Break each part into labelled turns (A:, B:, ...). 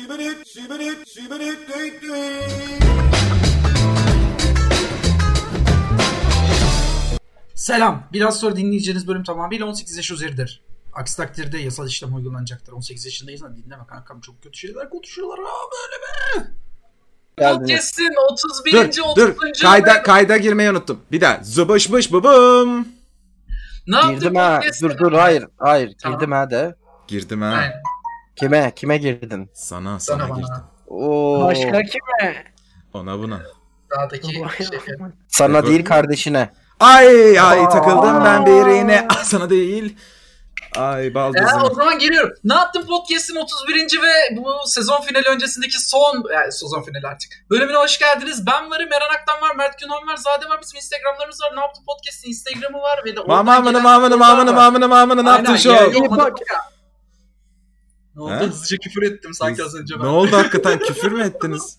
A: Sibirit, sibirit, sibirit, düt
B: Selam. Biraz sonra dinleyeceğiniz bölüm tamamıyla 18 yaş üzeridir. Aksi takdirde yasal işlem uygulanacaktır. 18 yaşındayız lan dinleme kankam çok kötü şeyler konuşuyorlar. Aa, böyle be.
C: geldiniz.
D: Podcast'in 31.
C: Dur
D: 30.
C: dur kayda,
D: bölüm-
C: kayda girmeyi unuttum. Bir daha zıbış bış bıbım.
D: ne yaptık
E: Girdim ha.
D: podcast'te?
E: Dur dur hayır. Hayır
D: Tamam.
E: girdim ha de.
C: Girdim ha.
B: Aynen.
E: Kime? Kime girdin?
C: Sana sana,
B: Sana
C: girdim.
B: bana.
E: Oo.
F: Başka kime?
C: Ona buna.
B: Dağdaki şeyler.
E: Sana
C: Rekor-
E: değil kardeşine.
C: Ay ay takıldım ben bir yine. Ah, sana değil. Ay
D: Ya, o
C: baldızım.
D: zaman geliyorum. Ne yaptın podcast'in 31. ve bu sezon finali öncesindeki son yani sezon finali artık. Bölümüne hoş geldiniz. Ben varım, Eren Aktan var, Mert Günan var, Zade var. Bizim Instagram'larımız var. Ne yaptın podcast'in Instagram'ı var ve de oradan
C: Mamamını
D: gelen
C: mamını
D: sorular
C: mamını
D: var.
C: mamını mamını ne
D: Aynen,
C: yaptın şu
D: yayın
C: an?
D: olmadı
F: Bak.
D: ya. Ne oldu?
C: He?
D: Hızlıca küfür ettim sanki az önce ben.
C: Ne oldu hakikaten küfür mü ettiniz?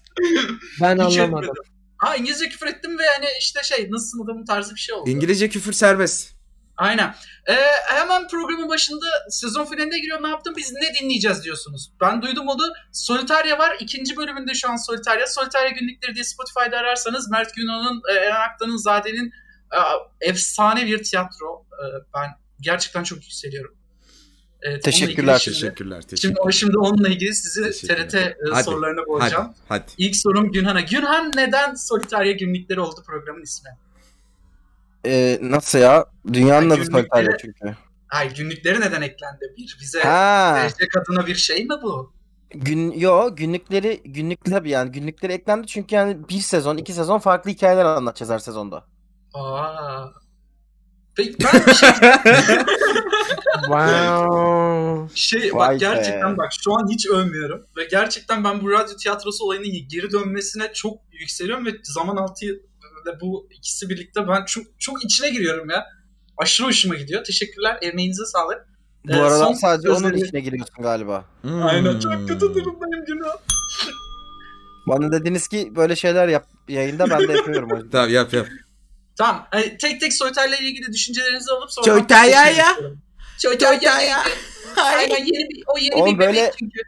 F: Ben
D: Hiç
F: anlamadım.
D: etmedim. Ha İngilizce küfür ettim ve hani işte şey nasılsın adamın tarzı bir şey oldu.
C: İngilizce küfür serbest.
D: Aynen. Ee, hemen programın başında sezon finaline giriyor. Ne yaptın? Biz ne dinleyeceğiz diyorsunuz. Ben duydum onu. Solitaria var. ikinci bölümünde şu an Solitaria. Solitaria günlükleri diye Spotify'da ararsanız Mert Günal'ın, e, Eren Aktan'ın, Zade'nin e, efsane bir tiyatro. E, ben gerçekten çok yükseliyorum. Evet, onunla
E: Teşekkürler,
D: ilgili Şimdi,
C: Teşekkürler
D: şimdi,
C: teşekkürler.
D: o şimdi onunla ilgili sizi
C: Teşekkürler.
D: TRT e,
C: Hadi,
D: sorularına boğacağım.
C: Hadi hadi.
D: İlk sorum Günhan'a. Günhan neden Solitaria günlükleri oldu programın ismi?
E: Ee, nasıl ya? Dünyanın
D: Ay,
E: adı
D: günlükleri-
E: Solitario çünkü.
D: Hayır günlükleri neden eklendi? Bir bize
E: Ha.
D: Ejde kadına bir şey mi bu?
E: Gün yo günlükleri günlük tabii yani günlükleri eklendi çünkü yani bir sezon iki sezon farklı hikayeler anlatacağız her sezonda.
D: Aa. Peki ben bir şey,
F: Wow.
D: şey
E: Vay
D: bak
E: be.
D: gerçekten bak şu an hiç övmüyorum ve gerçekten ben bu radyo tiyatrosu olayının geri dönmesine çok yükseliyorum ve zaman altı ve bu ikisi birlikte ben çok çok içine giriyorum ya. Aşırı hoşuma gidiyor. Teşekkürler. Emeğinize sağlık.
E: Bu
D: Ee,
E: aralar
D: son
E: sadece onun
D: sözleri-
E: içine giriyorsun galiba.
D: Aynen
C: Hmm.
D: çok kötü durumdayım Günah.
E: Bana dediniz ki böyle şeyler yap yayında ben de yapıyorum o yüzden.
C: Tamam yap yap.
D: Tamam. hani tek tek Soyter'le ilgili düşüncelerinizi alıp sonra...
C: Soytar'ya ya.
D: Soyter'ya. Aynen yeni bir, o yeni
E: Oğlum
D: bir
E: böyle-
D: bebek çünkü.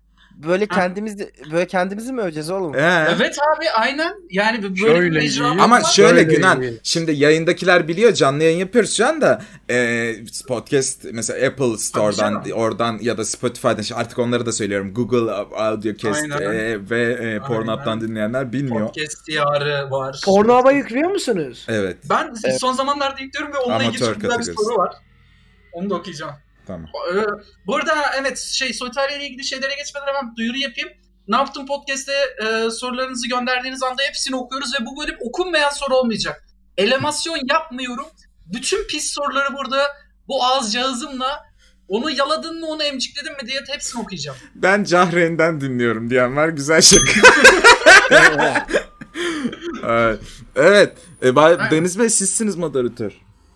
E: Böyle
D: Ha.
E: kendimiz böyle kendimizi mi öveceğiz oğlum?
C: Ee?
D: Evet abi aynen. Yani böyle bir
F: Şöyle
D: mecra
F: iyi.
C: Ama
D: var.
C: şöyle
F: Öyle
C: Günan,
F: değil.
C: şimdi yayındakiler biliyor canlı yayın yapıyoruz şu anda. Ee, podcast mesela Apple Store'dan
D: canım.
C: oradan ya da Spotify'dan işte artık onları da söylüyorum. Google Audiocast
D: Aynen.
C: e, ve e, Pornhub'dan dinleyenler bilmiyor.
D: Podcast diyarı var.
F: Pornhub'a yüklüyor musunuz?
C: Evet
D: Ben
E: Evet.
D: son zamanlarda yüklüyorum ve onunla ilgili
C: Amatör
D: çok güzel bir
C: kategorisi.
D: soru var. Onu da okuyacağım.
C: tamam.
D: Ee, bu arada evet şey Soytarya ile ilgili şeylere geçmeden hemen duyuru yapayım. Ne yaptın podcast'te e, sorularınızı gönderdiğiniz anda hepsini okuyoruz ve bu bölüm okunmayan soru olmayacak. Elemasyon yapmıyorum. Bütün pis soruları burada bu ağızcağızımla onu yaladın mı onu emcikledin mi diye hepsini okuyacağım.
C: Ben Cahreyn'den dinliyorum diyen var. Güzel şaka. Ee, evet. E, Bay-
D: Aynen.
C: Deniz Bey sizsiniz moderatör.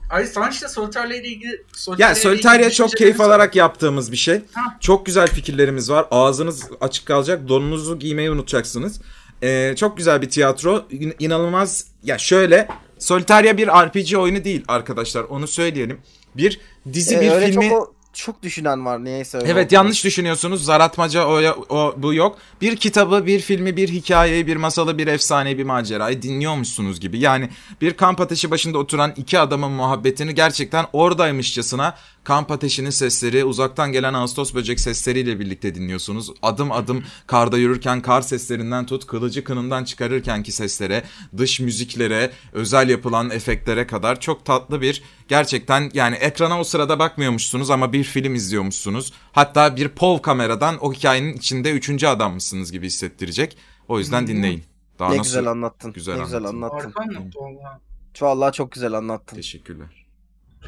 D: Ay sana işte Solitaire ile ilgili... Solitaire
C: Ya
D: ile ilgili şey
C: Solitaria çok keyif
D: düşünceleriniz-
C: alarak yaptığımız bir şey.
D: Ha.
C: Çok güzel fikirlerimiz var. Ağzınız açık kalacak. Donunuzu giymeyi unutacaksınız. Ee, çok güzel bir tiyatro. İn- İnanılmaz. Ya şöyle. Solitaria bir RPG oyunu değil arkadaşlar. Onu söyleyelim. Bir dizi
E: Ee,
C: bir
E: öyle
C: filmi.
E: çok o- çok düşünen var niyeyse öyle.
C: Evet
E: oldu.
C: yanlış düşünüyorsunuz. Zaratmaca o, o bu yok. Bir kitabı, bir filmi, bir hikayeyi, bir masalı, bir efsaneyi, bir macerayı dinliyormuşsunuz gibi. Yani bir kamp ateşi başında oturan iki adamın muhabbetini gerçekten oradaymışçasına kamp ateşinin sesleri, uzaktan gelen Ağustos böcek sesleriyle birlikte dinliyorsunuz. Adım adım karda yürürken kar seslerinden tut, kılıcı kınından çıkarırkenki seslere, dış müziklere, özel yapılan efektlere kadar çok tatlı bir gerçekten yani ekrana o sırada bakmıyormuşsunuz ama bir film izliyormuşsunuz. Hatta bir POV kameradan o hikayenin içinde üçüncü adammışsınız gibi hissettirecek. O yüzden dinleyin. Daha
E: Ne
C: nasıl?
E: güzel anlattın.
C: Güzel
E: ne güzel
C: anlattın.
E: anlattın.
D: Harika anlattı valla.
E: Vallahi çok güzel anlattın.
C: Teşekkürler.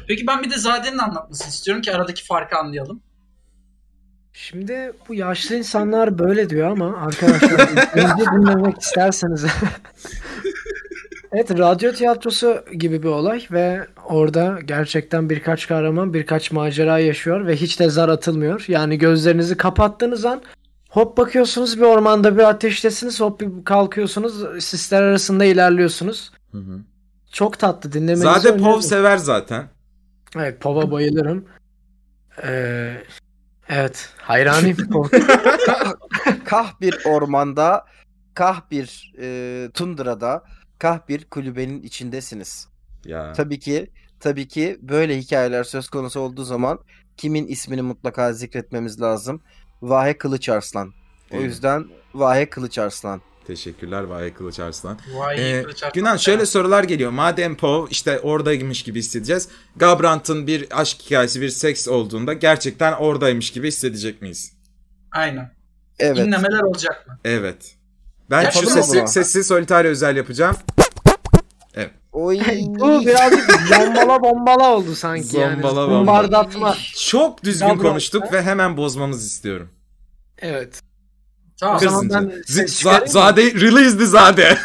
D: Peki ben bir de Zade'nin anlatmasını istiyorum ki aradaki farkı anlayalım.
F: Şimdi bu yaşlı insanlar böyle diyor ama arkadaşlar önce dinlemek isterseniz. evet radyo tiyatrosu gibi bir olay ve orada gerçekten birkaç kahraman birkaç macera yaşıyor ve hiç de zar atılmıyor. Yani gözlerinizi kapattığınız an hop bakıyorsunuz bir ormanda bir ateştesiniz hop bir kalkıyorsunuz sisler arasında ilerliyorsunuz.
C: Hı hı.
F: Çok tatlı dinlemenizi
C: Zade POV
F: öneririm.
C: sever zaten.
F: Evet Pov'a bayılırım. Ee, evet hayranıyım Pov.
E: kah bir ormanda, kah bir e, tundrada, kah bir kulübenin içindesiniz.
C: Ya.
E: Tabii ki tabii ki böyle hikayeler söz konusu olduğu zaman kimin ismini mutlaka zikretmemiz lazım. Vahe Kılıç Arslan. O
C: Değil mi?
E: yüzden Vahe Kılıç Arslan.
C: Teşekkürler Vahe Kılıç Arslan.
D: Vay
C: Ee,
D: ee,
C: Günan şöyle sorular geliyor. Madem Poe işte oradaymış gibi hissedeceğiz. Gabrant'ın bir aşk hikayesi, bir seks olduğunda gerçekten oradaymış gibi hissedecek miyiz?
D: Aynen.
E: Evet.
D: İnlemeler olacak mı?
C: Evet. Ben şu
D: Yapalım
C: sesi,
E: bunu.
C: sesi solitaire özel yapacağım.
E: Oy.
F: Bu birazcık bombala bombala oldu sanki yani.
C: Zombala bombala.
F: Bombardatma.
C: Çok düzgün
F: Gabrant-
C: konuştuk ve hemen bozmamızı istiyorum.
F: Evet.
D: Tamam.
F: Kız- zaman
C: Kızınca.
F: ben
C: Z-
F: ses
C: za-
F: çıkarayım mı?
C: zade release the zade.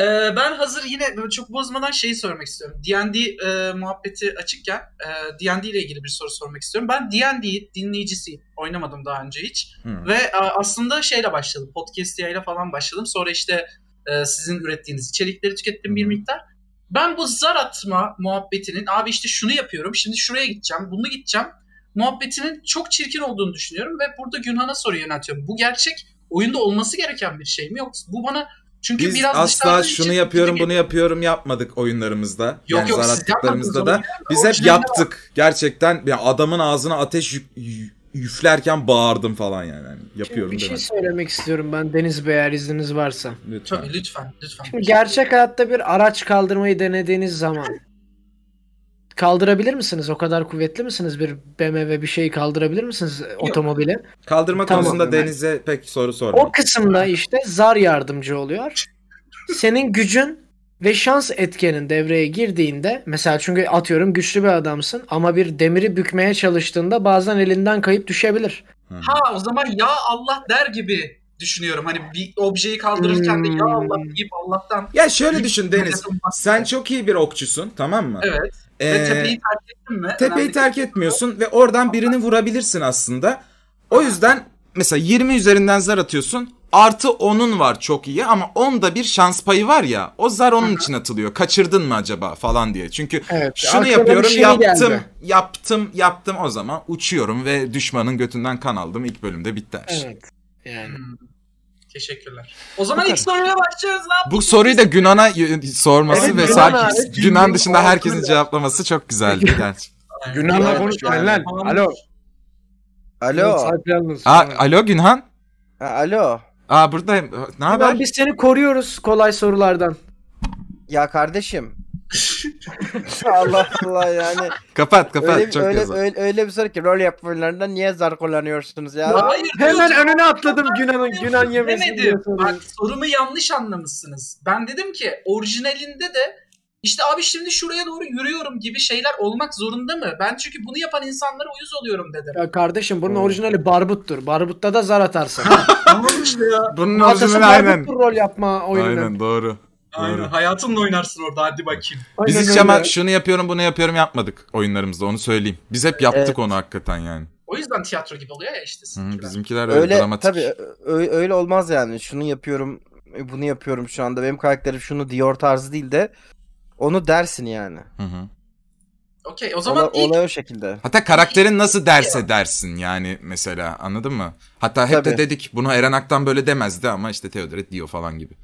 D: Ee, ben hazır yine böyle çok bozmadan şeyi sormak istiyorum. D&D e, muhabbeti açıkken e, D&D ile ilgili bir soru sormak istiyorum. Ben D&D dinleyicisiyim. Oynamadım daha önce hiç.
C: Hı.
D: Ve e, aslında şeyle başladım. Podcast ile falan başladım. Sonra işte e, sizin ürettiğiniz içerikleri tükettim bir
C: Hı.
D: miktar. Ben bu zar atma muhabbetinin abi işte şunu yapıyorum, şimdi şuraya gideceğim, bunu gideceğim muhabbetinin çok çirkin olduğunu düşünüyorum ve burada Günhan'a soru yöneltiyorum. Bu gerçek oyunda olması gereken bir şey mi yoksa bu bana çünkü
C: Biz
D: biraz
C: asla
D: dışarıdan
C: şunu
D: için-
C: yapıyorum
D: gibi-
C: bunu yapıyorum yapmadık oyunlarımızda.
D: Yok
C: yani
D: yok siz yapmadınız
C: zarattıklarımızda
D: onu. şey
C: da. Biz hep
D: Orijinalde
C: yaptık. Gerçekten ya adamın ağzına ateş yü- yü- üflerken bağırdım falan yani. Yani yapıyorum
F: bir şey
C: demek.
F: söylemek istiyorum ben Deniz Bey eğer izniniz varsa.
C: Lütfen.
D: Tabii lütfen lütfen.
F: Şimdi gerçek hayatta bir araç kaldırmayı denediğiniz zaman kaldırabilir misiniz? O kadar kuvvetli misiniz? Bir BMW bir şeyi kaldırabilir misiniz otomobile?
C: Kaldırma
F: Tamam.
C: konusunda Deniz'e pek soru sorma.
F: O kısımda işte zar yardımcı oluyor. Senin gücün ve şans etkenin devreye girdiğinde mesela çünkü atıyorum güçlü bir adamsın ama bir demiri bükmeye çalıştığında bazen elinden kayıp düşebilir.
D: Ha o zaman ya Allah der gibi düşünüyorum. Hani bir objeyi kaldırırken de ya Allah deyip Allah'tan
C: Ya şöyle düşün Deniz.
D: yardım bahsediyor.
C: Sen çok iyi bir okçusun tamam mı?
D: Evet.
C: Ee,
D: Ve tepeyi terk ettin mi?
C: tepeyi
D: Önemli.
C: terk etmiyorsun ve oradan birini vurabilirsin aslında. O yüzden mesela 20 üzerinden zar atıyorsun. Artı 10'un var çok iyi ama 10'da bir şans payı var ya. O zar onun için atılıyor. Kaçırdın mı acaba falan diye. Çünkü
F: Evet.
C: şunu yapıyorum
F: şey
C: yaptım yaptım yaptım o zaman uçuyorum ve düşmanın götünden kan aldım. İlk bölümde bitti her şey.
F: Evet. Yani.
D: Hmm. Teşekkürler. O zaman ilk soruyla başlıyoruz lan.
C: Bu soruyu da Günan'a y- sorması
F: Evet,
C: ve
F: Günan
C: sanki
F: hariç
C: Günan
F: cümlenin
C: dışında herkesin
F: altında.
C: cevaplaması çok güzeldi gerçekten.
G: Günahla
E: Evet,
G: konuşmayın
E: yani.
G: lan.
D: Tamam.
G: Alo.
E: Alo.
C: Aa, alo Günhan?
E: Ha, alo.
C: Aa buradayım. Ne haber?
F: Haber? Biz seni koruyoruz kolay sorulardan.
E: Ya kardeşim. Allah Allah yani.
C: Kapat kapat
E: öyle,
C: çok
E: öyle,
C: yazar.
E: öyle, öyle bir soru ki rol yapma oyunlarında niye zar kullanıyorsunuz ya?
D: Hayır,
F: Hemen
D: diyorum.
F: önüne atladım Günan'ın. Günan yemesin diye
D: Demedim.
F: soruyorum.
D: Bak sorumu yanlış anlamışsınız. Ben dedim ki orijinalinde de işte abi şimdi şuraya doğru yürüyorum gibi şeyler olmak zorunda mı? Ben çünkü bunu yapan insanlara uyuz oluyorum dedim.
F: Ya kardeşim bunun orijinali barbuttur. Barbutta da zar atarsın.
C: Bunun
F: Atası
C: orijinali aynen.
F: barbuttur rol yapma oyunu.
C: Aynen doğru.
D: Aynen.
C: Doğru.
D: Hayatınla oynarsın orada hadi bakayım.
C: Biz
F: Aynen
C: hiç ama
F: öyle.
C: şunu yapıyorum bunu yapıyorum yapmadık oyunlarımızda onu söyleyeyim. Biz hep yaptık
E: Evet.
C: onu hakikaten yani.
D: O yüzden tiyatro gibi oluyor ya işte.
C: Hı,
D: sizinkiler.
C: bizimkiler öyle,
E: öyle
C: dramatik.
E: tabii ö- ö- öyle olmaz yani. Şunu yapıyorum, bunu yapıyorum şu anda. Benim karakterim şunu diyor tarzı değil de onu dersin yani.
C: Hı hı.
D: Okey o
E: Ola,
D: zaman ilk
E: olay o şekilde.
C: Hatta karakterin nasıl derse dersin yani mesela anladın mı? Hatta hep de
E: Tabii.
C: dedik bunu Eren Aktan böyle demezdi ama işte Theodoret diyor falan gibi.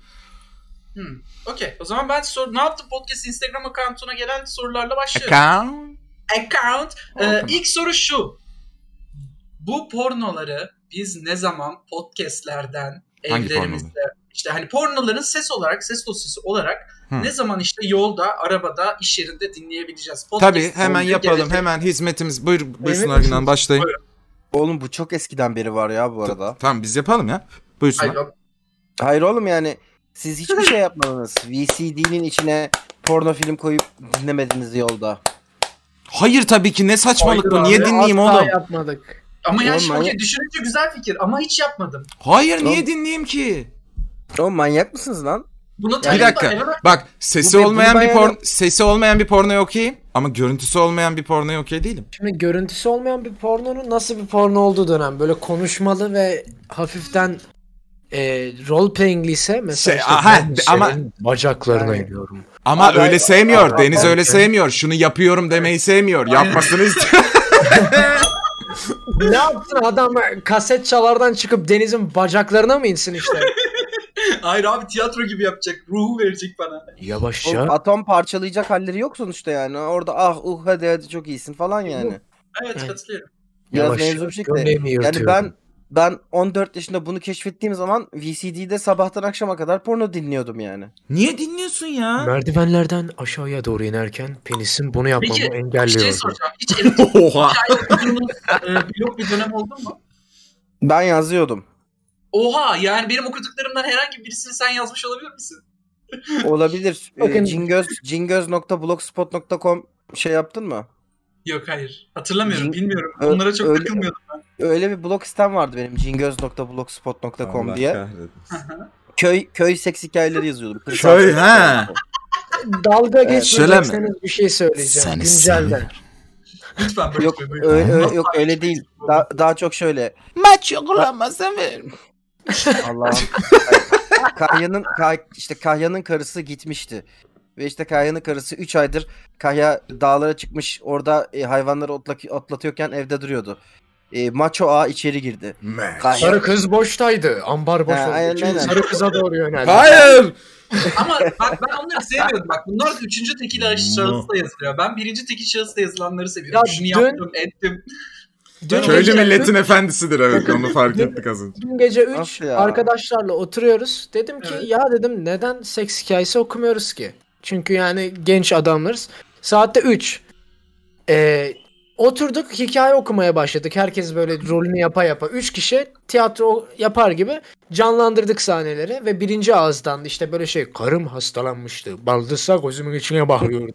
D: Hmm. Okey. O zaman ben sor ne yaptım podcast Instagram account'una gelen sorularla başlıyorum.
C: Akan.
D: Account. Ee,
C: tamam.
D: ilk soru şu. Bu pornoları biz ne zaman podcastlerden
C: Hangi
D: evlerimizde işte hani pornoların ses olarak ses dosyası olarak
C: Hı.
D: ne zaman işte yolda, arabada, iş yerinde dinleyebileceğiz. Podcast
C: Tabii hemen
D: olmayı
C: yapalım
D: gelecek.
C: hemen hizmetimiz. Buyur, buyursunlar
F: misiniz?
C: Günan başlayın.
E: Oğlum bu çok eskiden beri var ya bu arada.
C: Tamam biz yapalım ya.
D: Ay,
C: Buyursunlar.
D: yok.
E: Hayır oğlum yani siz hiçbir şey yapmadınız. VCD'nin içine porno film koyup dinlemediniz yolda.
C: Hayır tabii ki ne saçmalık bu
D: Hayda
C: niye
D: abi,
C: dinleyeyim
F: Asla
C: oğlum?
F: yapmadık.
D: Ama yani
E: Oğlum,
D: şimdi okey,
E: manyak-
D: düşününce güzel fikir ama hiç yapmadım.
C: Hayır niye
E: Oğlum.
C: dinleyeyim ki?
E: Oğlum manyak mısınız lan?
D: Bunu
C: Bir dakika. Bak sesi
E: Bu bir- bu
C: olmayan bir
E: bayağı-
C: porno sesi olmayan bir pornoya okeyim ama görüntüsü olmayan bir pornoya okey değilim.
F: Şimdi görüntüsü olmayan bir pornonun nasıl bir porno olduğu dönem. Böyle konuşmalı ve hafiften e, role playingli ise mesela
C: Şey,
F: işte
C: aha,
F: ben
C: de- ama-
F: senin bacaklarına
E: Yani.
F: giriyorum.
C: Ama
E: Abi,
C: öyle sevmiyor.
E: abi,
C: Deniz
E: abi.
C: öyle sevmiyor. Şunu yapıyorum demeyi sevmiyor. Yapmasını istiyor.
F: ne yaptın adam kaset çalardan çıkıp denizin bacaklarına mı insin işte?
D: Hayır abi tiyatro gibi yapacak. Ruhu verecek bana.
E: Oğlum,
G: Yavaşça.
E: atom parçalayacak halleri yok sonuçta yani. Orada ah uh hadi hadi çok iyisin falan yani.
D: Evet
F: Evet.
D: katılıyorum.
E: Biraz
G: Yavaşça.
E: mevzu bir şey de.
G: Gömleğimi
E: Yani
G: yırtıyorum.
E: ben ben 14 yaşında bunu keşfettiğim zaman VCD'de sabahtan akşama kadar porno dinliyordum yani.
C: Niye dinliyorsun ya?
G: Merdivenlerden aşağıya doğru inerken penisin bunu yapmamı
D: Peki, Bir şey
G: engelliyordu.
D: soracağım. Hiç elektrik
C: Oha.
D: blok bir dönem oldu mu?
E: Ben yazıyordum.
D: Oha yani benim okuduklarımdan herhangi birisini sen yazmış olabilir misin?
E: Olabilir. Ee,
F: Bakın-
E: Cingöz cingöz.blogspot.com şey yaptın mı?
D: Yok hayır. Hatırlamıyorum.
E: Cin-
D: Bilmiyorum.
E: Ö-
D: Onlara çok
E: öyle-
D: takılmıyordum.
E: Öyle bir blog sitem vardı benim cingöz.blogspot.com diye. Köy köy seks hikayeleri yazıyordum. Kırsal
C: Köy,
E: seks
C: he.
E: hikayeleri.
F: Dalga
C: Söyleme.
F: geçmeyecekseniz bir şey söyleyeceğim.
C: Seni
F: Güncelden.
D: Lütfen böyle şey
E: Yok
D: böyle-
E: öyle, öyle- yok öyle değil. Daha, daha çok şöyle.
C: Maç yok ulan severim.
E: Allah'ım. Kahya'nın Kah- işte Kahya'nın karısı gitmişti. Ve işte Kahya'nın karısı 3 aydır Kahya dağlara çıkmış. Orada e, hayvanları otla- otlatıyorken evde duruyordu. E, maço ağa içeri girdi. Kahya-
G: Sarı kız boştaydı. Ambar boş
E: Ha,
G: olduğu
E: aynen,
G: için
E: aynen.
G: sarı kıza doğru yöneldi.
C: Hayır.
D: Ama bak ben onları sevmiyordum. Bak bunlar üçüncü tekil şahısla yazılıyor. Ben birinci tekil şahısla yazılanları seviyorum.
F: Ya
D: Şunu
F: dün-
D: yaptım, ettim.
F: Dün
C: Köylü
F: gece-
C: milletin efendisidir evet onu fark ettik az önce.
F: Dün gece 3
E: Nasıl ya?
F: arkadaşlarla oturuyoruz. Dedim ki
D: Evet.
F: ya dedim neden seks hikayesi okumuyoruz ki? Çünkü yani genç adamlarız. Saatte 3. Ee, oturduk hikaye okumaya başladık. Herkes böyle rolünü yapa yapa. 3 kişi tiyatro yapar gibi canlandırdık sahneleri ve birinci ağızdan işte böyle şey karım hastalanmıştı. Baldızsa gözümün içine bakıyordu.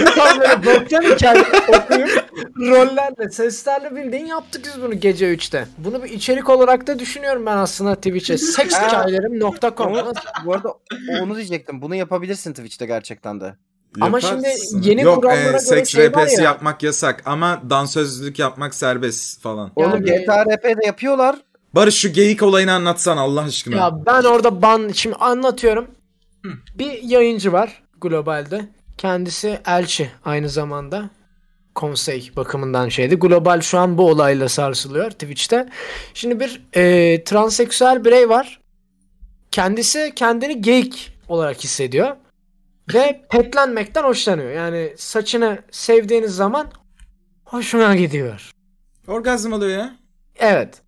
F: Bu tarz böyle bakacağım hikaye okuyup rollerle, seslerle bildiğin yaptık biz bunu gece 3'te. Bunu bir içerik olarak da düşünüyorum ben aslında Twitch'e. Sekshikayelerim.com
E: Ama bu arada onu diyecektim. Bunu yapabilirsin Twitch'te gerçekten de.
F: Ama şimdi
C: Yaparsın.
F: yeni
C: Yok, e,
F: kurallara göre
C: seks
F: şey var
C: RP'si
F: ya.
C: yapmak yasak ama dansözlük yapmak serbest falan.
E: Oğlum
F: Yani-
E: GTA RP'de yapıyorlar.
C: Barış şu geyik olayını anlatsan Allah aşkına.
F: Ya ben orada ban şimdi anlatıyorum.
D: Hı.
F: Bir yayıncı var globalde. Kendisi elçi aynı zamanda. Konsey bakımından şeydi. Global şu an bu olayla sarsılıyor Twitch'te. Şimdi bir e, transseksüel birey var. Kendisi kendini geyik olarak hissediyor. Ve petlenmekten hoşlanıyor. Yani saçını sevdiğiniz zaman hoşuna gidiyor.
C: Orgazm oluyor ya.
F: Evet.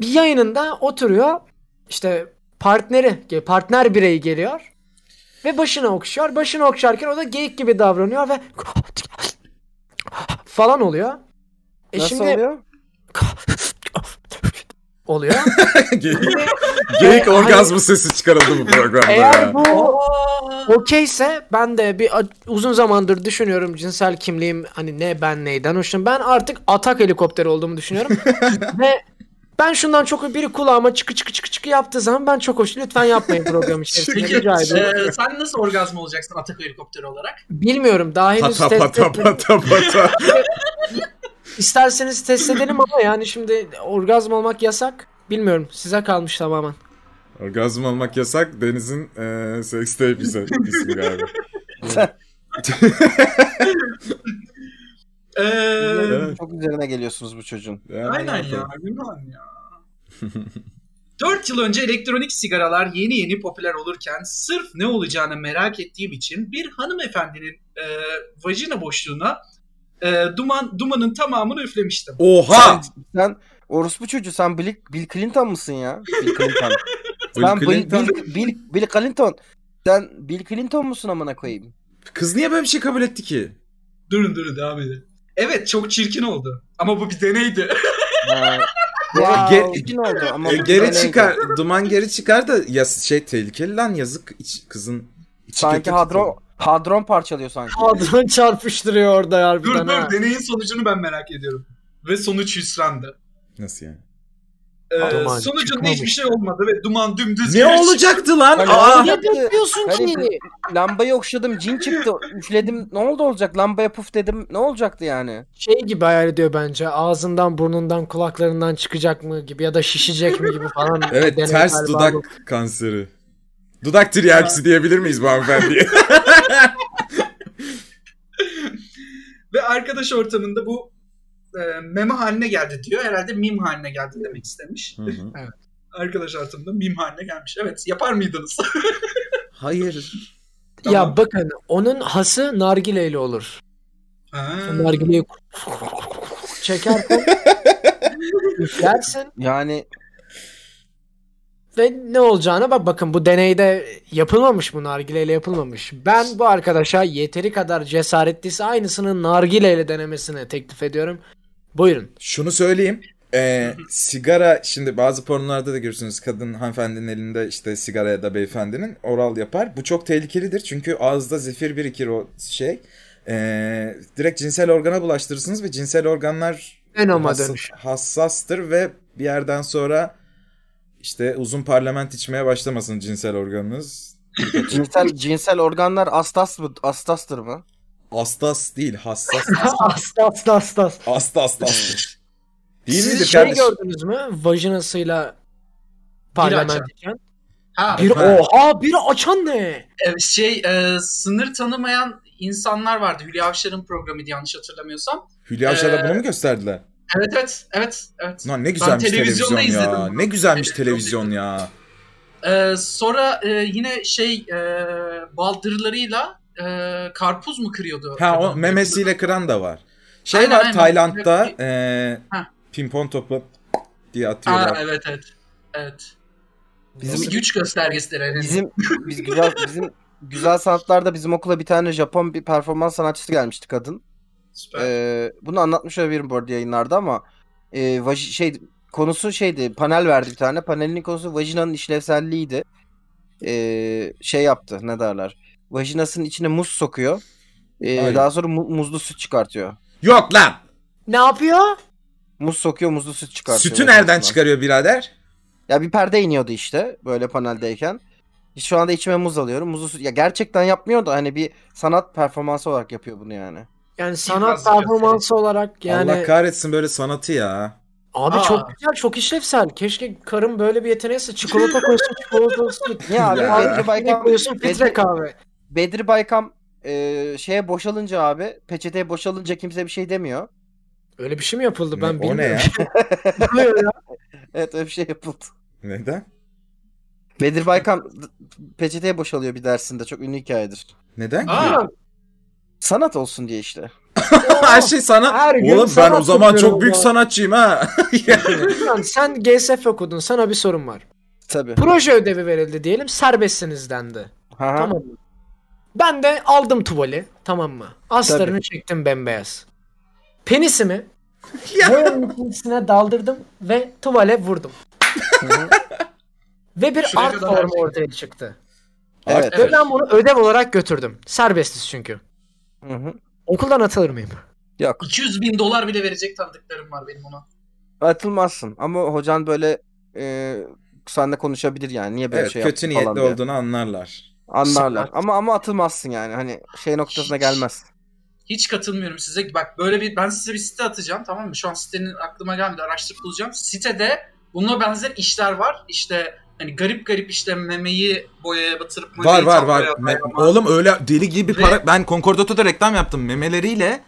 F: Bir yayınında oturuyor. İşte partneri, partner bireyi geliyor. Ve başını okşuyor. Başını okşarken o da geyik gibi davranıyor ve falan oluyor. E
E: Nasıl
F: şimdi oluyor?
E: oluyor?
C: geyik geyik
F: E,
C: orgazm sesi çıkarıldı bu programda ya.
F: Eğer bu okeyse ben de bir a- uzun zamandır düşünüyorum cinsel kimliğim hani ne ben neyden hoşlanıyorum. Ben artık atak helikopteri olduğumu düşünüyorum. Ve ben şundan çok biri kulağıma çıkı çıkı çıkı çıkı yaptığı zaman ben çok hoş. Lütfen yapmayın program içerisinde
D: Peki
F: rica ediyorum.
D: e, sen nasıl orgazm olacaksın atak helikopteri olarak?
F: Bilmiyorum daha henüz
C: Pata
F: test
C: pata
F: etmedim.
C: pata pata.
F: İsterseniz test edelim ama yani şimdi orgazm olmak yasak. Bilmiyorum size kalmış tamamen.
C: Orgazm olmak yasak. Deniz'in eee seks tape ise- ismi galiba.
D: Ee,
C: Evet.
E: Çok üzerine geliyorsunuz bu çocuğun.
C: Yani
D: aynen ya.
C: yapalım.
D: Yunan ya. 4 yıl önce elektronik sigaralar yeni yeni popüler olurken sırf ne olacağını merak ettiğim için bir hanımefendinin e, vajina boşluğuna e, duman dumanın tamamını üflemiştim.
C: Oha!
E: Sen orospu çocuğu sen Bill, Bill Clinton mısın ya? Bill Clinton. sen
C: Bill Clinton.
E: Bill, Bill, Bill, Bill Clinton. Sen Bill Clinton musun amına koyayım?
C: Kız niye böyle bir şey kabul etti ki?
D: Durun durun devam edin. Evet çok çirkin oldu. Ama bu bir deneydi.
E: Ha.
F: Wow.
E: Evet, çirkin oldu ama
C: E,
E: bu
C: geri
E: böyleydi.
C: çıkar. Duman geri çıkar da ya, şey tehlikeli lan yazık iç- kızın. içi
E: Sanki
C: kötü
E: hadron hadron parçalıyor sanki.
F: Adnan çarpıştırıyor orada
D: dur
F: harbiden ha.
D: dur deneyin sonucunu ben merak ediyorum. Ve sonuç hüsrandı.
C: tutuyor. Nasıl yani?
D: Ee,
G: Duman
D: sonucunda
G: çıkmamış.
D: hiçbir şey olmadı ve duman dümdüz
C: Ne
D: geri
C: olacaktı lan?
E: Hani
C: Aa!
E: olacak-
F: Ne bekliyorsun
E: Hani
F: ki?
E: Lambayı okşadım, cin çıktı, üfledim. Ne oldu olacak? Lambaya puf dedim. Ne olacaktı yani?
F: şey gibi hayal ediyor bence. Ağzından, burnundan, kulaklarından çıkacak mı gibi ya da şişecek mi gibi falan.
C: Evet
F: Deney
C: ters
F: galiba
C: dudak
F: bu.
C: kanseri. Dudak triyerpsi diyebilir miyiz bu hanımefendiye?
D: Ve arkadaş ortamında bu e, meme haline geldi diyor. Herhalde mim haline geldi demek istemiş.
C: Hı hı.
D: Arkadaş altımda mim haline gelmiş. Evet yapar mıydınız?
E: Hayır.
D: Tamam.
F: Ya bakın onun hası nargileyle olur.
D: Ha.
F: Nargileyi çekerken üflersin
E: Yani
F: ve ne olacağına bak bakın bu deneyde yapılmamış bu nargileyle yapılmamış. Ben bu arkadaşa yeteri kadar cesaretliyse aynısını nargileyle denemesini teklif ediyorum. Buyurun.
C: Şunu söyleyeyim. Ee, sigara şimdi bazı pornolarda da görürsünüz kadın hanımefendinin elinde işte sigara ya da beyefendinin oral yapar. Bu çok tehlikelidir çünkü ağızda zifir birikir o şey. Ee, direkt cinsel organa bulaştırırsınız ve cinsel organlar
F: Enoma
C: hassa-
F: dönüş.
C: hassastır ve bir yerden sonra işte uzun parlament içmeye başlamasın cinsel organınız.
E: cinsel cinsel organlar astas mı? Astastır mı?
C: Astas değil hassas.
H: Asla asla asla.
C: Astas astas. Değil
F: Siz
C: midir
F: şey
C: kardeşim?
F: gördünüz mü? Vajinasıyla parlament içen.
D: Ha,
F: Bir
C: Ha.
F: oha bir açan ne?
D: e, şey e, sınır tanımayan insanlar vardı. Hülya Avşar'ın programıydı yanlış hatırlamıyorsam.
C: Hülya Avşar'da
D: Ee,
C: bunu mu gösterdiler?
D: Evet evet evet evet.
C: Lan ne güzelmiş televizyon
D: televizyonda
C: ya.
D: izledim bunu.
C: Ne güzelmiş
D: Televizyonda
C: televizyon ya.
D: Ee, sonra e, yine şey e, baldırlarıyla e, karpuz mu kırıyordu?
C: Ha o memesiyle kıran da var. Şey
D: Aynen,
C: var
D: aynen.
C: Tayland'da
D: Evet.
C: eee
D: Ha.
C: pimpon topu diye
D: Aa,
C: atıyorlar.
D: evet evet. Evet.
E: Bizim-
D: Bu güç göstergesidir herhalde.
E: Bizim biz güzel bizim güzel sanatlarda bizim okula bir tane Japon bir performans sanatçısı gelmişti kadın.
C: e,
D: Süper.
E: Ee, bunu anlatmış olabilirim bu arada yayınlarda ama e, vaji- şey konusu şeydi panel verdi bir tane panelin konusu vajinanın işlevselliğiydi. Ee, şey yaptı ne derler vajinasının içine muz sokuyor. Ee,
C: Aynen.
E: daha sonra mu- muzlu süt çıkartıyor.
C: Yok lan.
F: Ne yapıyor?
E: Muz sokuyor muzlu süt çıkartıyor.
C: Sütü nereden
E: vajinasından.
C: çıkarıyor birader?
E: Ya bir perde iniyordu işte böyle paneldeyken. Şu anda içime muz alıyorum. Muzu su- ya gerçekten yapmıyor da hani bir sanat performansı olarak yapıyor bunu yani.
F: Yani sanat
D: göstereyim.
F: performansı olarak yani
C: Allah kahretsin böyle sanatı ya.
F: abi
D: Aa.
F: çok güzel çok işlevsel. Keşke karım böyle bir yeteneğiyse çikolata koysun çikolata süt.
E: Ya abi
C: Ya.
E: Bedri
F: Ne
E: Baykam
F: koyuyorsun
E: Bedri-
F: filtre kahve.
E: Bedri Baykam e, şeye boşalınca abi peçeteye boşalınca kimse bir şey demiyor.
F: Öyle bir şey mi yapıldı
C: Ne-
F: ben
C: o ne
F: bilmiyorum.
C: ya?
F: Ne oluyor ya?
E: Evet öyle bir şey yapıldı.
C: Neden?
E: Bedri Baykam d- peçeteye boşalıyor bir dersinde çok ünlü hikayedir.
C: Neden ki?
D: Aa,
E: Sanat olsun diye işte.
C: Her şey sana.
F: Her gün
C: Oğlum ben o
F: sanat
C: zaman
F: yapıyorum
C: çok büyük
F: ya.
C: sanatçıyım ha.
F: Ulan sen GSF okudun sana bir sorun var.
E: Tabii.
F: Proje ödevi verildi diyelim serbestsiniz dendi.
E: Ha, ha.
F: Tamam mı? Ben de aldım tuvali tamam mı? Astarını çektim bembeyaz. Penisimi boyanın içine daldırdım ve tuvale vurdum.
E: Hı hı.
F: Ve bir
D: Şuraya
F: art
D: kadar
F: formu
D: gerçekten.
F: ortaya çıktı.
E: Evet.
F: Ve ben bunu ödev olarak götürdüm. Serbestiz çünkü.
E: Hı hı.
F: Okuldan atılır mıyım?
E: Yok
D: 200 bin dolar bile verecek tanıdıklarım var benim ona.
E: atılmazsın ama hocan böyle e, seninle konuşabilir yani niye böyle
C: Evet,
E: şey
C: kötü
E: yaptın
C: niyetli
E: falan diye.
C: olduğunu anlarlar.
E: Anlarlar.
F: Sanat.
E: Ama ama atılmazsın yani. Hani şey noktasına gelmez.
D: Hiç katılmıyorum size. Bak böyle bir ben size bir site atacağım tamam mı? Şu an sitenin aklıma gelmedi. Araştırıp bulacağım. Sitede bununla benzer işler var. İşte hani garip garip işte memeyi boyaya batırıp
C: Var
D: memeyi
C: var
D: tabloya
C: var.
D: atmaya
C: Me-
D: falan.
C: Oğlum öyle deli gibi
D: Ve-
C: para. Ben Concordato'da reklam yaptım memeleriyle.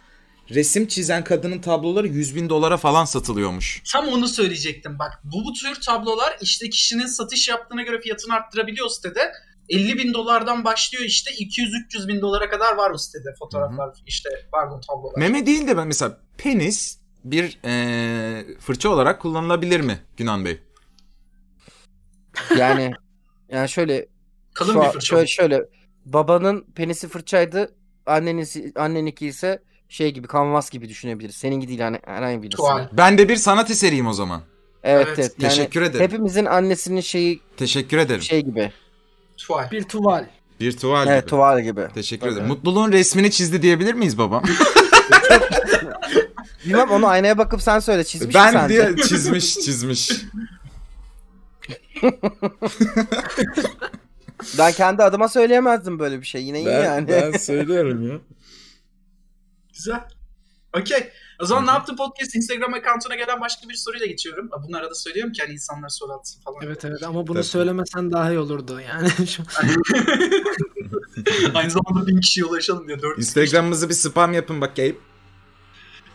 C: Resim çizen kadının tabloları 100 bin dolara falan satılıyormuş.
D: Tam onu söyleyecektim bak. Bu, bu tür tablolar işte kişinin satış yaptığına göre fiyatını arttırabiliyor sitede. 50 bin dolardan başlıyor işte 200-300 bin dolara kadar var o sitede fotoğraflar işte pardon tablolar.
C: Meme değil de ben mesela penis bir eee, fırça olarak kullanılabilir mi Günan Bey?
E: Yani yani şöyle
D: Kalın
E: şu
D: bir
E: an-
D: fırça.
E: şöyle şöyle babanın penisi fırçaydı. Annenin anneninki ise şey gibi kanvas gibi düşünebiliriz. Seninki değil hani herhangi birisi.
D: Tuval.
C: Ben de bir sanat eseriyim o zaman.
E: Evet
D: Evet,
E: evet. Yani
C: Teşekkür ederim.
E: hepimizin annesinin şeyi
C: Teşekkür ederim.
E: şey gibi.
D: Tuval.
F: Bir tuval.
C: Bir tuval
E: Evet
C: gibi.
E: tuval gibi.
C: Teşekkür
E: Tabii.
C: ederim. Mutluluğun resmini çizdi diyebilir miyiz babam?
E: Bilmem onu aynaya bakıp sen söyle çizmiş mi
C: ben
E: sence?
C: diye çizmiş çizmiş.
E: Ben kendi adıma söyleyemezdim böyle bir şey. Yine iyi yani.
C: söylüyorum ya.
D: Güzel. Okey. O zaman ne yaptı podcast Instagram account'una gelen başka bir soruyla geçiyorum. Bunu arada söylüyorum ki hani insanlar soru atsın falan.
H: Evet evet ama bunu
C: Tabii.
H: söylemesen daha iyi olurdu yani. Şu-
D: Aynı zamanda bin kişiye ulaşalım diye. Dört
C: Instagram'ımızı bir spam yapın bakayım.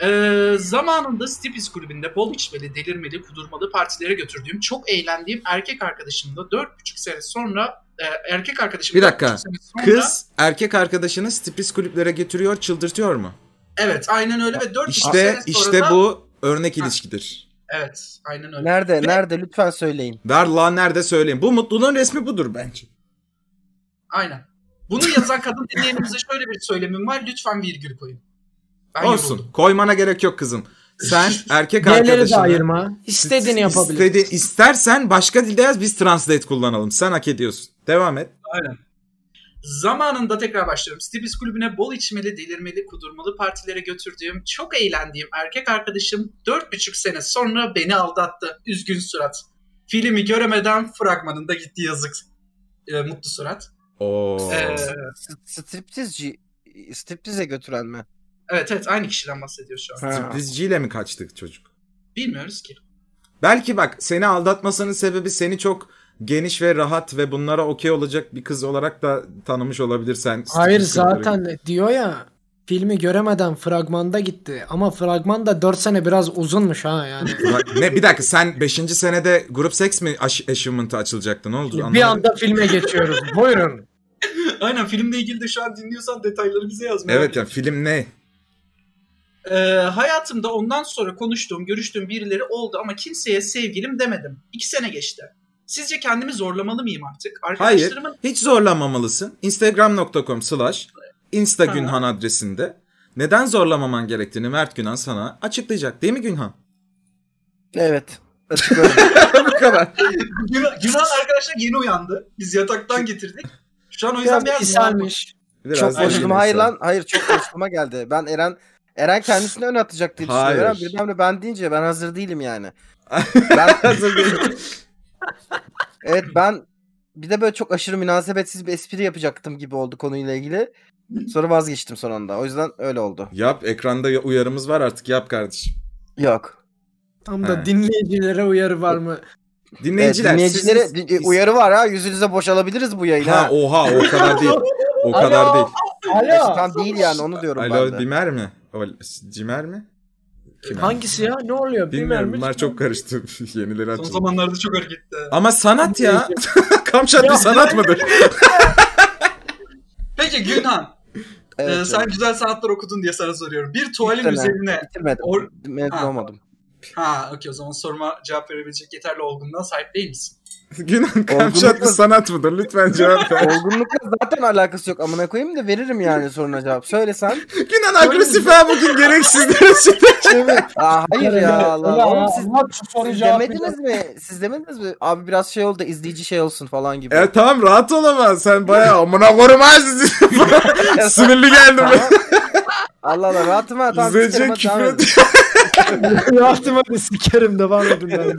D: Ee, zamanında Stipis kulübünde bol içmeli, delirmeli, kudurmalı partilere götürdüğüm, çok eğlendiğim erkek arkadaşımla 4,5 sene sonra e, erkek arkadaşım
C: Bir
D: dört
C: dakika.
D: buçuk sene sonra-
C: Kız erkek arkadaşını striptiz kulüplere getiriyor, çıldırtıyor mu?
D: Evet aynen öyle ve 4
C: İşte işte bu örnek ilişkidir.
D: Evet aynen öyle.
E: Nerede? Nerede? Lütfen söyleyin.
C: Ver lan nerede söyleyin. Bu mutluluğun resmi budur bence.
D: Aynen. Bunu yazan kadın dinleyenimize şöyle bir söylemim var. Lütfen virgül koyun. Ben
C: Olsun.
D: yoruldum. Koymana
C: Koymana gerek yok kızım. Sen erkek
G: Yerleri de
C: arkadaşını
G: ayırma. İstediğini yapabilir.
C: istedi, istersen başka dilde yaz biz translate kullanalım. Sen hak ediyorsun. Devam et.
D: Zamanında tekrar başlıyorum. Stibis kulübüne bol içmeli, delirmeli, kudurmalı partilere götürdüğüm, çok eğlendiğim erkek arkadaşım 4,5 sene sonra beni aldattı. Üzgün surat. Filmi göremeden fragmanında gitti yazık. Ee, mutlu surat.
C: Oo.
D: Ee,
E: S- Striptizci striptize götüren mi?
D: evet evet aynı kişiden bahsediyor şu an.
C: Sürprizciyle mi kaçtık çocuk?
D: Bilmiyoruz ki.
C: Belki bak seni aldatmasının sebebi seni çok geniş ve rahat ve bunlara okey olacak bir kız olarak da tanımış olabilir sen.
G: Hayır
C: Striptiz kulüplere
G: zaten diyor ya filmi göremeden fragmanda gitti. Ama fragman da 4 sene biraz uzunmuş ha yani.
C: Ulan ne bir dakika sen 5. senede grup seks mi aş- achievement'ı açılacaktı ne oldu?
G: bir
C: Anlamadım.
G: anda filme geçiyoruz. Buyurun.
D: Aynen filmle ilgili de şu an dinliyorsan detayları bize yazma.
C: Evet ya film ne?
D: Ee, hayatımda ondan sonra konuştuğum, görüştüğüm birileri oldu ama kimseye sevgilim demedim. İki sene geçti. Sizce kendimi zorlamalı mıyım artık?
C: Hayır
D: Arkadaşlarımın
C: hiç zorlanmamalısın. Instagram.com slash instagünhan adresinde neden zorlamaman gerektiğini Mert Günhan sana açıklayacak değil mi Günhan?
E: Evet. Açık öyle.
C: Bu kadar.
D: Yunan, Yunan arkadaşlar yeni uyandı. Biz yataktan getirdik. Şu an o yüzden
G: Biraz
D: biraz
G: iselmiş.
C: Biraz
E: çok
C: ergen
E: boşum. Hayır
C: insan.
E: lan. Hayır çok boşuma geldi. Ben Eren Eren kendisini ön atacak diye düşünüyorum.
C: Hayır.
E: Eren Birden de ben deyince ben hazır değilim yani. ben
C: Hazır değil.
E: Evet ben bir de böyle çok aşırı münasebetsiz bir espri yapacaktım gibi oldu konuyla ilgili. Sonra vazgeçtim son anda. O yüzden öyle oldu.
C: Yap ekranda ya- uyarımız var artık yap kardeşim.
E: Yok.
G: Tam
C: He.
G: da dinleyicilere uyarı var mı?
C: Dinleyiciler.
E: Evet, dinleyicilere
C: siz-
E: din- uyarı var ha. Yüzünüze boş alabiliriz bu yayını.
C: Ha
E: Ha,
C: oha o kadar değil. O kadar değil.
E: Neyse,
G: Alo.
E: tam değil yani onu diyorum ben
C: Alo
E: de.
C: Bimer mi? O- Cimer mi? Kim?
G: Hangisi ya? Ne oluyor?
C: Bilmiyorum.
G: mi?
C: Bunlar çok karıştı. Yenileri
D: Son
C: açıldı.
D: zamanlarda çok hareketli.
C: Ama sanat ya. Kamçat bir sanat mıdır?
D: Peki Günhan,
E: Evet,
D: e,
E: evet.
D: sen güzel sanatlar okudun diye sana soruyorum. Bir tuvalin
E: Lütfen ha.
D: üzerine...
E: bitirmedim.
D: Or-
E: Mezun
D: Ha.
E: olmadım.
D: Ha okey o zaman soruma cevap verebilecek yeterli olgunluğa sahip değil misin?
C: Günan Kamçat bir sanat mıdır? Lütfen cevap ver.
E: Olgunlukla zaten alakası yok. Amına koyayım da veririm yani soruna cevap. Söylesen.
C: Günan agresif ha bugün gereksizdir.
E: Evet. Aa, hayır ya.
G: Ulan,
E: Allah. Oğlum siz,
G: Allah, şu soru
E: siz
G: cevap
E: demediniz mi? Siz demediniz mi? Abi biraz şey oldu. izleyici şey olsun falan gibi.
C: e tamam rahat ol ama sen bayağı amına korumaz. Sinirli geldim.
E: Tamam. Allah Allah rahatım ha. Tamam,
C: İzleyici
E: sikerim, hadi devam
C: küfür
E: edin.
C: ediyor.
G: Rahatıma da sikerim devam edin ben.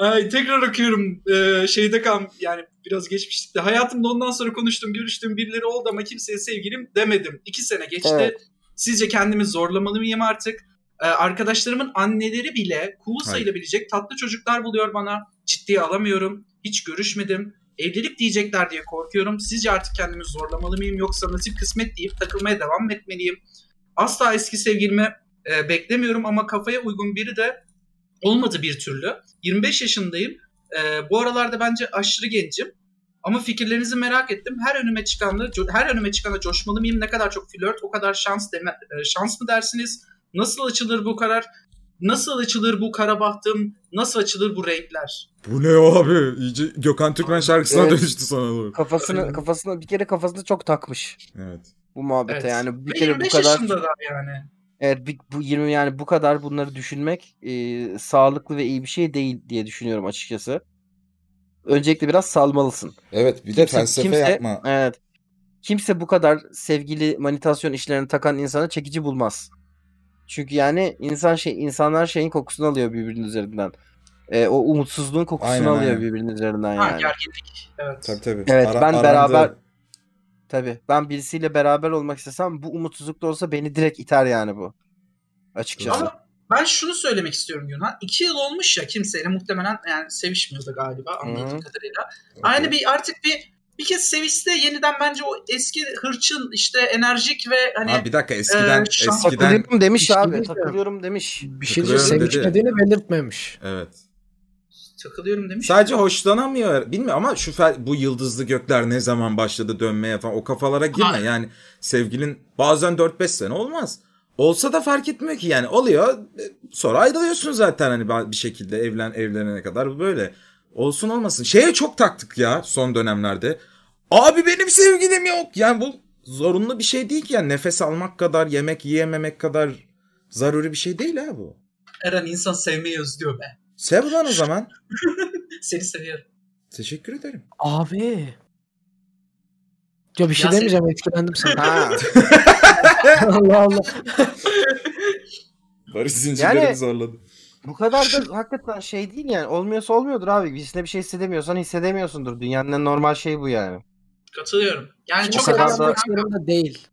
D: Ay, tekrar okuyorum. Ee, şeyde kal yani biraz geçmiştik de. Hayatımda ondan sonra konuştum, görüştüm birileri oldu ama kimseye sevgilim demedim. İki sene geçti.
E: Evet.
D: Sizce kendimi zorlamalı mıyım artık? Ee, arkadaşlarımın anneleri bile cool
C: Hayır.
D: sayılabilecek tatlı çocuklar buluyor bana. Ciddiye alamıyorum. Hiç görüşmedim. Evlilik diyecekler diye korkuyorum. Sizce artık kendimi zorlamalı mıyım yoksa nasip kısmet deyip takılmaya devam mı etmeliyim? Asla eski sevgilimi e, beklemiyorum ama kafaya uygun biri de olmadı bir türlü. 25 yaşındayım. Ee, bu aralarda bence aşırı gencim. Ama fikirlerinizi merak ettim. Her önüme çıkanla co- her önüme çıkana coşmalı mıyım? Ne kadar çok flört, o kadar şans deme e, şans mı dersiniz? Nasıl açılır bu karar? Nasıl açılır bu kara bahtım? Nasıl açılır bu renkler?
C: Bu ne abi? İyice Gökhan Türkmen şarkısına
E: Evet.
C: dönüştü sana doğru.
E: Kafasını, kafasını bir kere kafasını çok takmış.
C: Evet.
E: bu muhabbete
D: Evet.
E: yani bir
D: Ve
E: kere bu
D: 25
E: kadar
D: yaşında da yani.
E: evet bir- bu 20 yani bu kadar bunları düşünmek e, sağlıklı ve iyi bir şey değil diye düşünüyorum açıkçası. Öncelikle biraz salmalısın.
C: Evet bir
E: Evet. Kimse bu kadar sevgili manitasyon işlerini takan insana çekici bulmaz. Çünkü yani insan şey insanlar şeyin kokusunu alıyor birbirinin üzerinden. E, o umutsuzluğun kokusunu
C: Aynen,
E: alıyor
C: aynen.
E: birbirinin üzerinden
D: Ha
E: yani.
D: gerginlik. Evet.
C: tabii.
E: Evet, ben beraber- Tabii. Ben birisiyle beraber olmak istesem bu umutsuzluk da olsa beni direkt iter yani bu. Açıkçası.
D: Ama ben şunu söylemek istiyorum Yunan. İki yıl olmuş ya kimseyle muhtemelen yani sevişmiyordu galiba anladığım
E: Hı hı.
D: kadarıyla. Aynı bir artık bir Bir kez Sevis'te yeniden bence o eski hırçın işte enerjik ve hani
C: Abi bir dakika eskiden
D: Ee, şu an
C: eskiden
E: Takılıyorum demiş
F: İşte
E: abi.
F: bilmiyorum.
E: Takılıyorum demiş.
F: Bir şey
C: Takılıyorum
F: sevişmediğini belirtmemiş.
C: evet.
D: takılıyorum demiş.
C: Sadece hoşlanamıyor. Bilmiyorum ama şu fel- bu yıldızlı gökler ne zaman başladı dönmeye falan o kafalara girme.
D: Hayır.
C: Yani sevgilin bazen 4-5 sene olmaz. Olsa da fark etmiyor ki yani oluyor. e, Sonra ayrılıyorsun zaten hani ba- bir şekilde evlen evlenene kadar bu böyle. Olsun olmasın. Şeye çok taktık ya son dönemlerde. Abi benim sevgilim yok. Yani bu zorunlu bir şey değil ki. Yani nefes almak kadar, yemek yiyememek kadar zaruri bir şey değil ha bu.
D: Eren insan sevmeyi özlüyor be.
C: Sev lan o zaman.
D: Seni seviyorum.
C: Teşekkür ederim.
F: Abi. Ya bir şey
D: Ya sen-
F: demeyeceğim etkilendim sana.
E: Ha.
F: Allah Allah.
C: Barış zincirlerini
E: Yani-
C: zorladı.
E: Bu kadar da hakikaten şey değil yani. Olmuyorsa olmuyordur abi. Birisine bir şey hissedemiyorsan hissedemiyorsundur. Dünyanın en normal şeyi bu yani.
D: Katılıyorum. Yani
F: Çok
D: çok
E: kadar
F: kadar
D: önemli.
E: da-
F: yapmak zorunda değil.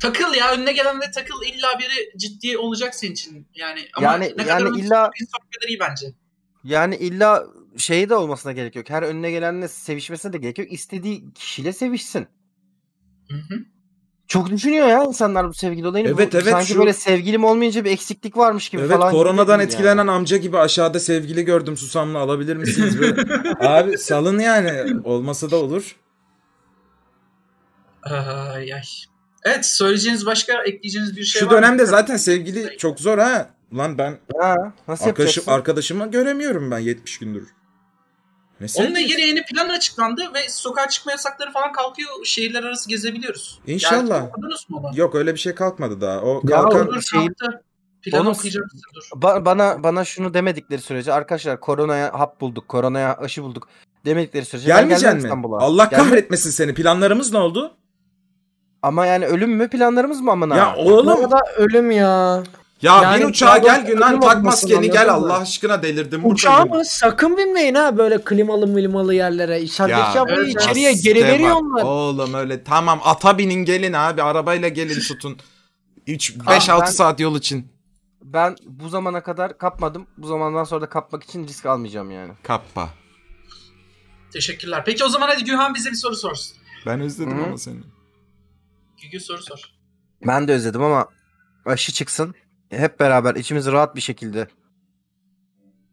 D: Takıl ya önüne gelenle takıl illa biri ciddi olacak senin için. Yani ama
E: Yani-
D: ne kadar
E: yani
D: umutsuz
E: illa-
D: bir insan o kadar iyi bence.
E: Yani illa şeyi de olmasına gerek yok. Her önüne gelenle sevişmesine de gerek yok. İstediği kişiyle sevişsin.
D: Hı hı.
E: Çok düşünüyor ya insanlar bu sevgili olayını.
C: Evet,
E: Bu
C: evet,
E: Sanki
C: şu-
E: böyle sevgilim olmayınca bir eksiklik varmış gibi
C: Evet
E: falan. gibi
C: koronadan
E: değil
C: etkilenen
E: yani.
C: amca gibi aşağıda sevgili gördüm susamlı alabilir misiniz? Böyle. Abi salın yani olmasa da olur.
D: Ay ay. Evet söyleyeceğiniz başka ekleyeceğiniz bir şey
C: Şu
D: var mı?
C: dönemde zaten sevgili çok zor ha. Lan ben
E: Ha, nasıl
C: arkadaşım,
E: yapacaksın?
C: arkadaşımı göremiyorum ben 70 gündür. Ne
D: Onunla
C: sevgili?
D: ilgili yeni plan açıklandı ve sokağa çıkma yasakları falan kalkıyor. Şehirler arası gezebiliyoruz.
C: İnşallah.
D: Yani, okudunuz mu onu?
C: Yok öyle bir şey kalkmadı daha. O
E: Ya
C: kalkan...
E: olur.
D: Dur
E: Şey-
D: kalktı. Plan
E: Onu-
D: okuyacaksın dur.
E: Ba- bana bana şunu demedikleri sürece arkadaşlar koronaya hap bulduk, koronaya aşı bulduk demedikleri sürece ben
C: Gelmeyeceksin
E: gelmem
C: mi?
E: İstanbul'a.
C: Allah
E: Gelmem.
C: kahretmesin seni. Planlarımız ne oldu?
E: Ama yani ölüm mü planlarımız mı amına?
C: Ya
F: Bu
C: oğlum
F: arada ölüm ya.
C: ya
F: Yani
C: bir uçağa gel
F: planlar-
C: Günan tak
F: olmasın
C: maskeni gel
F: anladın mı?
C: Allah aşkına delirdim.
F: Uçağa
C: Uçağı
F: mı? Sakın binmeyin ha böyle klimalı milimalı yerlere. İçerideki havayı
D: evet,
F: içeriye
C: Hasta
F: geri
C: bak.
F: veriyor onlar.
C: Oğlum öyle tamam ata binin gelin abi arabayla gelin tutun. 5-6
E: ben-
C: saat yol için
E: Ben bu zamana kadar kapmadım. Bu zamandan sonra da kapmak için risk almayacağım yani.
C: kappa.
D: Teşekkürler. Peki o zaman hadi Gühan bize bir soru sorsun.
C: Ben özledim
E: Hı.
C: ama seni.
D: Gügü soru sor.
E: Ben de özledim ama aşı çıksın. Hep beraber içimiz rahat bir şekilde.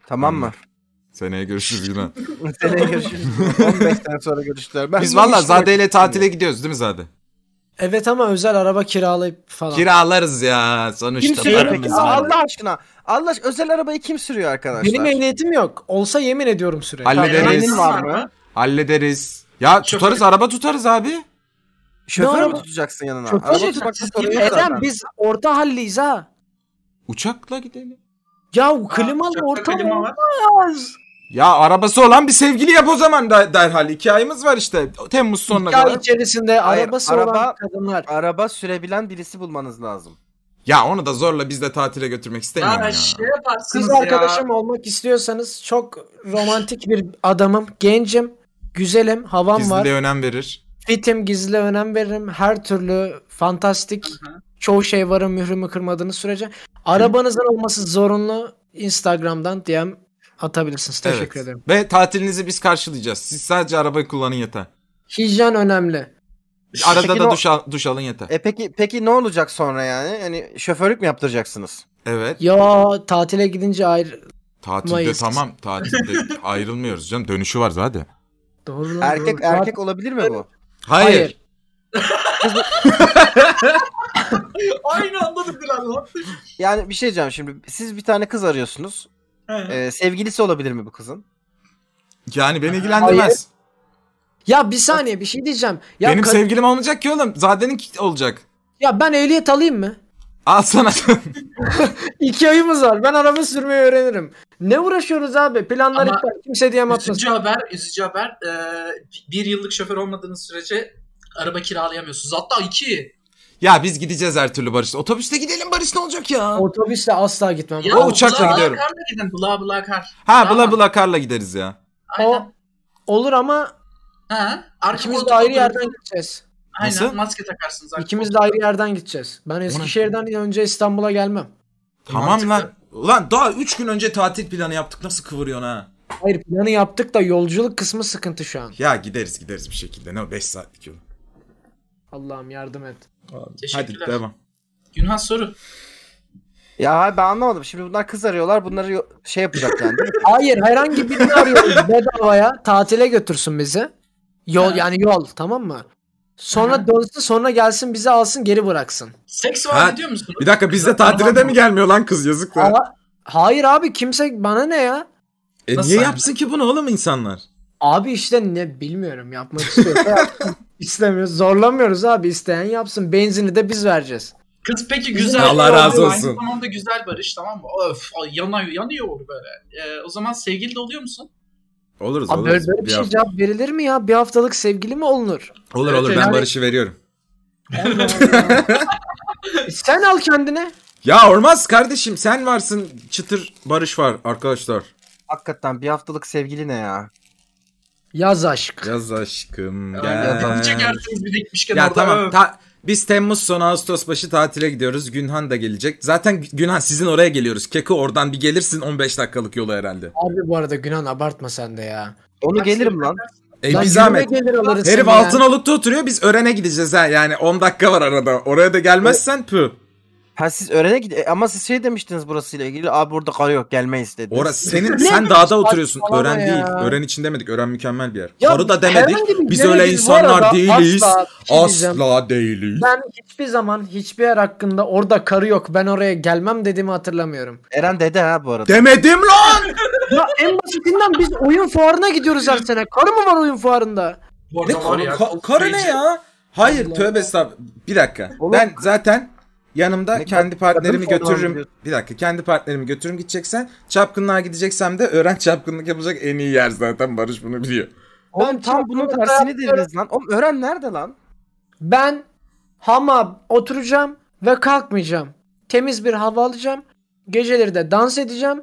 E: Tamam mı?
C: Seneye görüşürüz Günan.
E: Seneye görüşürüz. 15'ten sonra görüşürüz. Ben
C: Biz
E: bunu
C: valla
E: hiç
C: Zade ile
E: düşünmedim.
C: tatile gidiyoruz değil mi Zade?
F: Evet ama özel araba kiralayıp falan.
C: Kiralarız ya sonuçta
E: Kim sürüyor peki?
C: paramız var.
E: Allah aşkına. Allah aşkına özel arabayı kim sürüyor arkadaşlar?
F: Benim ehliyetim yok. Olsa yemin ediyorum sürekli.
C: Hallederiz.
E: Ehliyetiniz var mı?
C: Hallederiz. Ya tutarız araba tutarız abi.
F: Ne
E: Şoför mü
F: araba?
E: tutacaksın yanına?
F: Şoför
E: Araba
F: olacak.
E: tutmakta
D: Siz
E: sorun yok
F: Eren
E: zaten.
F: biz orta halliyiz ha.
C: Uçakla gidelim.
F: Ya klimalı
D: Uçakta
F: ortam
D: klima var.
F: olmaz.
C: Ya arabası olan bir sevgili yap o zaman da derhal. İki ayımız var işte. Temmuz sonuna
F: Ya
C: kadar.
F: içerisinde
E: Hayır,
F: arabası
E: araba-
F: olan kadınlar.
E: Araba sürebilen birisi bulmanız lazım.
C: Ya onu da zorla biz de tatile götürmek istemiyorum
D: Aa,
C: ya.
D: şey yaparsınız
F: Kız
D: ya.
F: arkadaşım olmak istiyorsanız çok romantik bir adamım. Gencim, güzelim, havam var.
C: Gizliliğe önem verir.
F: Fitim, gizli önem veririm. Her türlü fantastik çoğu şey varım mührümü kırmadığınız sürece. Arabanızın olması zorunlu. Instagram'dan DM atabilirsiniz. Teşekkür
C: Evet.
F: ederim.
C: Ve tatilinizi biz karşılayacağız. Siz sadece arabayı kullanın yeter.
F: Hijyen önemli.
C: Arada
E: Peki
C: da
E: ne-
C: duş, al- duş alın yeter.
E: E peki peki ne olacak sonra yani? Hani şoförlük mü yaptıracaksınız?
C: Evet.
F: Ya tatile gidince ayrı.
C: Tatilde
F: Mayıs.
C: tamam. Tatilde ayrılmıyoruz canım. Dönüşü var zaten.
F: Doğru lan,
E: Erkek
F: doğru.
E: erkek olabilir mi bu?
C: Hayır.
F: Hayır.
D: Aynı anda dediler lan.
E: Yani bir şey diyeceğim şimdi. Siz bir tane kız arıyorsunuz.
D: He.
E: Ee, sevgilisi olabilir mi bu kızın?
C: Yani beni ilgilendirmez.
F: Ya bir saniye bir şey diyeceğim. Ya,
C: Benim
F: ka-
C: sevgilim olmayacak ki oğlum. Zade'nin ki- olacak.
F: ya ben ehliyet alayım mı?
C: Al sana.
F: İki ayımız var. Ben araba sürmeyi öğrenirim. Ne uğraşıyoruz abi? Planlar
D: Ama-
F: iptal. Kimse diyem atmasın.
D: Üzücü haber, üzücü haber. Ee, bir yıllık şoför olmadığınız sürece araba kiralayamıyorsunuz. Hatta iki.
C: ya biz gideceğiz her türlü Barış'la. Otobüste gidelim Barış ne olacak ya?
F: Otobüsle asla gitmem.
D: Ya,
C: O uçakla
D: bula bula
C: gidiyorum.
D: Karla gidin. Bula bula kar.
C: ha bla
D: tamam.
C: bla karla gideriz ya.
F: O
D: Aynen.
F: olur ama
D: Ha. Arka
F: ikimiz de
D: koltuğa
F: ayrı
D: oturun.
F: yerden gideceğiz.
D: Aynen.
C: Nasıl?
D: Maske takarsınız. arka
F: İkimiz de ayrı yerden gideceğiz. Ben Eskişehir'den önce İstanbul'a gelmem.
C: Tamam lan. Ulan daha 3 gün önce tatil planı yaptık. Nasıl kıvırıyorsun ha?
D: koltuğa.
F: Hayır planı yaptık da yolculuk kısmı sıkıntı şu an.
C: Ya gideriz gideriz bir şekilde. Ne 5 saatlik yol.
F: Allah'ım yardım et.
C: Hadi
D: Teşekkürler.
C: devam.
D: Günhan soru.
E: Ya hayır, ben anlamadım. Şimdi bunlar kız arıyorlar. Bunları yo- şey yapacak yani. değil mi?
F: Hayır herhangi birini arıyoruz bedavaya tatile götürsün bizi. Yol yani yol tamam mı? Sonra
D: Aha.
F: dönsün sonra gelsin bizi alsın geri bıraksın.
D: Seks
C: Ha,
D: vaat ediyor musun?
C: Bir dakika bizde tatile de mi gelmiyor lan kız yazık da.
F: Ama- hayır abi kimse bana ne ya?
C: E
D: Nasıl
C: niye
D: yani?
C: yapsın ki bunu oğlum insanlar?
F: Abi işte ne bilmiyorum yapmak istiyor. İstemiyoruz. Zorlamıyoruz abi. isteyen yapsın. Benzini de biz vereceğiz.
D: Kız peki güzel.
C: Allah
D: Ama
C: razı olsun.
D: Aynı zamanda güzel barış tamam mı? Öf ay, yanıyor, yanıyor böyle. Ee, o zaman sevgili de oluyor musun?
C: Oluruz
F: Abi
C: oluruz.
F: böyle, böyle bir şey
C: hafta-
F: cevap verilir mi ya? Bir haftalık sevgili mi olunur?
C: Olur
D: Evet,
F: şey
C: olur ben
D: yani-
C: Barış'ı veriyorum.
F: E Sen al kendine.
C: Ya olmaz kardeşim sen varsın çıtır Barış var arkadaşlar.
E: Hakikaten bir haftalık sevgili ne ya?
F: Yaz aşk.
C: Yaz aşkım
D: Yani,
C: gel.
D: çekersiniz bir de gitmişken
C: Ya
D: orada.
C: tamam
D: öf.
C: ta- biz Temmuz sonu Ağustos başı tatile gidiyoruz. Günhan da gelecek. Zaten Gü- Günhan sizin oraya geliyoruz. Keko oradan bir gelirsin 15 dakikalık yolu herhalde.
F: Abi bu arada Günan abartma sen de ya.
E: Onu gelirim lan.
C: E
F: Lan
C: bir
F: yürüme
C: zahmet.
F: gelir alırız
C: Herif
F: seni ya.
C: Altınoluk'ta oturuyor biz Ören'e gideceğiz ha. Yani 10 dakika var arada. Oraya da gelmezsen pü.
E: Ha siz öğrene gid e, ama siz şey demiştiniz burasıyla ilgili. Abi burada kar yok gelmeyiz dediniz.
C: Orası senin sen dağda oturuyorsun.
F: Saçmalama
C: Ören
F: ya.
C: değil. Ören için demedik. Ören mükemmel bir yer.
F: Ya
C: Karı da demedik.
F: herhangi bir
C: Biz
F: yere
C: öyle
F: biz bu arada
C: insanlar değiliz.
F: asla-
C: Asla,
F: bir şey diyeceğim.
C: değiliz.
F: Ben hiçbir zaman hiçbir yer hakkında orada karı yok ben oraya gelmem dediğimi hatırlamıyorum.
E: Eren dede ha bu arada.
C: Demedim lan.
F: Ya en basitinden biz oyun fuarına gidiyoruz her sene. Karı mı var oyun fuarında?
D: Bu
C: Ne
D: arada var
C: karı,
D: ya,
C: ka- karı ne
D: korkutucu.
C: ya? Hayır tövbe estağfurullah. Bir dakika. Ben zaten yanımda
E: Ne
C: kendi partnerimi
E: kadın falan
C: götürürüm.
E: diyorsun.
C: Bir dakika. Kendi partnerimi götürürüm gideceksen. Çapkınlığa gideceksem de öğren çapkınlık yapacak en iyi yer zaten. Barış bunu biliyor.
E: Oğlum tam bunun tersini dediniz lan. Oğlum öğren nerede lan?
F: Ben hama oturacağım ve kalkmayacağım. Temiz bir hava alacağım. Geceleri de dans edeceğim.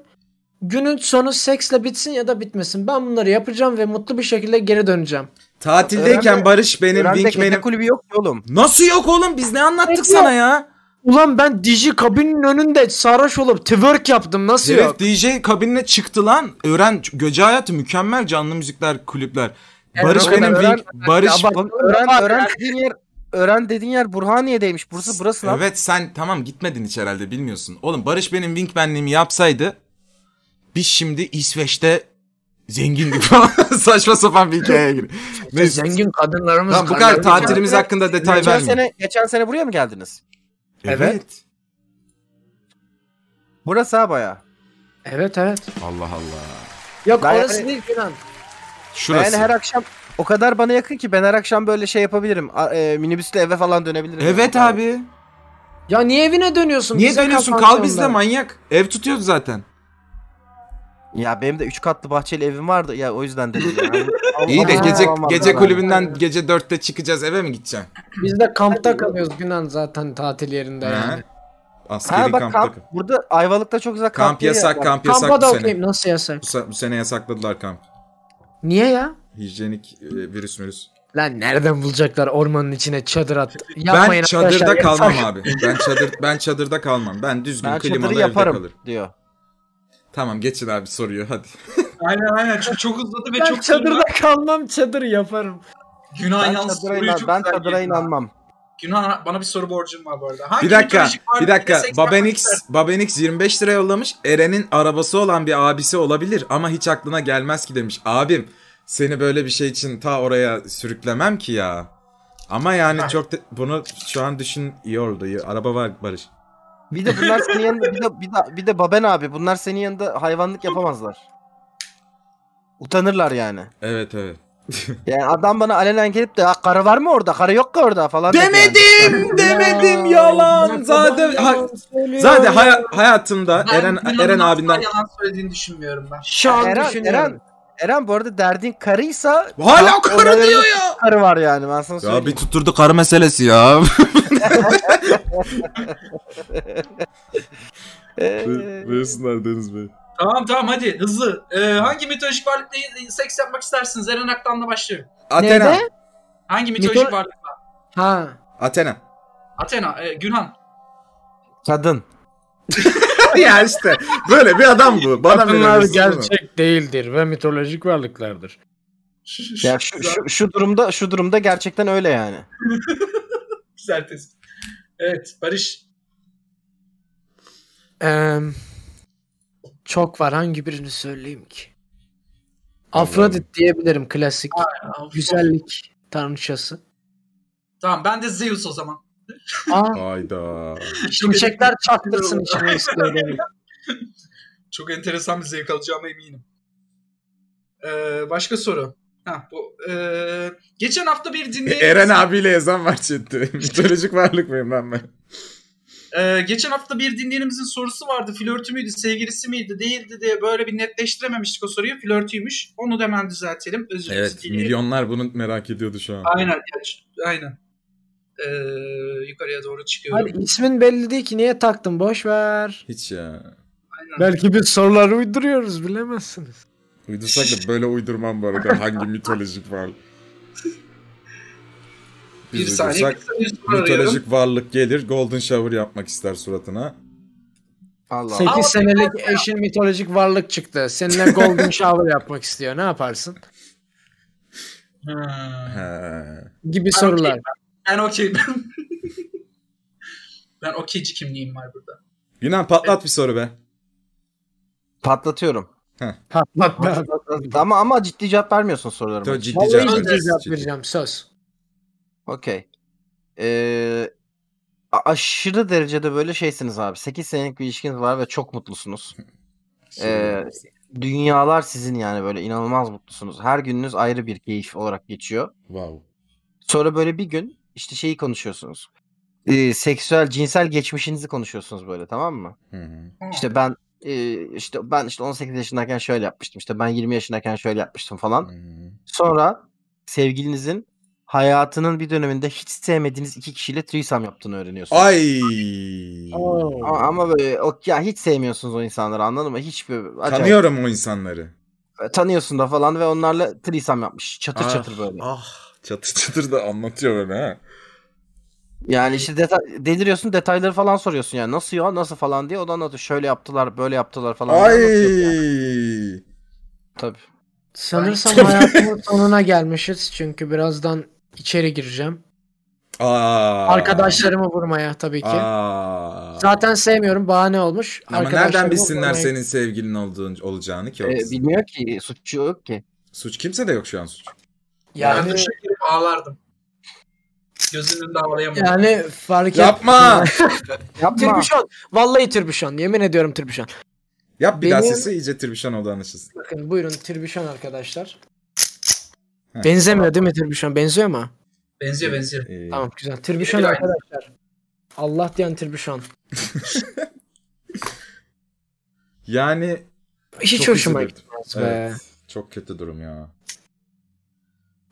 F: Günün sonu seksle bitsin ya da bitmesin. Ben bunları yapacağım ve mutlu bir şekilde geri döneceğim.
C: Tatildeyken
E: Öğren'de-
C: Barış benim,
E: Öğren'de
C: Wink
E: gece
C: benim.
E: kulübü yok ki oğlum.
C: Nasıl yok oğlum? Biz ne anlattık
F: Yok.
C: sana ya?
F: Ulan ben Digi kabinin önünde sarhoş olup twerk yaptım.
E: Şey
F: Nasıl yok?
C: Herif DJ kabinine çıktı lan. Öğren Göce Hayatı mükemmel canlı müzikler, kulüpler. Barış
E: Öğren-
C: benim
E: Öğren-
C: Wink, Barış
E: Oğlum öğren, öğren dediğin yer öğren dediğin yer Burhaniye'deymiş. Burası burası lan.
C: Evet sen tamam gitmedin hiç herhalde bilmiyorsun. Oğlum Barış benim Winkman'liğimi yapsaydı biz şimdi İsveç'te zengindik falan. Saçma sapan bir hikayeye gir. Neyse.
F: Zengin kadınlarımız.
C: Lan bu kadar
F: karlarımız-
C: tatilimiz hakkında detay
E: Geçen
C: vermeyin.
E: sene geçen sene buraya mı geldiniz?
C: Evet.
E: Burası ha baya.
F: Evet evet.
C: Allah Allah.
F: Yok
E: Ben-
F: orası değil Günan.
C: Şurası.
E: Ben her akşam o kadar bana yakın ki ben her akşam böyle şey yapabilirim. A- e, minibüsle eve falan dönebilirim.
C: Evet
E: Yani.
C: abi.
F: Ya niye evine dönüyorsun?
C: Niye
F: Bize
C: dönüyorsun?
F: kapandı
C: Kal bizde
F: onlar.
C: manyak. Ev tutuyoruz zaten.
E: Ya benim de 3 katlı bahçeli evim vardı. Ya o yüzden dedim. ya. Hani Allah-
C: İyi de
E: Allah-
C: gece
E: Allah-
C: gece
E: Allah-
C: kulübünden gece 4'te çıkacağız eve mi gideceksin?
F: Biz de kampta kalıyoruz Günan zaten tatil yerinde yani.
C: Ha? Askeri
E: Ha bak
C: kampta. Kamp,
E: kamp, burada Ayvalık'ta çok güzel kamp, yeri
C: yasak,
E: var.
C: kamp yasak
F: Kampa da
C: bu sene.
F: okeyim nasıl yasak?
C: Bu, se- bu sene yasakladılar kamp.
F: Niye ya?
C: Hijyenik e, virüs mürüs.
F: Lan nereden bulacaklar ormanın içine çadır at.
C: Ben
F: Yapmayın
C: çadırda
F: arkadaşlar,
C: kalmam
F: yasak.
C: abi. Ben çadır ben çadırda kalmam. Ben düzgün
E: Ben
C: klimalı
E: çadırı
C: evde
E: yaparım
C: kalırım.
E: diyor.
C: Tamam geçin abi soruyor hadi.
D: Aynen aynen çok, çok uzadı ve
F: Ben
D: çok
F: çadırda kalmam çadır yaparım.
D: Günah
E: Ben
D: yalnız
E: çadıra,
D: soruyu
E: inan,
D: çok
E: ben
D: güzel
E: çadıra
D: girdin ha.
E: inanmam.
D: Günah bana bir soru borcum var bu arada. Hangi
C: Bir dakika.
D: mitolojik varlık
C: Bir dakika.
D: seksen
C: Babenix
D: varlık
C: Babenix 25 lira yollamış. Eren'in arabası olan bir abisi olabilir ama hiç aklına gelmez ki demiş. Abim seni böyle bir şey için ta oraya sürüklemem ki ya. Ama yani çok da- bunu şu an düşün iyi oldu. iyi. Araba var Barış.
E: Bir de bunlar senin yanında bir de, bir de bir de baben abi bunlar senin yanında hayvanlık yapamazlar. Utanırlar yani.
C: Evet evet.
E: Yani adam bana alenen gelip de "Ha, karı var mı orada? Karı yok ki orada falan. dedi yani.
C: Demedim demedim yalan zaten ha- zaten haya- hayatımda
D: Ben
C: Eren
D: Günah'ın
C: Eren
D: asla
C: abinden
D: yalan söylediğini düşünmüyorum ben.
F: Şu an
E: Eren,
F: düşünüyorum.
E: Eren, Eren bu arada derdin karıysa
C: hala
E: Bak,
C: karı
E: olayların
C: diyor ya.
E: karı var yani ben sana
C: Ya
E: söyleyeyim.
C: bir tutturdu karı meselesi ya.
E: Ee,
C: Deniz Bey.
D: Tamam tamam hadi hızlı. Ee, hangi mitolojik varlıkla seks yapmak istersiniz? Eren Aktan'la başlıyorum.
C: Athena.
F: Neydi?
D: Hangi mitolojik
F: Mito-
D: varlıkla?
F: Ha.
C: Athena.
D: Athena, e, Günhan.
E: kadın.
C: ya işte. Böyle bir adam bu. Bana
F: Kadınlar
C: verebilirsin bunu.
F: gerçek değildir ve mitolojik varlıklardır.
E: Ya şu, şu, şu durumda şu durumda gerçekten öyle yani.
D: Güzel tespit. Evet Barış.
F: Eee, çok var hangi birini söyleyeyim ki? Afrodit diyebilirim klasik. Güzellik tanrıçası.
D: Tamam ben de Zeus o zaman.
F: Aa,
C: Hayda.
F: şimşekler çaktırsın içine istiyorum.
D: Çok enteresan bir zevk alacağıma eminim. Ee, başka soru. Ha, bu, ee, geçen hafta bir
C: E,
D: dinleyicimiz...
C: Eren abiyle yazan var chatte. Mitolojik varlık mıyım ben ben?
D: Ee, geçen hafta bir dinleyenimizin sorusu vardı. Flörtü müydü, sevgilisi miydi, değildi diye böyle bir netleştirememiştik o soruyu. Flörtüymüş. Onu da hemen düzeltelim. Özür
C: Evet
D: dilerim.
C: milyonlar bunu merak ediyordu şu an.
D: Aynen. ya, ç- Aynen. Ee, yukarıya doğru çıkıyorum.
F: Hadi ismin belli değil ki niye taktın boş ver.
C: Hiç ya.
F: Belki biz soruları uyduruyoruz bilemezsiniz.
C: Uydursak da böyle uydurmam bu arada hangi mitolojik varlık.
D: bir
C: Biz
D: saniye.
C: uydursak
D: bir soru arıyorum.
C: mitolojik varlık gelir golden shower yapmak ister suratına.
E: Allah.
F: 8 senelik eşin mitolojik varlık çıktı. Seninle golden shower yapmak istiyor. Ne yaparsın?
D: Ha.
C: He.
F: Gibi sorular.
D: Ben okey. ben okeyci kimliğim var burada.
C: Yunan patlat bir soru be.
E: Patlatıyorum.
F: Patlat be abi.
E: ama ama ciddi cevap vermiyorsun sorularıma.
C: Ciddi
F: Vallahi
C: cevap
F: ciddi
C: ver.
F: cevap
C: Ciddi.
F: vereceğim söz.
E: Okey. Ee, a- aşırı derecede böyle şeysiniz abi. 8 senelik bir ilişkiniz var ve çok mutlusunuz. Ee, dünyalar sizin yani böyle inanılmaz mutlusunuz. Her gününüz ayrı bir keyif olarak geçiyor.
C: Wow.
E: Sonra böyle bir gün işte şeyi konuşuyorsunuz. Ee, seksüel, cinsel geçmişinizi konuşuyorsunuz böyle tamam mı?
C: Hı hı.
E: İşte ben e, işte ben işte 18 yaşındayken şöyle yapmıştım. işte ben 20 yaşındayken şöyle yapmıştım falan.
C: Hı hı.
E: Sonra sevgilinizin hayatının bir döneminde hiç sevmediğiniz iki kişiyle threesome yaptığını öğreniyorsunuz.
C: Ay.
E: Ama, ama böyle o, ya hiç sevmiyorsunuz o insanları anladın mı? Hiç böyle acayip-
C: Tanıyorum o insanları.
E: tanıyorsun da falan ve onlarla threesome yapmış. Çatır
C: Ah,
E: çatır böyle.
C: Ah. Çatır çatır da anlatıyor böyle ha.
E: Yani işte deta- deliriyorsun detayları falan soruyorsun yani. Nasıl ya nasıl falan diye o da anlatıyor. Şöyle yaptılar böyle yaptılar falan. diye
C: Ay.
E: anlatıyor yani. Tabii.
F: Sanırsam hayatımın sonuna gelmişiz çünkü birazdan içeri gireceğim.
C: Aa.
F: Arkadaşlarımı vurmaya tabii ki.
C: Aa.
F: Zaten sevmiyorum bahane olmuş.
C: ama nereden
F: Arkadaşlarımı
C: bilsinler
F: vurmayı-
C: senin sevgilin olduğun, olacağını ki? o
E: Ee,
C: kız?
E: bilmiyor ki suçu yok ki.
C: suç kimse de yok şu an suç.
D: Yani...
F: Yani,
D: Ben duşa girip ağlardım. Gözünün önünde ağlayamadım.
F: yani fark et.
C: Yapma.
E: Yapma.
F: Tirbüşon. Vallahi tirbüşon. Yemin ediyorum tirbüşon.
C: Yap bir daha
F: Benim-
C: sesi iyice tirbişan oldu anlaşılsın.
F: Bakın buyurun tirbüşon arkadaşlar.
C: Heh.
F: Benzemiyor değil mi tirbüşon? Benziyor mu?
D: Benziyor benziyor.
C: Ee,
F: Tamam güzel. Tirbüşon
D: Benziyor.
F: arkadaşlar. Allah diyen tirbüşon.
C: Yani
F: Hiç
C: çok
F: hoşuma
C: üzülürdüm.
F: gitmez be.
C: Evet. Çok kötü durum ya.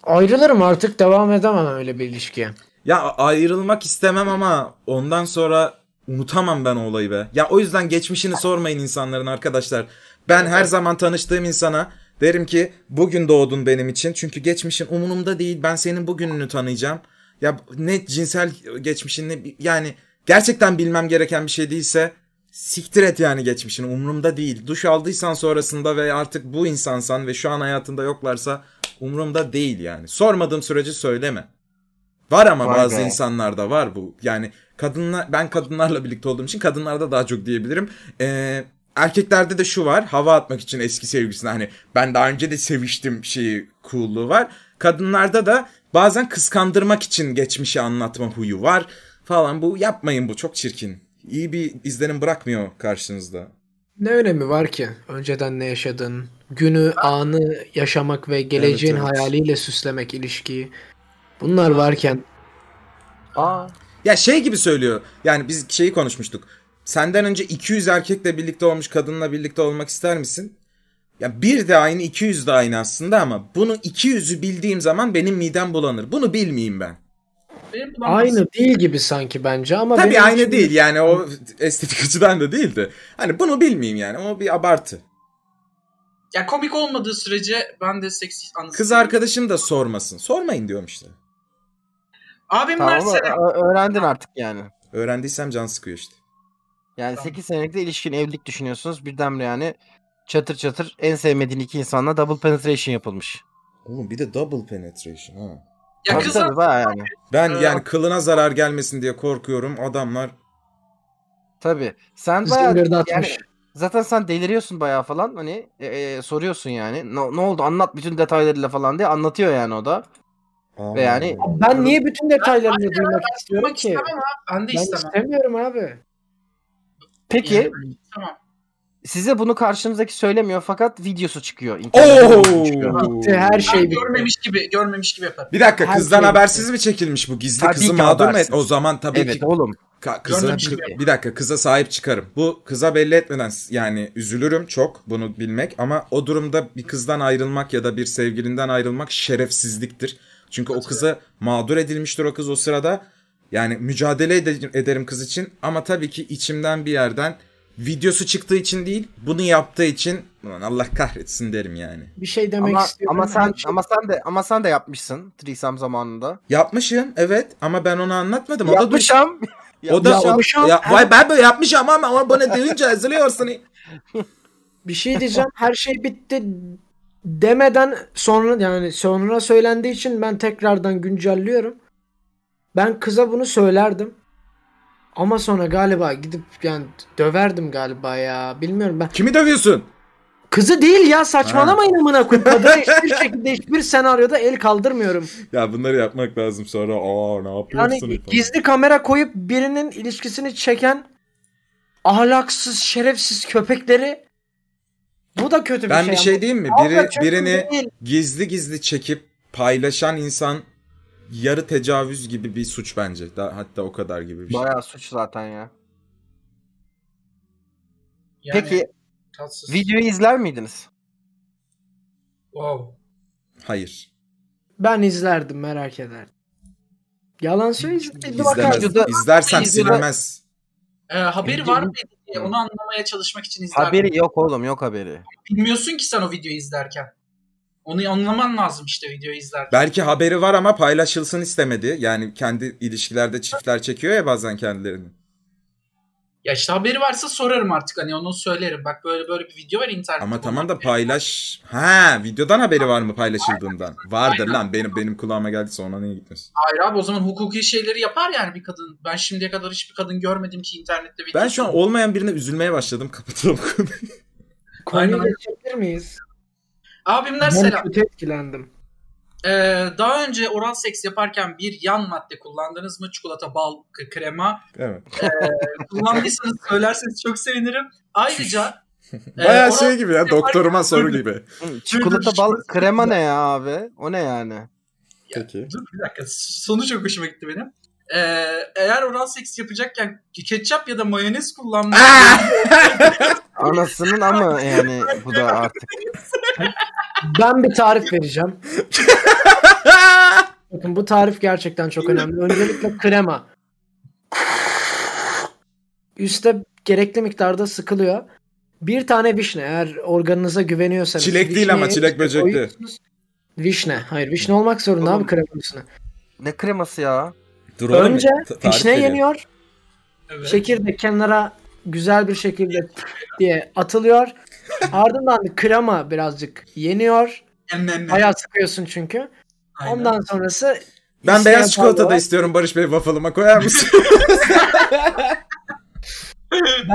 F: Ayrılırım artık devam edemem öyle bir ilişkiye.
C: Ya a- ayrılmak istemem ama ondan sonra unutamam ben o olayı be. Ya o yüzden geçmişini sormayın insanların arkadaşlar. Ben her zaman tanıştığım insana derim ki bugün doğdun benim için. Çünkü geçmişin umurumda değil. Ben senin bugününü tanıyacağım. Ya ne cinsel geçmişin ne yani gerçekten bilmem gereken bir şey değilse siktir et yani geçmişini umurumda değil. Duş aldıysan sonrasında ve artık bu insansan ve şu an hayatında yoklarsa umurumda değil yani. Sormadığım sürece söyleme. Var ama
E: Vay
C: bazı
E: be.
C: insanlarda var bu. Yani kadınla ben kadınlarla birlikte olduğum için kadınlarda daha çok diyebilirim. Ee, erkeklerde de şu var. Hava atmak için eski sevgilisine hani ben daha önce de seviştim şeyi cool'luğu var. Kadınlarda da bazen kıskandırmak için geçmişi anlatma huyu var falan. Bu yapmayın bu çok çirkin. İyi bir izlenim bırakmıyor karşınızda.
F: Ne önemi var ki? Önceden ne yaşadın? Günü, anı yaşamak ve geleceğin
C: Evet, evet.
F: hayaliyle süslemek ilişkiyi. Bunlar varken
E: Aa.
C: Ya şey gibi söylüyor. Yani biz şeyi konuşmuştuk. Senden önce 200 erkekle birlikte olmuş kadınla birlikte olmak ister misin? Ya bir de aynı 200 de aynı aslında ama bunu 200'ü bildiğim zaman benim midem bulanır. Bunu bilmeyeyim ben.
D: Benim bulamam.
F: aynı değil gibi sanki bence ama
C: Tabii
F: benim
C: aynı
F: için-
C: değil yani o estetik açıdan da değildi. Hani bunu bilmeyeyim yani o bir abartı.
D: Ya komik olmadığı sürece ben de seksi anlasın.
C: Kız arkadaşım da sormasın. Sormayın diyorum işte.
D: Abim
E: Tamam
D: Mersin'e.
E: ama ö- öğrendin artık yani.
C: Öğrendiysem can sıkıyor işte.
E: Yani 8 senelik de ilişkin evlilik düşünüyorsunuz. Birdenbire yani çatır çatır en sevmediğin iki insanla double penetration yapılmış.
C: Oğlum bir de double penetration ha.
D: Ya
E: tabii
D: kız
E: tabii bayağı yani.
C: Ben
E: Ee,
C: yani kılına zarar gelmesin diye korkuyorum. Adamlar
E: Tabii. Sen
F: Kızgın
E: bayağı yani
F: gırdatmış.
E: zaten sen deliriyorsun bayağı falan hani e, e, soruyorsun yani. Ne, ne oldu anlat bütün detaylarıyla falan diye anlatıyor yani o da.
C: Aman.
E: Ve yani
F: Ben niye bütün detaylarını duymak istiyorum
D: yapmak
F: ki?
D: istemem abi. Ben de
F: Ben
D: istemem.
F: istemiyorum abi.
E: peki
D: Yani, tamam.
E: size bunu karşınızdaki söylemiyor fakat videosu çıkıyor. internet videosu çıkıyor.
C: Oo.
F: Bitti, her
D: Ben
F: şey bitti.
D: görmemiş gibi, görmemiş gibi yaparım.
C: Bir dakika
F: Her
C: kızdan
F: şey-
C: habersiz mi çekilmiş bu gizli
E: Tabii
C: kızı
E: ki
C: mağdur mu et?
E: habersiz.
C: O zaman tabii
E: Evet
C: ki
E: oğlum.
C: ka- kızı
D: Görmemiş gibi.
C: bir dakika kıza sahip çıkarım. Bu kıza belli etmeden s- yani üzülürüm çok bunu bilmek ama o durumda bir kızdan ayrılmak ya da bir sevgilinden ayrılmak şerefsizliktir. Çünkü o kıza mağdur edilmiştir o kız o sırada. Yani mücadele ede- ederim kız için ama tabii ki içimden bir yerden videosu çıktığı için değil bunu yaptığı için "Ulan Allah kahretsin derim yani.
F: Bir şey demek
E: Ama,
F: istiyorum.
E: ama sen
F: Hiç-
E: ama sen de ama sen de yapmışsın Trisam zamanında.
C: Yapmışım evet ama ben onu anlatmadım. O da duş-
E: Yapmışam.
C: O da
F: Yapmışam.
C: ya, vay ben böyle yapmışım ama ama bana deyince hazırlıyorsun.
F: Bir şey diyeceğim. Her şey bitti demeden sonra yani sonra söylendiği için ben tekrardan güncelliyorum. Ben kıza bunu söylerdim. Ama sonra galiba gidip yani döverdim galiba ya. Bilmiyorum ben.
C: Kimi dövüyorsun?
F: Kızı değil ya saçmalamayın amına koyayım. Kadına hiçbir şekilde hiçbir senaryoda el kaldırmıyorum.
C: Ya bunları yapmak lazım sonra. Aa ne
F: Yani
C: yapıyorsun? falan.
F: gizli kamera koyup birinin ilişkisini çeken ahlaksız, şerefsiz köpekleri bu da kötü bir
C: ben
F: şey.
C: bir şey diyeyim mi?
F: ama.
C: Biri,
F: Abla, çok
C: birini
F: kötü değil.
C: gizli gizli çekip paylaşan insan yarı tecavüz gibi bir suç bence. Da, hatta o kadar gibi bir şey.
E: Bayağı suç zaten ya.
D: Yani,
E: Peki
D: tatsız.
E: videoyu izler miydiniz?
D: Wow.
C: Hayır.
F: Ben izlerdim merak ederdim. Yalan söyleyeceğim.
C: İzlemez.
E: videoda-
C: İzlersem
D: İzleme-
C: silinmez.
D: Ee, haberi var mıydı diye onu anlamaya çalışmak için izlerdim.
E: Haberi yok oğlum yok haberi.
D: Bilmiyorsun ki sen o videoyu izlerken. Onu anlaman lazım işte videoyu izlerken.
C: Belki haberi var ama paylaşılsın istemedi. Yani kendi ilişkilerde çiftler çekiyor ya bazen kendilerini.
D: Ya işte haberi varsa sorarım artık hani onu söylerim. Bak böyle böyle bir video var internette.
C: Ama tamam da paylaş. Ha, videodan haberi var mı paylaşıldığından? Vardır lan. Benim benim kulağıma geldi sonra niye gitmiyorsun?
D: Hayır abi o zaman hukuki şeyleri yapar yani bir kadın. Ben şimdiye kadar hiçbir kadın görmedim ki internette video.
C: Ben şu an olmayan birine üzülmeye başladım. Kapatalım.
F: Konuyu
D: Aynen.
F: geçebilir miyiz?
D: Abimler
F: Ben
D: selam.
F: kötü etkilendim.
D: Ee, daha önce oral seks yaparken bir yan madde kullandınız mı? Çikolata, bal, k- krema.
C: evet.
D: Kullandıysanız söylerseniz çok sevinirim. Ayrıca e,
C: Bayağı
D: oral-
C: şey gibi ya. Doktoruma soru gibi.
E: Hı, Çikolata bal
C: şey-
D: çikolata-
E: krema ne ya abi? O ne yani?
C: Peki.
D: Dur bir dakika. Sonu çok hoşuma gitti benim. Ee, eğer oral seks yapacakken ketçap ya da mayonez kullanmak
E: Anasının ama yani bu da artık.
F: Ben bir tarif vereceğim. Bakın bu tarif gerçekten çok önemli. Öncelikle krema. Üste gerekli miktarda sıkılıyor. Bir tane vişne eğer organınıza güveniyorsanız.
C: Çilek değil ama,
F: vişneyi
C: çilek
F: üste
C: böcekli.
F: koyuyorsunuz. Vişne. Hayır vişne olmak zorunda abi kremanın üstüne.
E: Ne kreması ya?
C: Dur oğlum,
F: Önce
C: ta- tarif
F: vişne
C: veriyor.
F: yeniyor.
D: Evet.
F: Çekirdek kenara güzel bir şekilde diye atılıyor. Ardından krema birazcık yeniyor.
D: Emmemme.
F: Bayağı sıkıyorsun çünkü.
D: Aynen.
F: Ondan sonrası
C: Ben
F: isteyen
C: beyaz çikolata da
F: parmağı-
C: istiyorum Barış Bey waffle'ıma koyar mısın?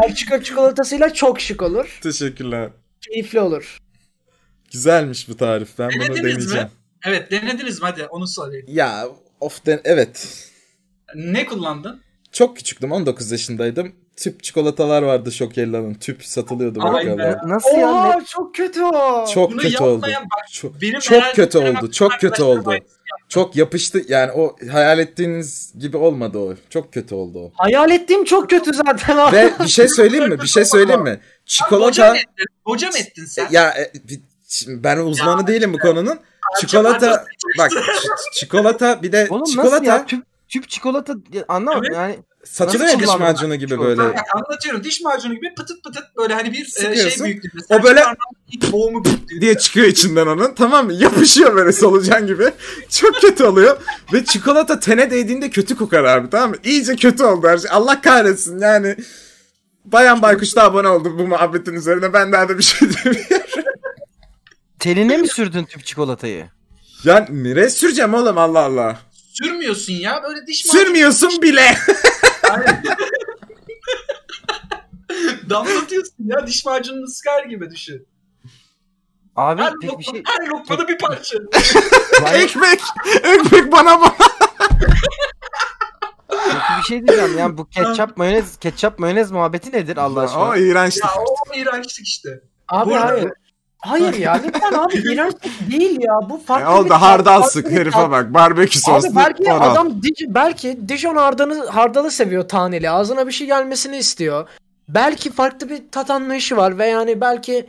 F: Belçika çikolatasıyla çok şık olur.
C: Teşekkürler.
F: Keyifli olur.
C: Güzelmiş bu tarif. Ben bunu
D: Denediniz mi?
C: deneyeceğim.
D: Evet denediniz mi hadi onu sorayım.
C: Ya of den evet.
D: Ne kullandın?
C: Çok küçüktüm. 19 yaşındaydım. Tüp çikolatalar vardı Şokella'nın. Tüp satılıyordu
D: Aynen.
C: bakkalda.
E: Nasıl ya? Ne-
F: çok kötü o.
C: Çok
D: Bunu
C: kötü oldu.
D: yapmayan bak
C: Çok,
D: benim
C: çok
D: herhalde
C: kötü
D: bir
C: oldu. Çok kötü
D: arkadaşlarım
C: oldu. Çok yapıştı. Yani o hayal ettiğiniz gibi olmadı o. Çok kötü oldu o.
F: Hayal ettiğim çok kötü zaten abi.
C: Ve bir şey söyleyeyim mi? Bir şey söyleyeyim mi?
D: Hocam
C: Çikolata
D: ettin, hocam ettin sen.
C: ya e, bir- şimdi ben uzmanı değilim bu konunun. Çikolata bak ç- çikolata bir de
E: Oğlum nasıl ya?
C: çikolata
E: Tüp, tüp çikolata ya anlamadım
D: Evet.
E: yani.
C: satılıyor ya
E: nasıl
C: diş
E: kullanılır?
C: macunu gibi böyle.
D: Ha, bak, anlatıyorum diş macunu gibi pıtıt pıtıt böyle hani bir e,
C: Sıkıyorsun.
D: şey büyüklüğünde.
C: O böyle-
D: ilk boğumu büyüklüğünde.
C: diye çıkıyor içinden onun. Tamam mı? Yapışıyor böyle solucan gibi. Çok kötü oluyor. Ve çikolata tene değdiğinde kötü kokar abi tamam mı? İyice kötü oldu her şey. Allah kahretsin yani. Bayan Baykuş da abone oldu bu muhabbetin üzerine. Ben daha da bir şey demiyorum.
E: Teline mi sürdün tüp çikolatayı?
C: Ya nereye süreceğim oğlum Allah Allah.
D: Sürmüyorsun ya böyle diş
C: Sürmüyorsun bile.
D: macunu damlatıyorsun ya diş macununu sıkar gibi düşün.
E: Abi
D: Her,
E: pek bir
D: lokma,
E: şey...
D: her lokmada bir parça.
E: Vay,
C: ekmek. Ekmek bana bak.
E: peki bir şey diyeceğim yani bu ketçap mayonez ketçap mayonez muhabbeti nedir Allah aşkına?
C: O iğrençti.
D: ya o iğrençlik işte.
F: Abi
D: Bu arada-
F: hayır. Hayır ya lütfen abi iğrençlik değil ya bu farklı
C: E oldu
F: bir şey.
C: hardal
F: farklı
C: sık
F: bir şey
C: herife bak. Barbekü soslu.
F: Abi belki
C: oral.
F: adam Dij- belki Dijon hardalı, hardalı seviyor taneli. Ağzına bir şey gelmesini istiyor. Belki farklı bir tat anlayışı var ve yani belki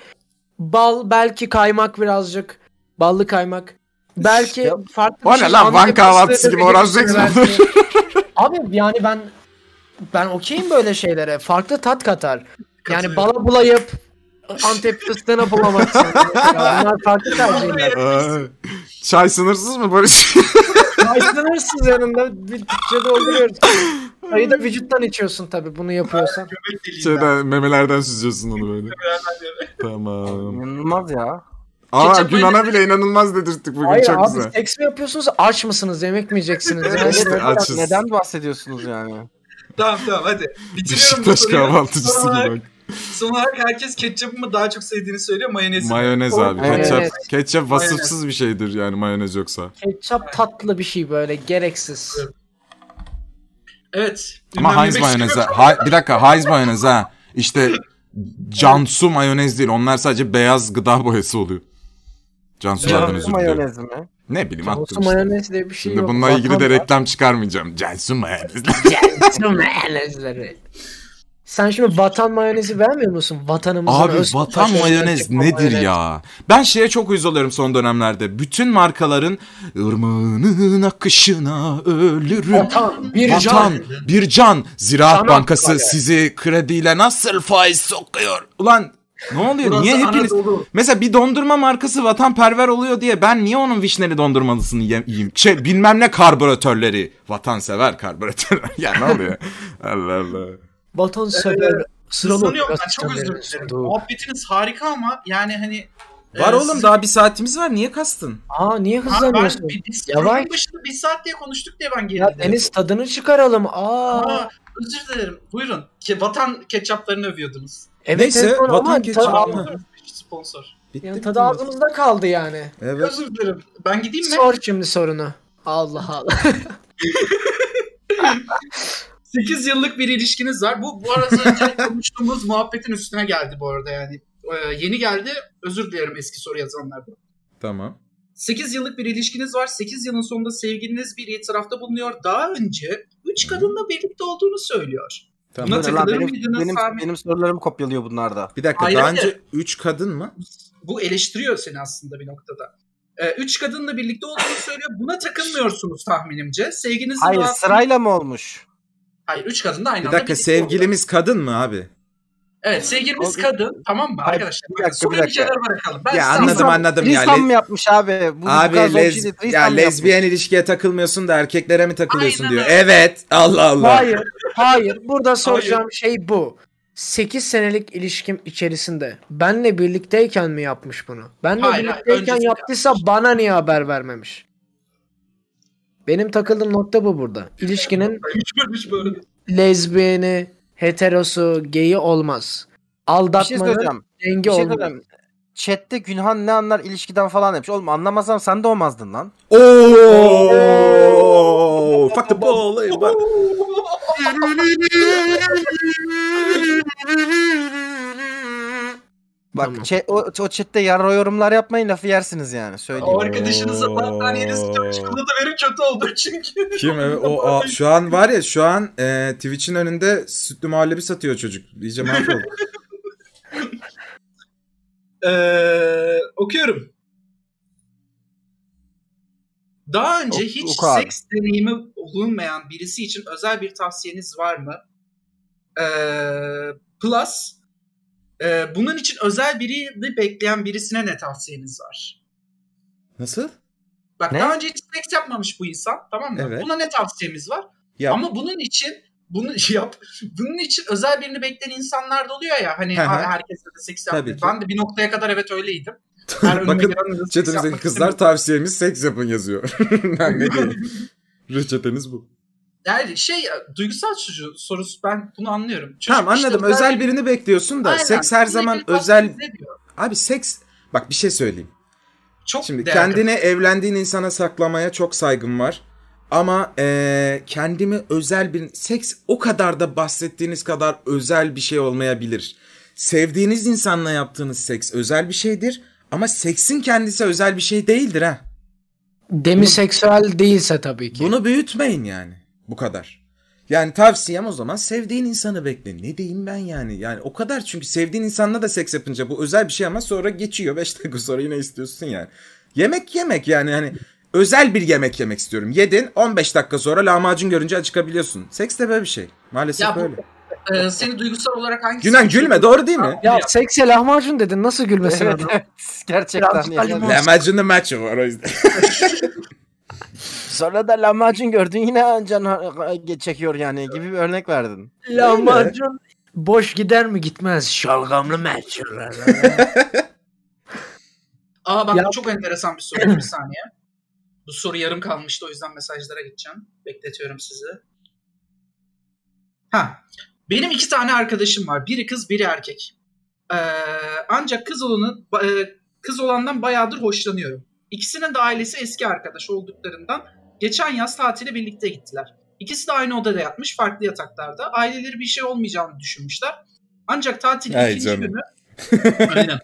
F: bal, belki kaymak birazcık. Ballı kaymak. Belki
E: Ya,
F: farklı
C: o
F: bir
C: ne lan? Van
F: antep
C: kahvaltısı
F: fıstığı
C: gibi
F: da
C: oranj
F: belki-
C: zeks mi
F: Abi yani ben ben okeyim böyle şeylere. Farklı tat katar. Yani
D: Katılıyorum.
F: bala bulayıp Antep fıstığına bulamak. istiyorum. Ya Bunlar farklı tercihler.
C: Ay. Çay sınırsız mı Barış?
F: Başlanırsız yanında bir Türkçe dolduruyoruz. Ayı da vücuttan içiyorsun tabi bunu yapıyorsan.
D: Göbek deliğinden.
C: Şeyden, memelerden süzüyorsun onu böyle. tamam.
E: İnanılmaz ya.
C: Aa
D: Ketçap
C: Günan'a
D: mayonez-
C: bile inanılmaz dedirttik bugün
F: Hayır
C: çok
F: abi şey
C: güzel.
F: seks mi yapıyorsunuz aç mısınız yemek mi yiyeceksiniz?
E: Neden-
F: Yani
C: İşte açız.
E: Neden bahsediyorsunuz yani?
D: Tamam tamam hadi. Bitiriyorum bu
C: Beşiktaş
D: soruyu.
C: kahvaltıcısı
D: Son olarak-
C: gibi bak.
D: Son olarak herkes ketçapımı daha çok sevdiğini söylüyor mayonezi.
C: Mayonez abi.
E: Mayonez.
C: Ketçap, ketçap vasıfsız bir şeydir yani mayonez yoksa.
F: ketçap tatlı bir şey böyle gereksiz.
D: evet.
C: Ama
D: Bilmem ne
C: Heinz
D: beşiktaş-
C: mayonezi. Ha, bir dakika Heinz mayonezi ha. İşte Cansu mayonez değil. Onlar sadece beyaz gıda boyası oluyor. Cansu'lardan
E: Cansu
C: özür dilerim.
E: mayonez mi?
C: Ne bileyim
F: Olsun
C: attım işte.
F: mayonez diye bir şey
C: Şimdi
F: yok.
C: bununla ilgili de
F: Vatan-
C: reklam çıkarmayacağım. Cansu mayonez.
F: Vatan mayonezleri. Sen şimdi vatan mayonezi vermiyor musun? Vatanımızın
C: Abi
F: öz- Şey,
C: vatan
F: öz-
C: mayonez
F: öz-
C: nedir
F: mayonez.
C: ya? Ben şeye çok uyuz oluyorum son dönemlerde. Bütün markaların ırmağının akışına ölürüm.
F: Vatan, bir
C: Vatan,
F: can.
C: bir can. Ziraat
F: Sanat
C: Bankası
F: var ya.
C: sizi krediyle nasıl faiz sokuyor? Ulan ne oluyor?
D: Burası
C: niye hepiniz...
D: Anadolu.
C: Mesela bir dondurma markası vatanperver oluyor diye ben niye onun vişneli dondurmalısını ye- yiyeyim? Şey bilmem ne karbüratörleri. Vatansever karbüratörler. ya ne oluyor? Allah Allah.
F: Vatan sever. Sıralı
D: Isınıyorum ben
F: olarak
D: çok özür dilerim.
F: sistemlerin sunduğu.
D: Muhabbetiniz harika ama yani hani
I: Var
D: e,
I: oğlum
D: siz-
I: daha şey. bir saatimiz var. Niye kastın?
F: Aa niye
D: Abi ben
F: hızlanıyorsun?
D: bir- biz
F: Yavaş.
D: programın başında bir saat diye konuştuk diye ben
F: Ya
D: geldim.
F: Deniz tadını çıkaralım. Aa.
D: Aa, özür dilerim. Buyurun. Ke- vatan ketçaplarını övüyordunuz.
F: evet,
I: Neyse,
F: evet, ama
I: vatan
F: tadı
I: keçi-
F: ağ-
I: Aa.
D: Sponsor.
I: Bitti
F: yani
I: mi?
F: tadı ağzımızda kaldı yani.
I: Evet.
D: Özür dilerim. Ben gideyim mi?
F: Sor şimdi sorunu. Allah Allah.
D: 8 yıllık bir ilişkiniz var. Bu bu arada önce konuştuğumuz muhabbetin üstüne geldi bu arada yani. Ee, yeni geldi. Özür dilerim eski soru yazanlardan.
I: Tamam.
D: 8 yıllık bir ilişkiniz var. 8 yılın sonunda sevgiliniz bir itirafta bulunuyor. Daha önce 3 kadınla birlikte olduğunu söylüyor.
I: Tamam.
D: Buna
E: Bu ne lan?
D: takılır
E: Benim,
D: mıydınız
E: benim,
D: Sami?
E: benim sorularım kopyalıyor bunlar da.
I: Bir dakika
D: Hayır,
I: daha
D: hayır.
I: önce 3 kadın mı?
D: bu eleştiriyor seni aslında bir noktada. Ee, üç kadınla birlikte olduğunu söylüyor. Buna takılmıyorsunuz tahminimce. Sevginizin
E: Hayır
D: daha-
E: sırayla mı olmuş?
D: Hayır üç kadın da aynı
I: Bir
D: anda
I: dakika
D: birlikte oluyor.
I: sevgilimiz kadın mı abi?
D: Evet sevgilimiz
E: Oldu.
D: kadın tamam mı
E: Hayır,
D: arkadaşlar?
E: bir dakika,
D: Soruyu
E: bir dakika.
D: kenara bırakalım. Ben
I: Ya
D: size
I: anladım
D: anlatayım.
I: anladım ya.
E: Risam
I: Le-
E: mı yapmış abi? Bu,
I: Abi
E: bu kadar zor bir şey
I: lez-
E: değil.
I: ya
E: Risam mı yapmış?
I: lezbiyen ilişkiye takılmıyorsun da erkeklere mi takılıyorsun
D: Aynen
I: diyor. Evet. Allah Allah.
F: hayır. Hayır. Burada soracağım şey bu. 8 senelik ilişkim içerisinde benle birlikteyken mi yapmış bunu? Benle
D: Hayır, hayır,
F: birlikteyken
D: öncesi
F: yaptıysa bana niye haber vermemiş? Benim takıldığım nokta bu burada. İlişkinin
D: Üç bölmüş böyle.
F: lezbiyeni, heterosu, geyi olmaz.
E: Bir şey
F: Aldatmanın
E: söyleyeceğim.
F: rengi
E: Bir şey
F: olmaz.
E: söyleyeceğim. Chat'te Günhan ne anlar ilişkiden falan demiş. Oğlum anlamasam sen de olmazdın lan.
I: Oo! Fuck the ball. hey, bak.
E: Bak
F: Tamam.
E: chat- o, o chatte yara yorumlar yapmayın lafı yersiniz yani. Söyleyeyim.
D: O arkadaşınıza battaniyenizi dövüştüğünde de benim kötü oldu çünkü.
I: Kim evet, o a- şu an var ya şu an e, Twitch'in önünde sütlü muhallebi satıyor çocuk. İyice mahvolduk.
D: Ee, okuyorum. Daha önce
E: Ok-
D: hiç
E: oku abi.
D: seks deneyimi bulunmayan birisi için özel bir tavsiyeniz var mı? Ee, plus, e, bunun için özel birini bekleyen birisine ne tavsiyeniz var?
I: Nasıl?
D: Bak
E: Ne?
D: daha önce hiç seks yapmamış bu insan tamam mı?
I: Evet.
D: Buna ne tavsiyemiz var?
I: Ya
D: Ama bunun için bunu yap. Bunun için özel birini bekleyen insanlar da oluyor ya hani
C: Hı hı.
D: abi herkese de seks
C: Tabii
D: yaptı.
C: ki.
D: Ben de bir noktaya kadar evet öyleydim. Her önüme
C: Bakın
D: gelen seks
C: Çetemizdeki
D: yapmak
C: kızlar tavsiyemiz seks yapın yazıyor. ben ne diyeyim? Reçetemiz bu.
D: Yani şey duygusal çocuğu sorusu ben bunu anlıyorum. Çocuk
C: Tamam
D: işte
C: anladım.
D: özel
C: özel birini bekliyorsun da
D: Aynen.
C: seks her
D: Bununla
C: zaman
D: ilgili
C: özel.
D: bahsediyor.
C: Abi seks bak bir şey söyleyeyim.
D: Çok
C: Şimdi
D: değerli.
C: kendini evlendiğin insana saklamaya çok saygım var. Ama eee, kendimi özel bir seks o kadar da bahsettiğiniz kadar özel bir şey olmayabilir. Sevdiğiniz insanla yaptığınız seks özel bir şeydir ama seksin kendisi özel bir şey değildir ha.
G: Demiseksüel değilse tabii ki.
C: Bunu büyütmeyin yani bu kadar. Yani tavsiyem o zaman sevdiğin insanı bekle. Ne diyeyim ben yani? Yani o kadar çünkü sevdiğin insanla da seks yapınca bu özel bir şey ama sonra geçiyor. 5 dakika sonra yine istiyorsun yani. Yemek yemek yani hani özel bir yemek yemek istiyorum. Yedin 15 dakika sonra lahmacun görünce acıkabiliyorsun. Seks de böyle bir şey. Maalesef
D: Ya bu-
C: böyle.
D: Ee, seni duygusal olarak hangisi?
C: Günan gülme doğru değil mi?
G: Ya sekse lahmacun dedin nasıl gülmesin
E: Evet,
G: adam?
E: evet. Gerçekten.
G: Birazcık
E: yani.
G: limon.
C: Lahmacunun maçı var o yüzden.
E: Sonra da lahmacun gördün yine can ha- ha- çekiyor yani gibi bir örnek verdin.
G: Lahmacun boş gider mi gitmez? Şalgamlı meçhuller.
D: Aa bak
G: Ya-
D: bu çok enteresan bir soru. bir saniye. Bu soru yarım kalmıştı o yüzden mesajlara gideceğim. Bekletiyorum sizi. Ha. Benim iki tane arkadaşım var. Biri kız, biri erkek. Ee, ancak kız olanı e, kız olandan bayağıdır hoşlanıyorum. İkisinin de ailesi eski arkadaş olduklarından geçen yaz tatile birlikte gittiler. İkisi de aynı odada yatmış, farklı yataklarda. Aileleri bir şey olmayacağını düşünmüşler. Ancak tatilin
C: Ay
D: ikinci
C: canım.
D: günü Aynen.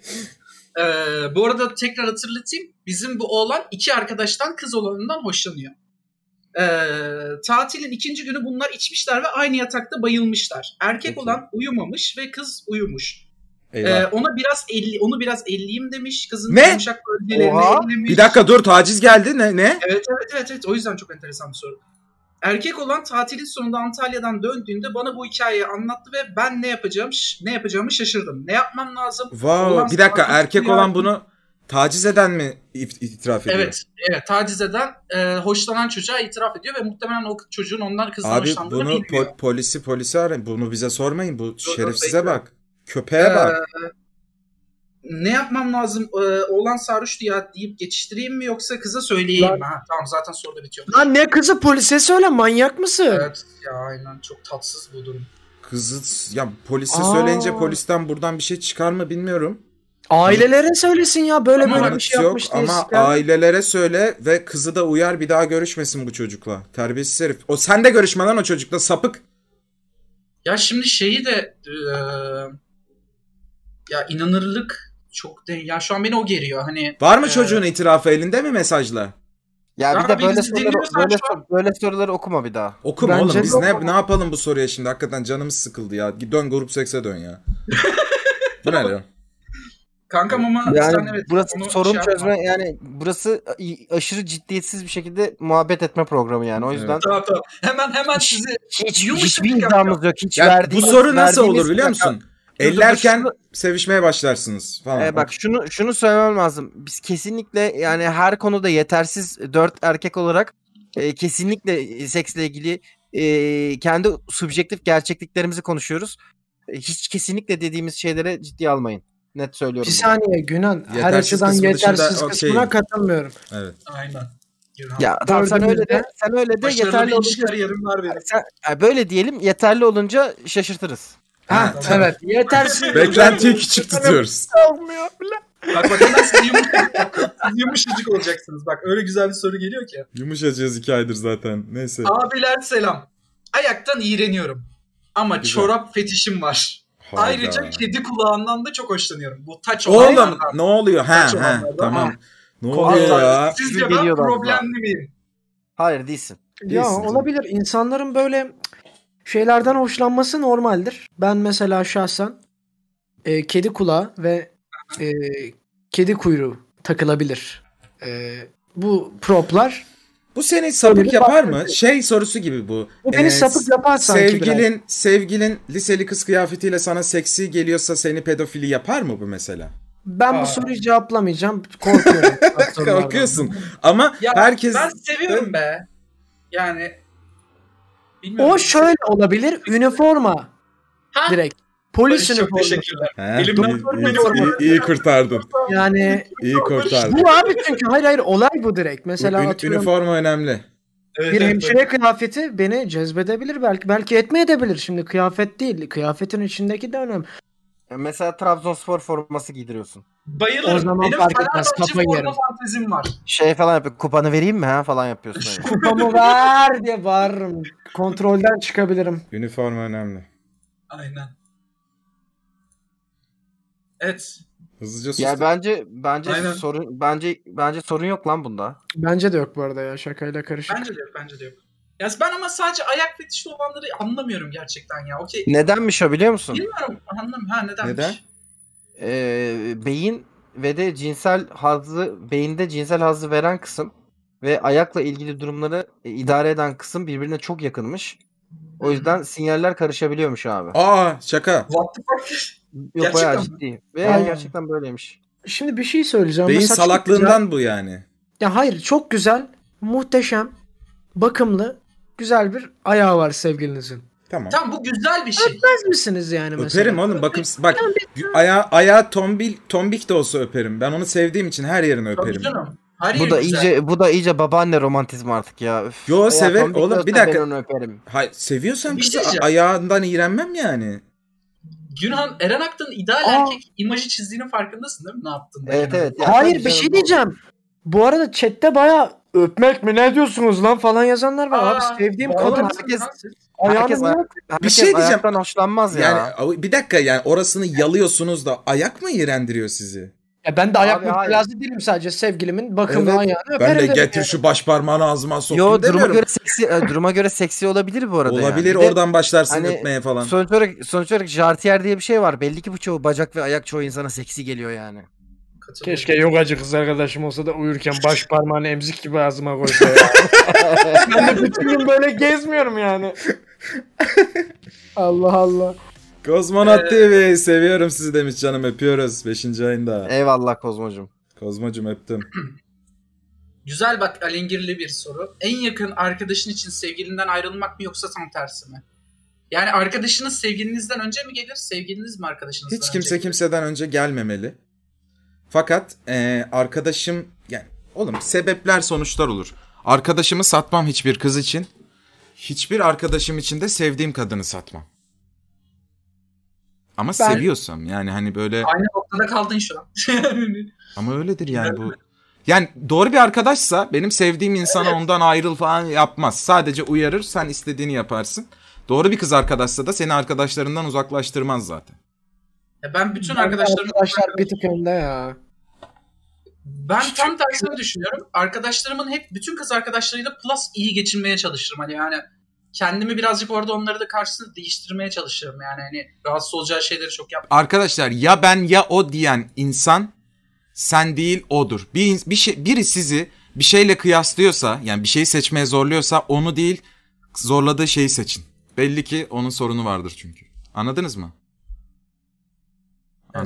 D: Ee, bu arada tekrar hatırlatayım. Bizim bu oğlan iki arkadaştan kız olanından hoşlanıyor. Ee, tatilin ikinci günü bunlar içmişler ve aynı yatakta bayılmışlar. Erkek
C: Peki.
D: olan uyumamış ve kız uyumuş. Ee,
C: Eyvah.
D: ona biraz elli, onu biraz elliyim demiş. Kızın
C: Şey Ne?
D: yumuşak bölgelerini
E: Oha.
D: ellemiş.
C: Bir dakika dur taciz geldi ne ne?
D: Evet, evet evet evet o yüzden çok enteresan bir soru. Erkek olan tatilin sonunda Antalya'dan döndüğünde bana bu hikayeyi anlattı ve ben ne yapacağım ne yapacağımı şaşırdım. Ne yapmam lazım?
C: Wow.
D: Ulan
C: Bir dakika
D: taciz
C: erkek
D: ya.
C: olan bunu taciz eden mi it- itiraf ediyor?
D: Evet, evet taciz eden e, hoşlanan çocuğa itiraf ediyor ve muhtemelen o çocuğun ondan kızdan
C: Abi
D: hoşlandığını
C: bunu
D: bilmiyor.
C: po- polisi polisi arayın. Bunu bize sormayın. Bu şerefsize
D: bekle.
C: bak. Köpeğe bak.
D: ne yapmam lazım? E, oğlan sarhoştu ya deyip geçiştireyim mi yoksa kıza söyleyeyim mi? Ha, tamam zaten soruda bitiyor.
G: Lan ne kızı polise söyle manyak mısın?
D: Evet ya aynen çok tatsız bu durum.
C: Kızı ya polise
G: Aa.
C: söyleyince polisten buradan bir şey çıkar mı bilmiyorum.
G: Ailelere söylesin ya böyle
D: Ama
G: böyle bir
C: Kanıt
G: şey
C: yok
G: yapmış diye.
C: ama
G: siker.
C: ailelere söyle ve kızı da uyar bir daha görüşmesin bu çocukla. Terbiyesiz herif. O sen de görüşme lan o çocukla sapık.
D: Ya şimdi şeyi de e, ya inanırlık çok de, ya şu an beni o geriyor hani.
C: Var mı
D: Ee,
C: çocuğun itirafı elinde mi mesajla?
E: Ya bir
D: Zaten
E: de böyle
D: bizi
E: soruları,
D: dinliyorsan
E: böyle,
D: şu an-
E: böyle soruları okuma bir daha.
C: Okuma
G: Bence
C: oğlum
G: de
C: biz ne ne yapalım bu soruya şimdi? Hakikaten canımız sıkıldı ya. Git Dön grup sekse dön ya. bu ne ya?
D: Kankam ama
E: Yani
D: sen evet.
E: burası
D: onu
E: sorun
D: şey yapma.
E: çözme yani burası i- aşırı ciddiyetsiz bir şekilde muhabbet etme programı yani. O yüzden
D: Tamam tamam. Hemen hemen sizi
E: hiç,
D: Yumuşak
E: hiçbir
D: yapacağım.
E: iddiamız yok. Hiç
C: Ya bu
E: verdiğimiz-
C: soru nasıl
E: verdiğimiz-
C: olur biliyor musun? Ellerken sevişmeye başlarsınız falan.
E: Ee, bak şunu şunu söylemem lazım. Biz kesinlikle yani her konuda yetersiz dört erkek olarak e, kesinlikle seksle ilgili e, kendi subjektif gerçekliklerimizi konuşuyoruz. E, Hiç kesinlikle dediğimiz şeylere ciddiye almayın. Net
G: Bir
E: söylüyorum. bunu.
G: saniye Günan her
C: Yetersiz
G: açıdan
C: kısmı dışında
G: yetersiz kısmına
C: okeyim.
G: katılmıyorum.
D: aynen.
E: Ya tamam sen öyle de sen öyle de yeterli
D: Başlarında bir
E: olunca
D: işler yarım var benim.
E: sen- ya böyle diyelim yeterli olunca şaşırtırız.
G: Ha
D: Tamam.
G: evet yetersiz.
C: Beklentiyi küçük tutuyoruz.
D: Bak bak hemen siz yumuşacık, siz yumuşacık olacaksınız. Bak öyle güzel bir soru geliyor ki.
C: Yumuşacağız iki aydır zaten. Neyse.
D: Abiler selam. Ayaktan iğreniyorum. Ama
C: Güzel.
D: çorap fetişim var.
C: Hayda.
D: Ayrıca kedi kulağından da çok hoşlanıyorum. Bu taç
C: Oğlum
D: olaylardan.
C: ne oluyor?
D: Kaç
C: He he
D: olanlardan?
C: tamam.
D: Ha.
C: Ne oluyor ya?
D: Sizce ben
E: Geliyor lan.
D: problemli miyim?
E: Hayır değilsin.
G: Ya
C: Değilsin canım.
G: olabilir. İnsanların böyle şeylerden hoşlanması normaldir. Ben mesela şahsen e, kedi kulağı ve e, kedi kuyruğu takılabilir. E, bu proplar.
C: Bu seni sapık yapar mı? Şey sorusu gibi bu.
G: Bu beni
C: Ee,
G: sapık yapar sanki biraz.
C: Sevgilin, sevgilin liseli kız kıyafetiyle sana seksi geliyorsa seni pedofili yapar mı bu mesela?
G: Ben
D: Aa.
G: bu soruyu cevaplamayacağım. Korkuyorum. sorulardan.
C: Korkuyorsun. Ama
D: Ya
C: herkes
D: ben seviyorum be. Yani Bilmiyorum.
F: O şöyle olabilir. Üniforma.
D: Ha?
F: Direkt. Polis
D: Barış, çok
F: üniforması.
D: teşekkürler.
C: He, iyi,
D: Elimden
C: iyi, iyi, iyi kurtardın.
F: Yani
C: İyi kurtardın.
F: bu abi çünkü hayır hayır olay bu direkt. Mesela
C: Ün-
F: atıyorum
C: üniforma önemli.
D: Evet,
F: bir
D: evet,
F: hemşire kıyafeti beni cezbedebilir belki. Belki etmeyebilir. Şimdi kıyafet değil. Kıyafetin içindeki de önemli.
E: Mesela Trabzonspor forması giydiriyorsun.
D: Bayılırım.
F: O zaman
D: Benim
F: fark etmez,
D: Fenerbahçe
F: kafayı
D: forma
F: yerim.
D: fantezim var.
E: Şey falan yapıyor. Kupanı vereyim mi ha falan yapıyorsun. öyle.
F: Kupamı ver diye bağırırım. Kontrolden çıkabilirim.
C: Üniforma önemli.
D: Aynen. Evet.
C: Hızlıca sustum.
E: ya bence bence
D: Aynen.
E: sorun bence bence sorun yok lan bunda.
F: Bence de yok bu arada ya şakayla karışık.
D: Bence de yok. Bence de yok. Ya ben ama sadece ayak fetişi olanları anlamıyorum gerçekten ya. Okey.
E: Nedenmiş o biliyor musun?
D: Bilmiyorum. Anlamıyorum. Ha nedenmiş.
C: Neden?
E: Ee, beyin ve de cinsel hazzı beyinde cinsel hazzı veren kısım ve ayakla ilgili durumları e, idare eden kısım birbirine çok yakınmış. O yüzden sinyaller karışabiliyormuş abi.
C: Aa şaka.
D: What the fuck?
E: Yok bayağı
D: gerçekten
E: ciddi. Ve
F: Aa.
E: gerçekten böyleymiş.
F: Şimdi bir şey söyleyeceğim.
C: Beyin
F: Mesela çok güzel-
C: salaklığından bu yani.
F: Ya hayır çok güzel, muhteşem, bakımlı, güzel bir ayağı var sevgilinizin.
C: Tamam.
D: Tamam bu güzel bir şey.
F: Öpmez misiniz yani mesela?
C: Öperim oğlum bakım bak aya ayağı tombil tombik de olsa öperim. Ben onu sevdiğim için her yerini
D: Tabii
C: öperim.
D: canım. Her
E: Bu
D: yeri
E: da
D: güzel.
E: iyice bu da iyice babaanne romantizmi artık ya. Üf.
C: Yo,
E: Ayağı
C: sever-
E: tombik
C: oğlum,
E: olsa
C: bir dakika.
E: Ben onu öperim.
C: Hayır seviyorsan
D: Bir şey
C: kızı a-
D: diyeceğim.
C: ayağından iğrenmem yani.
D: Günhan Eren Aktan ideal
F: Aa.
D: erkek imajı çizdiğinin farkındasın değil mi? Ne yaptın? da
E: Evet
D: Kenan?
E: evet. ya
F: Hayır
E: tabii
F: bir şey
E: canım, bu-
F: diyeceğim. Bu arada chatte baya öpmek mi ne diyorsunuz lan falan yazanlar var.
D: Aa,
F: Abi sevdiğim
D: oğlum,
F: kadın
E: herkes-
F: ayağını
E: herkes-
F: bırak.
E: Herkes
C: şey diyeceğim.
E: ayaktan hoşlanmaz ya.
C: Yani a- bir dakika yani orasını yalıyorsunuz da ayak mı iğrendiriyor sizi?
F: Ya ben de ayak
E: Abi, hayır.
F: müptelası değilim sadece sevgilimin bakımlı
C: Evet,
F: ayağını öperim.
C: Ben de
F: derim
C: getir
F: yani.
C: şu baş parmağını ağzıma
E: Yo
C: sokayım
E: duruma
C: demiyorum.
E: göre seksi e, duruma göre seksi olabilir bu arada. yani. Bir
C: Olabilir
E: de
C: oradan başlarsın
E: hani
C: öpmeye falan.
E: Sonuç olarak, sonuç olarak jartiyer diye bir şey var. Belli ki bu çoğu bacak ve ayak çoğu insana seksi geliyor yani.
D: Katılıyorum.
J: Keşke yogacı kız arkadaşım olsa da uyurken baş parmağını emzik gibi ağzıma koysa ya. ben de bütün gün böyle gezmiyorum yani.
F: Allah Allah.
C: Kozmonot TV seviyorum sizi demiş canım öpüyoruz 5. ayında.
E: Eyvallah Kozmocum.
C: Kozmocum öptüm.
D: Güzel bak alengirli bir soru. En yakın arkadaşın için sevgilinden ayrılmak mı yoksa tam tersi mi? Yani arkadaşınız sevgilinizden önce mi gelir, sevgiliniz mi arkadaşınızdan
C: Hiç kimse
D: önce gelir?
C: kimseden önce gelmemeli. Fakat eee, arkadaşım yani oğlum sebepler sonuçlar olur. Arkadaşımı satmam hiçbir kız için. Hiçbir arkadaşım için de sevdiğim kadını satmam. Ama
F: Ben-
C: seviyorsam yani hani böyle
D: Aynı noktada kaldın şu an.
C: ama öyledir yani bu. Yani doğru bir arkadaşsa benim sevdiğim insana ondan ayrıl falan yapmaz. Sadece uyarır sen istediğini yaparsın. Doğru bir kız arkadaşsa da seni arkadaşlarından uzaklaştırmaz zaten.
D: Ya ben bütün
F: Arkadaşlar,
D: arkadaşlarım
F: bir tık önde ya.
D: ben tam tersini düşünüyorum. Arkadaşlarımın hep bütün kız arkadaşlarıyla plus iyi geçinmeye çalışırım. Hani yani kendimi birazcık orada onları da karşısında değiştirmeye çalışırım. Yani hani rahatsız olacağı şeyleri çok yap.
K: Arkadaşlar ya ben ya o diyen insan sen değil odur. Bir, ins- bir şey, biri sizi bir şeyle kıyaslıyorsa yani bir şeyi seçmeye zorluyorsa onu değil zorladığı şeyi seçin. Belli ki onun sorunu vardır çünkü. Anladınız mı?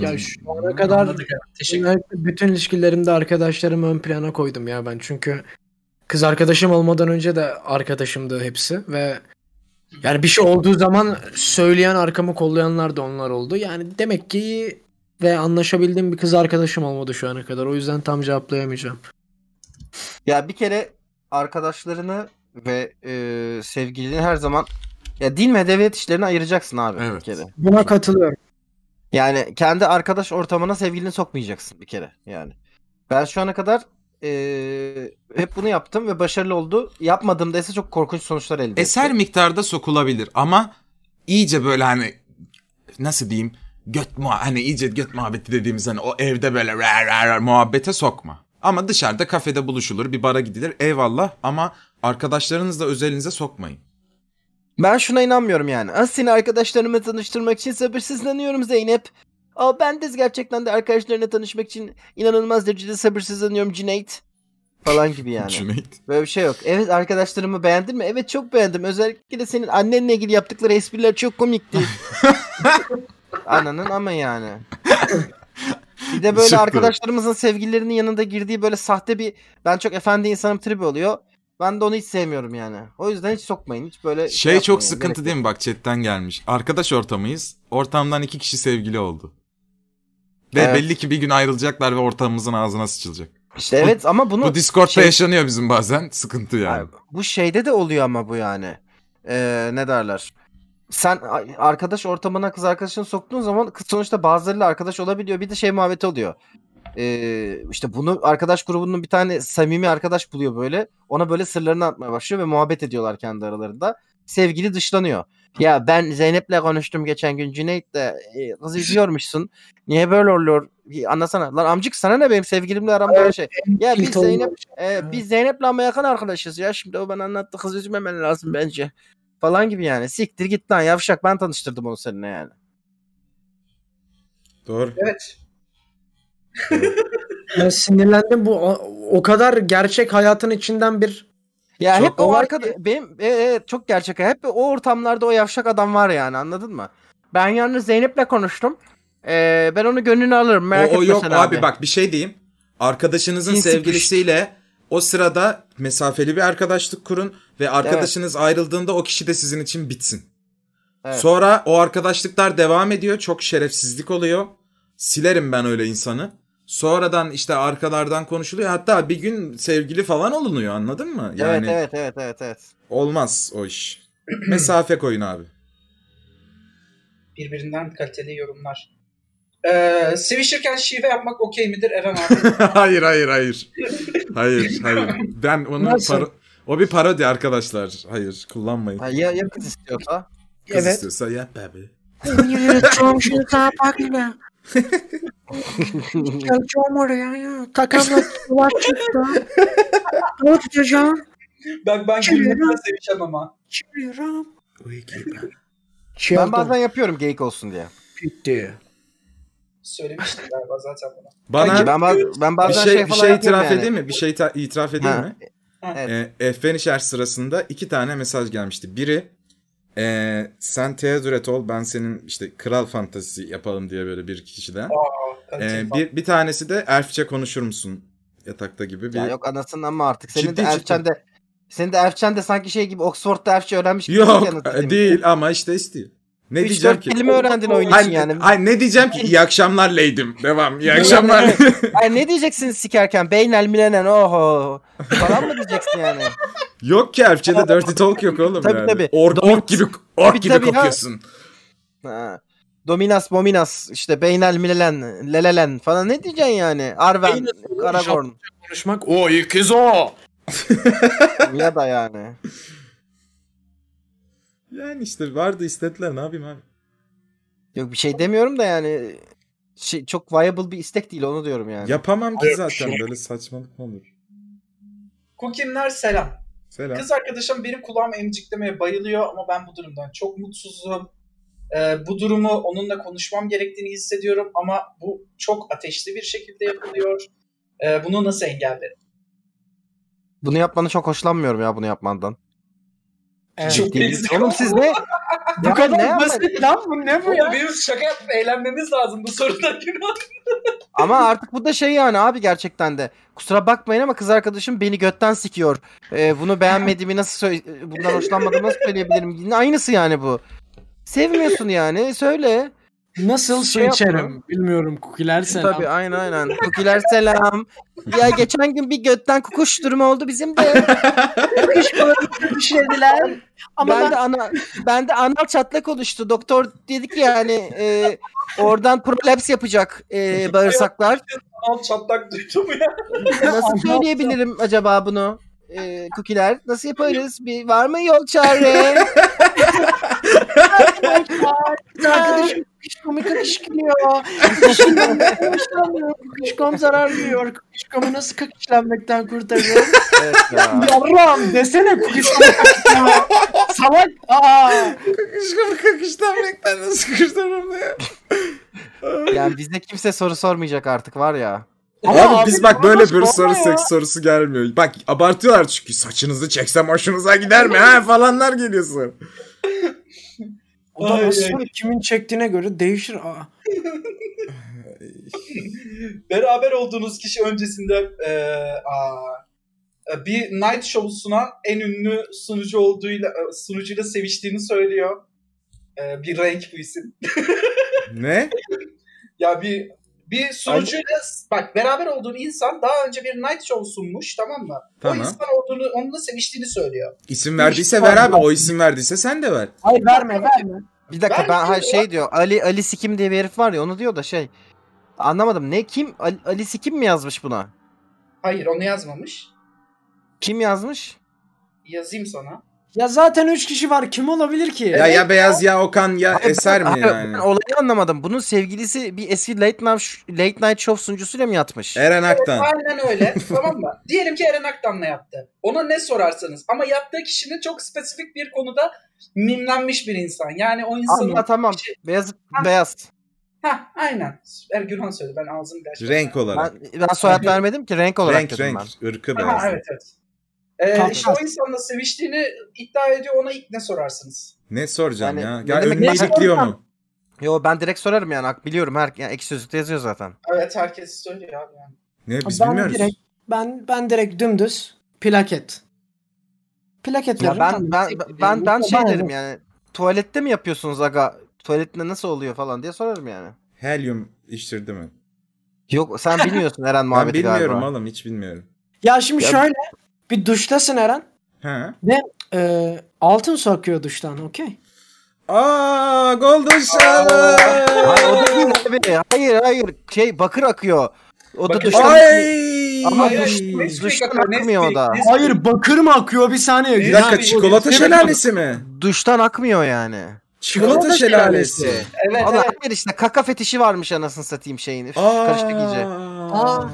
F: Ya şu ana kadar
D: Anladık. evet. Teşekkür
F: Ben Bütün ilişkilerimde arkadaşlarımı ön plana koydum ya ben. Çünkü kız arkadaşım olmadan önce de arkadaşımdı hepsi ve yani bir şey olduğu zaman söyleyen arkamı kollayanlar da onlar oldu. Yani demek ki iyi ve anlaşabildiğim bir kız arkadaşım olmadı şu ana kadar. O yüzden tam cevaplayamayacağım.
E: Ya bir kere arkadaşlarını ve e, sevgilini her zaman ya din ve devlet işlerini ayıracaksın abi
K: Evet.
E: bir kere.
F: Buna katılıyorum.
E: Yani kendi arkadaş ortamına sevgilini sokmayacaksın bir kere yani. Ben şu ana kadar e, hep bunu yaptım ve başarılı oldu. Yapmadığımda ise çok korkunç sonuçlar elde ettim.
K: Eser miktarda sokulabilir ama iyice böyle hani nasıl diyeyim göt muha hani iyice göt muhabbeti dediğimiz hani o evde böyle rar rar rar muhabbete sokma. Ama dışarıda kafede buluşulur bir bara gidilir eyvallah ama arkadaşlarınızla özelinize sokmayın.
E: Ben şuna inanmıyorum yani. Az seni arkadaşlarıma tanıştırmak için sabırsızlanıyorum Zeynep. Aa, ben de gerçekten de arkadaşlarına tanışmak için inanılmaz derecede sabırsızlanıyorum Cüneyt. Falan gibi yani.
K: Cüneyt.
E: Böyle bir şey yok. Evet arkadaşlarımı beğendin mi? Evet çok beğendim. Özellikle de senin annenle ilgili yaptıkları espriler çok komikti. Ananın ama yani. Bir de böyle
K: Süper.
E: arkadaşlarımızın sevgililerinin yanında girdiği böyle sahte bir ben çok efendi insanım tribi oluyor. Ben de onu hiç sevmiyorum yani. O yüzden hiç sokmayın. Hiç böyle
L: Şey
E: yapmayın
L: çok
E: yani,
L: sıkıntı
E: gerek
L: değil mi
E: yok.
L: bak chatten gelmiş. Arkadaş ortamıyız. Ortamdan iki kişi sevgili oldu. Ve
E: Evet.
L: belli ki bir gün ayrılacaklar ve ortamımızın ağzına sıçılacak.
E: İşte evet ama bunu
L: Bu Discord'da
E: şey-
L: yaşanıyor bizim bazen. Sıkıntı yani.
E: Abi, bu şeyde de oluyor ama bu yani. Ee, ne derler? Sen a- arkadaş ortamına kız arkadaşını soktuğun zaman kız sonuçta bazılarıyla arkadaş olabiliyor. Bir de şey muhabbeti oluyor. Ee, işte bunu arkadaş grubunun bir tane samimi arkadaş buluyor böyle. Ona böyle sırlarını atmaya başlıyor ve muhabbet ediyorlar kendi aralarında. Sevgili dışlanıyor. Ya ben Zeynep'le konuştum geçen gün Cüneyt'le. E, kızı izliyormuşsun. Niye böyle oluyor? Bir Anlasana. Lan amcık sana ne benim sevgilimle aramda öyle şey. Ya biz
M: Tilt olma.
E: Zeynep ee, biz Zeynep'le ama yakın arkadaşız ya. Şimdi o bana anlattı. Kız üzmemen lazım bence. Falan gibi yani. Siktir git lan yavşak. Ben tanıştırdım onu seninle yani.
C: Doğru.
D: Evet.
M: Ya sinirlendim bu o- o kadar gerçek hayatın içinden bir
E: Ya
M: Çok
E: hep o
M: kolay
E: arkada benim e, e, çok gerçek. Hep o ortamlarda o yavşak adam var yani anladın mı? Ben yalnız Zeynep'le konuştum. Ee, ben onu gönlünü alırım. Merak
C: o, o
E: etme
C: yok
E: sen
C: abi.
E: abi.
C: bak bir şey diyeyim. Arkadaşınızın
E: Cinsi
C: sevgilisiyle o sırada mesafeli bir arkadaşlık kurun ve arkadaşınız ayrıldığında o kişi de sizin için bitsin.
E: Evet.
C: Sonra o arkadaşlıklar devam ediyor. Çok şerefsizlik oluyor. Silerim ben öyle insanı. Sonradan işte arkalardan konuşuluyor. Hatta bir gün sevgili falan olunuyor anladın mı? Yani
E: Evet evet evet evet evet.
C: olmaz o iş. Mesafe koyun abi.
D: Birbirinden kaliteli yorumlar. Ee, sevişirken şive yapmak okey midir Eren abi?
C: hayır hayır hayır. Hayır hayır. Ben onu
M: Nasıl?
C: paro- o bir parodi arkadaşlar. Hayır kullanmayın.
E: Ha, ya, ya kız istiyorsa.
C: Kız
M: evet.
C: istiyorsa yap abi.
M: Çalacağım oraya ya. Takamla duvar çıktı. Ne tutacağım?
D: ben ben gülmekten sevişem ama.
M: Çeviriyorum.
F: Şey
E: ben
F: oldu.
E: bazen yapıyorum geyik olsun diye.
F: Bitti.
D: Söylemiştim galiba zaten bunu.
C: Bana
E: ben, baz- ben
C: bir
E: bazen
C: şey, bir
E: falan
C: şey
E: yapıyorum
C: itiraf
E: yani.
C: edeyim mi? Bir şey ta- itiraf edeyim
E: Ha.
C: mi?
E: Evet.
C: Ee, Efben İşer sırasında iki tane mesaj gelmişti. Biri ee, sen teğet üret ol ben senin işte kral fantazisi yapalım diye böyle bir kişiden.
D: Kaliteli
C: Ee,
D: falan.
C: bir, bir tanesi de Erfçe konuşur musun yatakta gibi bir.
E: Ya yok anasını ama artık. Senin
C: Ciddi,
E: de
C: ciddi.
E: Erfçen de senin de Erfçen de sanki şey gibi Oxford'da Erfçe öğrenmiş gibi
C: Yok e, değil ama işte istiyor. Ne diyeceğim
E: 3-4
C: ki?
E: kelime öğrendin oyun için
C: Hayır,
E: yani.
C: hayır, ne diyeceğim ki? İyi akşamlar leydim. Devam. İyi akşamlar.
E: Ay ne diyeceksin sikerken? Beynel milenen oho. Falan mı diyeceksin yani?
C: yok ki Erfçe'de Dirty Talk yok oğlum
E: Tabii,
C: yani.
E: tabii.
C: Ork, ork gibi, ork
E: Tabii,
C: gibi
E: tabii, ha.
C: kokuyorsun.
E: Ha. Dominas mominas işte beynel milelen lelelen falan ne diyeceksin yani? Arven, Aragorn
F: Konuşmak. O ikiz o.
E: ya da yani.
C: Yani işte vardı istediler ne yapayım abi.
E: Yok bir şey demiyorum da yani şey, çok viable bir istek değil onu diyorum yani.
C: Yapamam ki zaten böyle saçmalık mı olur?
D: Kukimler selam.
C: Selam.
D: Kız arkadaşım benim kulağımı emciklemeye bayılıyor ama ben bu durumdan çok mutsuzum. Ee, bu durumu onunla konuşmam gerektiğini hissediyorum ama bu çok ateşli bir şekilde yapılıyor. Ee, bunu nasıl engellerim?
E: Bunu yapmanı çok hoşlanmıyorum ya bunu yapmandan.
D: Çok
E: Ciddi-
D: riskli.
E: Oğlum siz ne?
M: Bu
E: Ya
M: kadar
E: ne ama-
M: basit lan bu ne bu
D: Oğlum
M: ya?
D: Biz şaka yapıp eğlenmemiz lazım bu sorudan günah.
E: Ama artık bu da şey yani abi gerçekten de. Kusura bakmayın ama kız arkadaşım beni götten sikiyor. Ee, bunu beğenmediğimi nasıl söyle bundan hoşlanmadığımı nasıl söyleyebilirim? Yine aynısı yani bu. Sevmiyorsun yani söyle.
F: Nasıl su
E: Şey
F: içerim?
E: yapma.
F: Bilmiyorum kukiler selam.
E: Tabii aynen aynen. Kukiler selam. Ya geçen gün bir götten kukuş durumu oldu bizim de.
M: Kış böyle düşürdüler. Ama
E: ben
M: ben,
E: de ana ben de anal çatlak oluştu. Doktor dedi ki yani e, oradan prolaps yapacak e, bağırsaklar.
D: Al çatlak duydum ya.
E: Ee, Nasıl söyleyebilirim acaba bunu? Ee, kukiler nasıl yaparız? Bir var mı yol çare?
M: arkadaşım kış komik kışkılıyor. Kışkom zarar görüyor. Kışkomu nasıl kakışlanmaktan kurtarıyor?
E: evet ya.
M: Yavrum desene kışkom Salak. Aa.
C: Kışkımı kakıştan renkten nasıl kıştan ya?
E: Yani bize kimse soru sormayacak artık var ya.
M: Ama
C: Abi,
M: abi,
C: biz bak böyle bir soru
M: ya.
C: seks sorusu gelmiyor. Bak abartıyorlar çünkü saçınızı çeksem hoşunuza gider mi ha falanlar geliyorsun.
F: O da
D: Ay,
F: nasıl kimin çektiğine göre değişir. Aa.
D: Beraber olduğunuz kişi öncesinde... Ee, aa, e, bir night show sunan en ünlü sunucu olduğuyla e, sunucuyla seviştiğini söylüyor. E, bir renk bu isim.
N: Ne?
D: Ya bir bir sunucuyla bak beraber olduğun insan daha önce bir night show sunmuş tamam mı?
N: Tamam.
D: O insan olduğunu onunla seviştiğini söylüyor.
N: İsim verdiyse ver abi. O isim verdiyse sen de ver.
G: Hayır verme verme.
E: Bir dakika
D: Ben
E: ben ha,
D: diyorum
E: şey diyor. Ali Ali Sikim diye bir herif var ya onu diyor da şey. Anlamadım. Ne kim Ali, Ali Sikim mi yazmış buna?
D: Hayır onu yazmamış.
E: Kim yazmış?
D: Yazayım sana.
G: Ya zaten 3 kişi var kim olabilir ki?
N: Ya ya Beyaz ya Okan ya Eser mi
E: Abi,
N: yani?
E: Ben olayı anlamadım. Bunun sevgilisi bir eski late night, sh- late night show sunucusuyla mı yatmış?
N: Eren Aktan.
D: Aynen öyle. tamam mı? Diyelim ki Eren Aktan'la yaptı. Ona ne sorarsanız ama yaptığı kişinin çok spesifik bir konuda mimlenmiş bir insan. Yani o insanın...
E: Aslında tamam.
D: Şey-
E: Beyaz
D: Ha.
E: beyaz.
D: Ha, aynen. Er Gürhan söyledi. Ben ağzımı bir açmadım.
N: Renk olarak.
E: Ben, ben soyad vermedim ki renk olarak
N: Renk
E: dedim
N: renk.
E: ben.
N: ırkı
D: Ha,
N: beyaz.
D: evet evet. Ee,
G: Tamam.
D: işte o insanla seviştiğini iddia ediyor. Ona ilk ne sorarsınız?
N: Ne soracağım
E: Yani
N: ya?
E: ne
N: Ya
E: demek-
N: önüne
E: ne
N: ilikliyor
G: soracağım?
N: mu?
E: Yo ben direkt sorarım yani. Ak- Biliyorum her yani ekşi sözlükte yazıyor zaten.
D: Evet herkes söylüyor abi yani.
N: Ne biz
G: ben
N: bilmiyoruz.
G: direkt ben ben direkt dümdüz plaket. Plaket
E: Ya
G: veririm.
E: ben
G: tamam.
E: ben
G: Tek-
E: ben ben şey
G: Bana ne?
E: derim yani. Tuvalette mi yapıyorsunuz aga? Tuvaletinde nasıl oluyor falan diye sorarım yani.
N: Helyum içtirdi mi?
E: Yok sen bilmiyorsun Eren
N: Ben
E: muhabbeti
N: bilmiyorum
E: galiba.
N: oğlum hiç bilmiyorum.
G: Ya şimdi
E: Ya-
G: şöyle bir duştasın Eren.
N: Ha?
G: Ee, altın sokuyor duştan okey.
N: Aa Golden
E: Hayır,
N: Shower.
E: o da değil abi. Hayır hayır. Şey bakır akıyor. O da
D: Bakır-
E: duştan
N: Ay.
E: Ama
D: Hayır,
E: duş-
D: hayır, Nesquik
E: duştan
D: akıyor,
E: akmıyor
D: Nesquik,
E: da.
D: Nesquik.
G: Hayır bakır mı akıyor bir saniye.
N: Bir
D: Bir
N: dakika
D: dakika,
N: çikolata
F: şey.
D: bir-
N: şelalesi mi?
E: duştan akmıyor yani.
N: Çikolata şelalesi.
E: şelalesi.
D: Evet
E: Ama
D: evet.
E: hayır işte kaka fetişi varmış anasını satayım şeyini. Üf,
N: Aa.
E: Karıştık iyice.
N: Aa.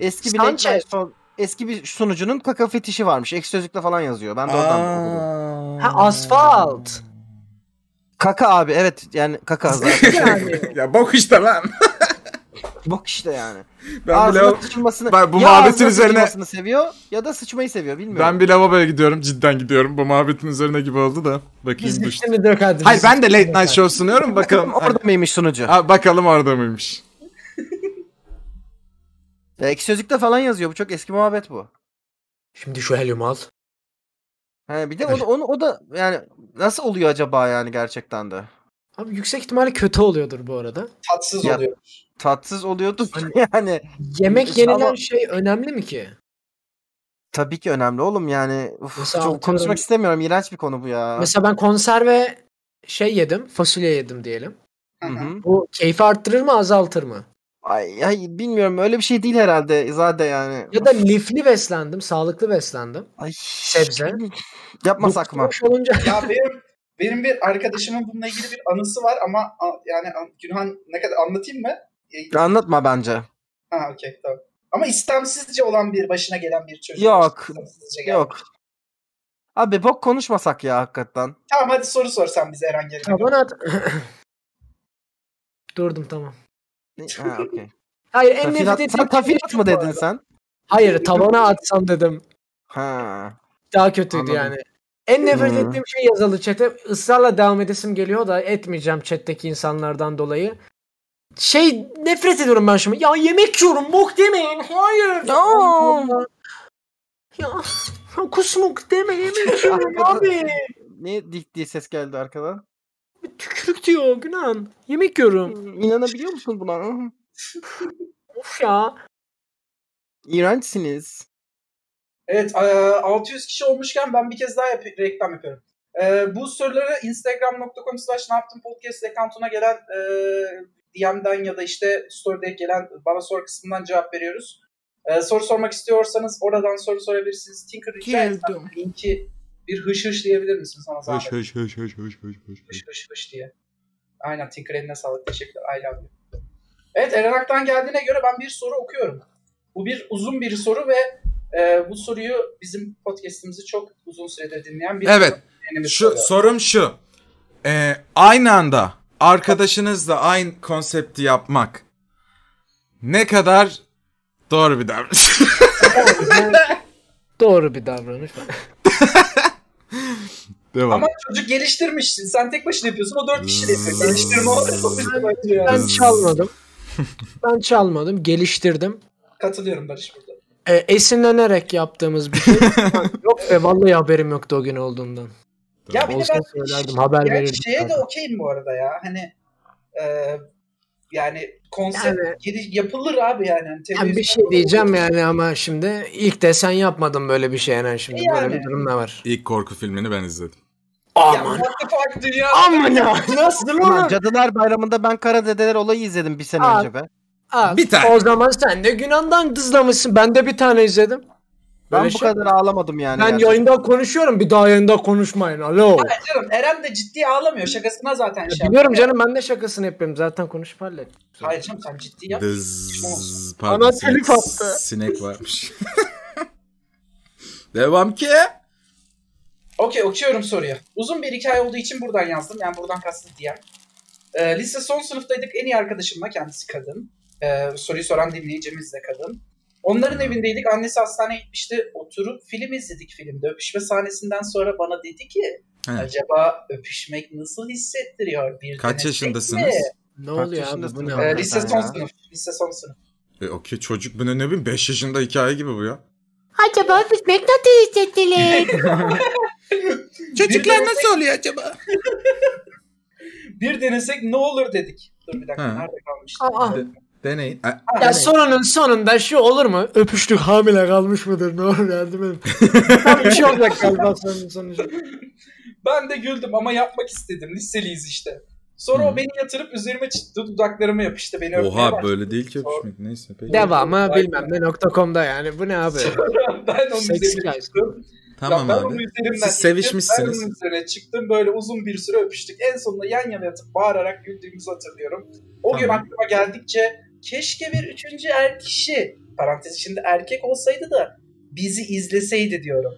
E: Eski bir
G: Sanchez.
E: Late Night Show- eski bir sunucunun kaka fetişi varmış. Ek sözlükte falan yazıyor. Ben de oradan okudum.
G: Ha asfalt.
E: Kaka abi evet yani kaka zaten.
N: ya bok işte lan.
E: Bok işte yani.
N: Ben bu
E: ağzına
N: lav-
E: sıçılmasını
C: Bak bu
E: ya
C: muhabbetin
E: ağzına
C: üzerine-
E: sıçılmasını seviyor ya da sıçmayı seviyor bilmiyorum.
C: Ben bir lavaboya gidiyorum. Cidden gidiyorum. Bu muhabbetin üzerine gibi oldu da. Bakayım
G: Biz
C: dur.
G: güçlerini dök hadi.
C: Hayır ben de late night show sunuyorum. Bakalım.
E: Orada mıymış sunucu?
C: Ha, bakalım orada mıymış.
E: Ya, Ek sözlükte falan yazıyor. Bu çok eski muhabbet bu.
F: Şimdi şu helyumu al.
E: He, bir de o da, onu, o da yani nasıl oluyor acaba yani gerçekten de?
G: Abi yüksek ihtimalle kötü oluyordur bu arada.
D: Tatsız
E: Ya-
D: oluyor.
E: Tatsız oluyordu
F: Hani-
E: yani.
G: Yemek yenilen
E: Ama-
G: şey önemli mi ki?
E: Tabii ki önemli oğlum yani. Uf,
G: Mesela
E: çok
G: atıyorum-
E: konuşmak istemiyorum. İğrenç bir konu bu ya.
G: Mesela ben konserve şey yedim, fasulye yedim diyelim.
D: Hı
E: Hı
D: hı.
E: hı.
G: Bu keyfi arttırır mı, azaltır mı?
E: Ay, ay, bilmiyorum öyle bir şey değil herhalde zaten yani.
G: Ya da lifli beslendim, sağlıklı beslendim.
E: Ay, şey
G: sebze.
E: Yapmasak
G: Bu
E: mı?
G: boş olunca
D: ya benim benim bir arkadaşımın bununla ilgili bir anısı var ama a- yani a- Günhan ne kadar anlatayım mı? E,
E: Anlatma bence.
D: Ha okey tamam. Ama istemsizce olan bir başına gelen bir çocuk.
E: Yok.
D: İstemsizce gelmiş.
E: Yok. Abi bok konuşmasak ya hakikaten.
D: Tamam hadi soru sor sen bize Eren gelin.
G: taban at. Durdum tamam.
E: Ne- Ha, okey.
G: Hayır en nefret
E: Tafinat, sen
G: ettiğim
E: tafinat
G: şey
E: mı
G: bu
E: dedin
G: arada.
E: sen?
G: Hayır tavana atsam dedim.
E: Ha.
G: Daha kötüydü
E: Anladım.
G: yani. En nefret
D: Hmm.
E: Hı.
G: ettiğim şey yazılı chat'e ısrarla devam edesim geliyor da etmeyeceğim chat'teki insanlardan dolayı. Şey nefret ediyorum ben şimdi. Ya yemek yiyorum bok demeyin. Hayır.
E: Ya.
G: Allah. Ya kusmuk deme yemek yiyorum abi.
E: Ne dik diye ses geldi arkadan.
G: Tükürük diyor Günan. Yemek yiyorum.
E: İnanabiliyor musun buna? Hı.
G: Of ya.
E: İğrençsiniz.
D: Evet e, 600 kişi olmuşken ben bir kez daha yap- reklam yapıyorum. E, bu soruları instagram.com slash ne yaptın podcast accountuna gelen e, DM'den ya da işte story'de gelen bana sor kısmından cevap veriyoruz. E, soru sormak istiyorsanız oradan soru sorabilirsiniz. Tinker rica etsem linki bir hış hış diyebilir misin sana zahmet? Hış
C: hış hış hış hış hış
D: hış hış, diye. Aynen Tinker eline sağlık. Teşekkürler. I love you. Evet Eren Ak'tan geldiğine göre ben bir soru okuyorum. Bu bir uzun bir soru ve e, bu soruyu bizim podcast'imizi çok uzun süredir dinleyen bir
C: Evet.
D: dinleyenimiz
C: Şu
D: soruyor.
C: sorum şu. Ee, aynı anda arkadaşınızla aynı konsepti yapmak ne kadar doğru bir davranış?
G: Doğru bir davranış.
C: Devam.
D: Ama çocuk geliştirmiş. Sen tek başına yapıyorsun. O dört kişi de yapıyor.
C: Hmm.
D: Geliştirme olarak sonuçta bence yani.
G: Ben çalmadım. Ben çalmadım. Geliştirdim.
D: Katılıyorum Barış burada.
G: e, esinlenerek yaptığımız bir şey. yok be vallahi haberim yoktu o gün olduğundan.
D: Ya bir de
G: Olsa
D: ben
G: söylerdim, haber
D: yani
G: verirdim
D: şeye de
G: zaten.
D: okeyim bu arada ya. Hani e, yani konsept
G: Yani-
D: geri- yapılır abi yani. Hani
G: Yani bir
D: televizyon-
G: şey diyeceğim yani ama şimdi ilk de sen yapmadın böyle bir şey yani şimdi
D: Yani.
G: böyle bir durum da var.
C: İlk korku filmini ben izledim.
D: Ya, what the fuck dünya.
G: Aman ya nasıl
E: Ulan Cadılar Bayramı'nda ben Kara Dedeler olayı izledim bir sene
G: Aa.
E: önce be.
C: Bir tane.
G: O zaman sen de Günan'dan dızlamışsın. Ben de bir tane izledim.
E: Ben
G: Böyle
E: bu
G: şey-
E: kadar ağlamadım yani.
G: Ben
E: gerçekten.
G: yayında konuşuyorum bir daha yayında konuşmayın. Alo.
D: Canım, Eren de ciddi ağlamıyor. Şakasına zaten şey yapıyor.
G: Biliyorum canım ben de şakasını yapıyorum. Zaten konuşup hallet.
D: Hayır canım sen ciddi yap.
C: Dız,
G: Ana
C: sinek-
G: telif attı.
C: Sinek varmış. Devam ki.
D: Okey okuyorum soruyu. Uzun bir hikaye olduğu için buradan yazdım. Yani buradan kastım diğer. Ee, lise son sınıftaydık. En iyi arkadaşımla kendisi kadın. Ee, soruyu soran dinleyicimiz de kadın. Onların evindeydik. Annesi hastaneye gitmişti. Oturup film izledik filmde. Öpüşme sahnesinden sonra bana dedi ki
C: He.
D: acaba öpüşmek nasıl hissettiriyor? Bir
C: Kaç
D: denesek
C: yaşındasınız?
D: mi?"
G: Ne oluyor abi
E: yaşındasın
G: bu ne?
E: sen?
D: Ee,
G: abi?
D: lise
E: Ben
D: son
E: ya.
D: sınıf. Lise son sınıf.
C: E, okey çocuk bu ne ne bileyim 5 yaşında hikaye gibi bu ya.
M: Acaba öpüşmek nasıl hissettiler?
D: Çocuklar
C: nasıl oluyor acaba?
D: Bir denesek ne olur dedik. Dur bir dakika
C: He.
D: nerede kalmıştı?
G: Aa, aa.
C: Deneyin. Ah. E,
G: Ya sorunun sonunda şu olur mu? Öpüştük hamile kalmış mıdır? Ne olur yardım edin. Tam bir şey olacak galiba sonun sonucu.
D: Ben de güldüm ama yapmak istedim. Liseliyiz işte. Sonra o beni yatırıp üzerime çıktı dudaklarıma yapıştı. Beni öpmeye
C: Oha
D: başladı.
C: böyle değil ki öpüşmek neyse. Peki.
G: Devamı bilmem ne nokta com'da yani. Bu ne abi?
D: ben onun
G: Sex
D: üzerine
G: guys.
D: çıktım.
C: Tamam
D: ben onun
C: abi.
D: üzerinden
C: Siz
D: gittim,
C: sevişmişsiniz.
D: Ben onun üzerine çıktım. Böyle uzun bir süre öpüştük. En sonunda yan yana yatıp bağırarak güldüğümüzü hatırlıyorum. O gün
C: Tamam.
D: aklıma geldikçe keşke bir üçüncü er kişi parantez içinde erkek olsaydı da bizi izleseydi diyorum.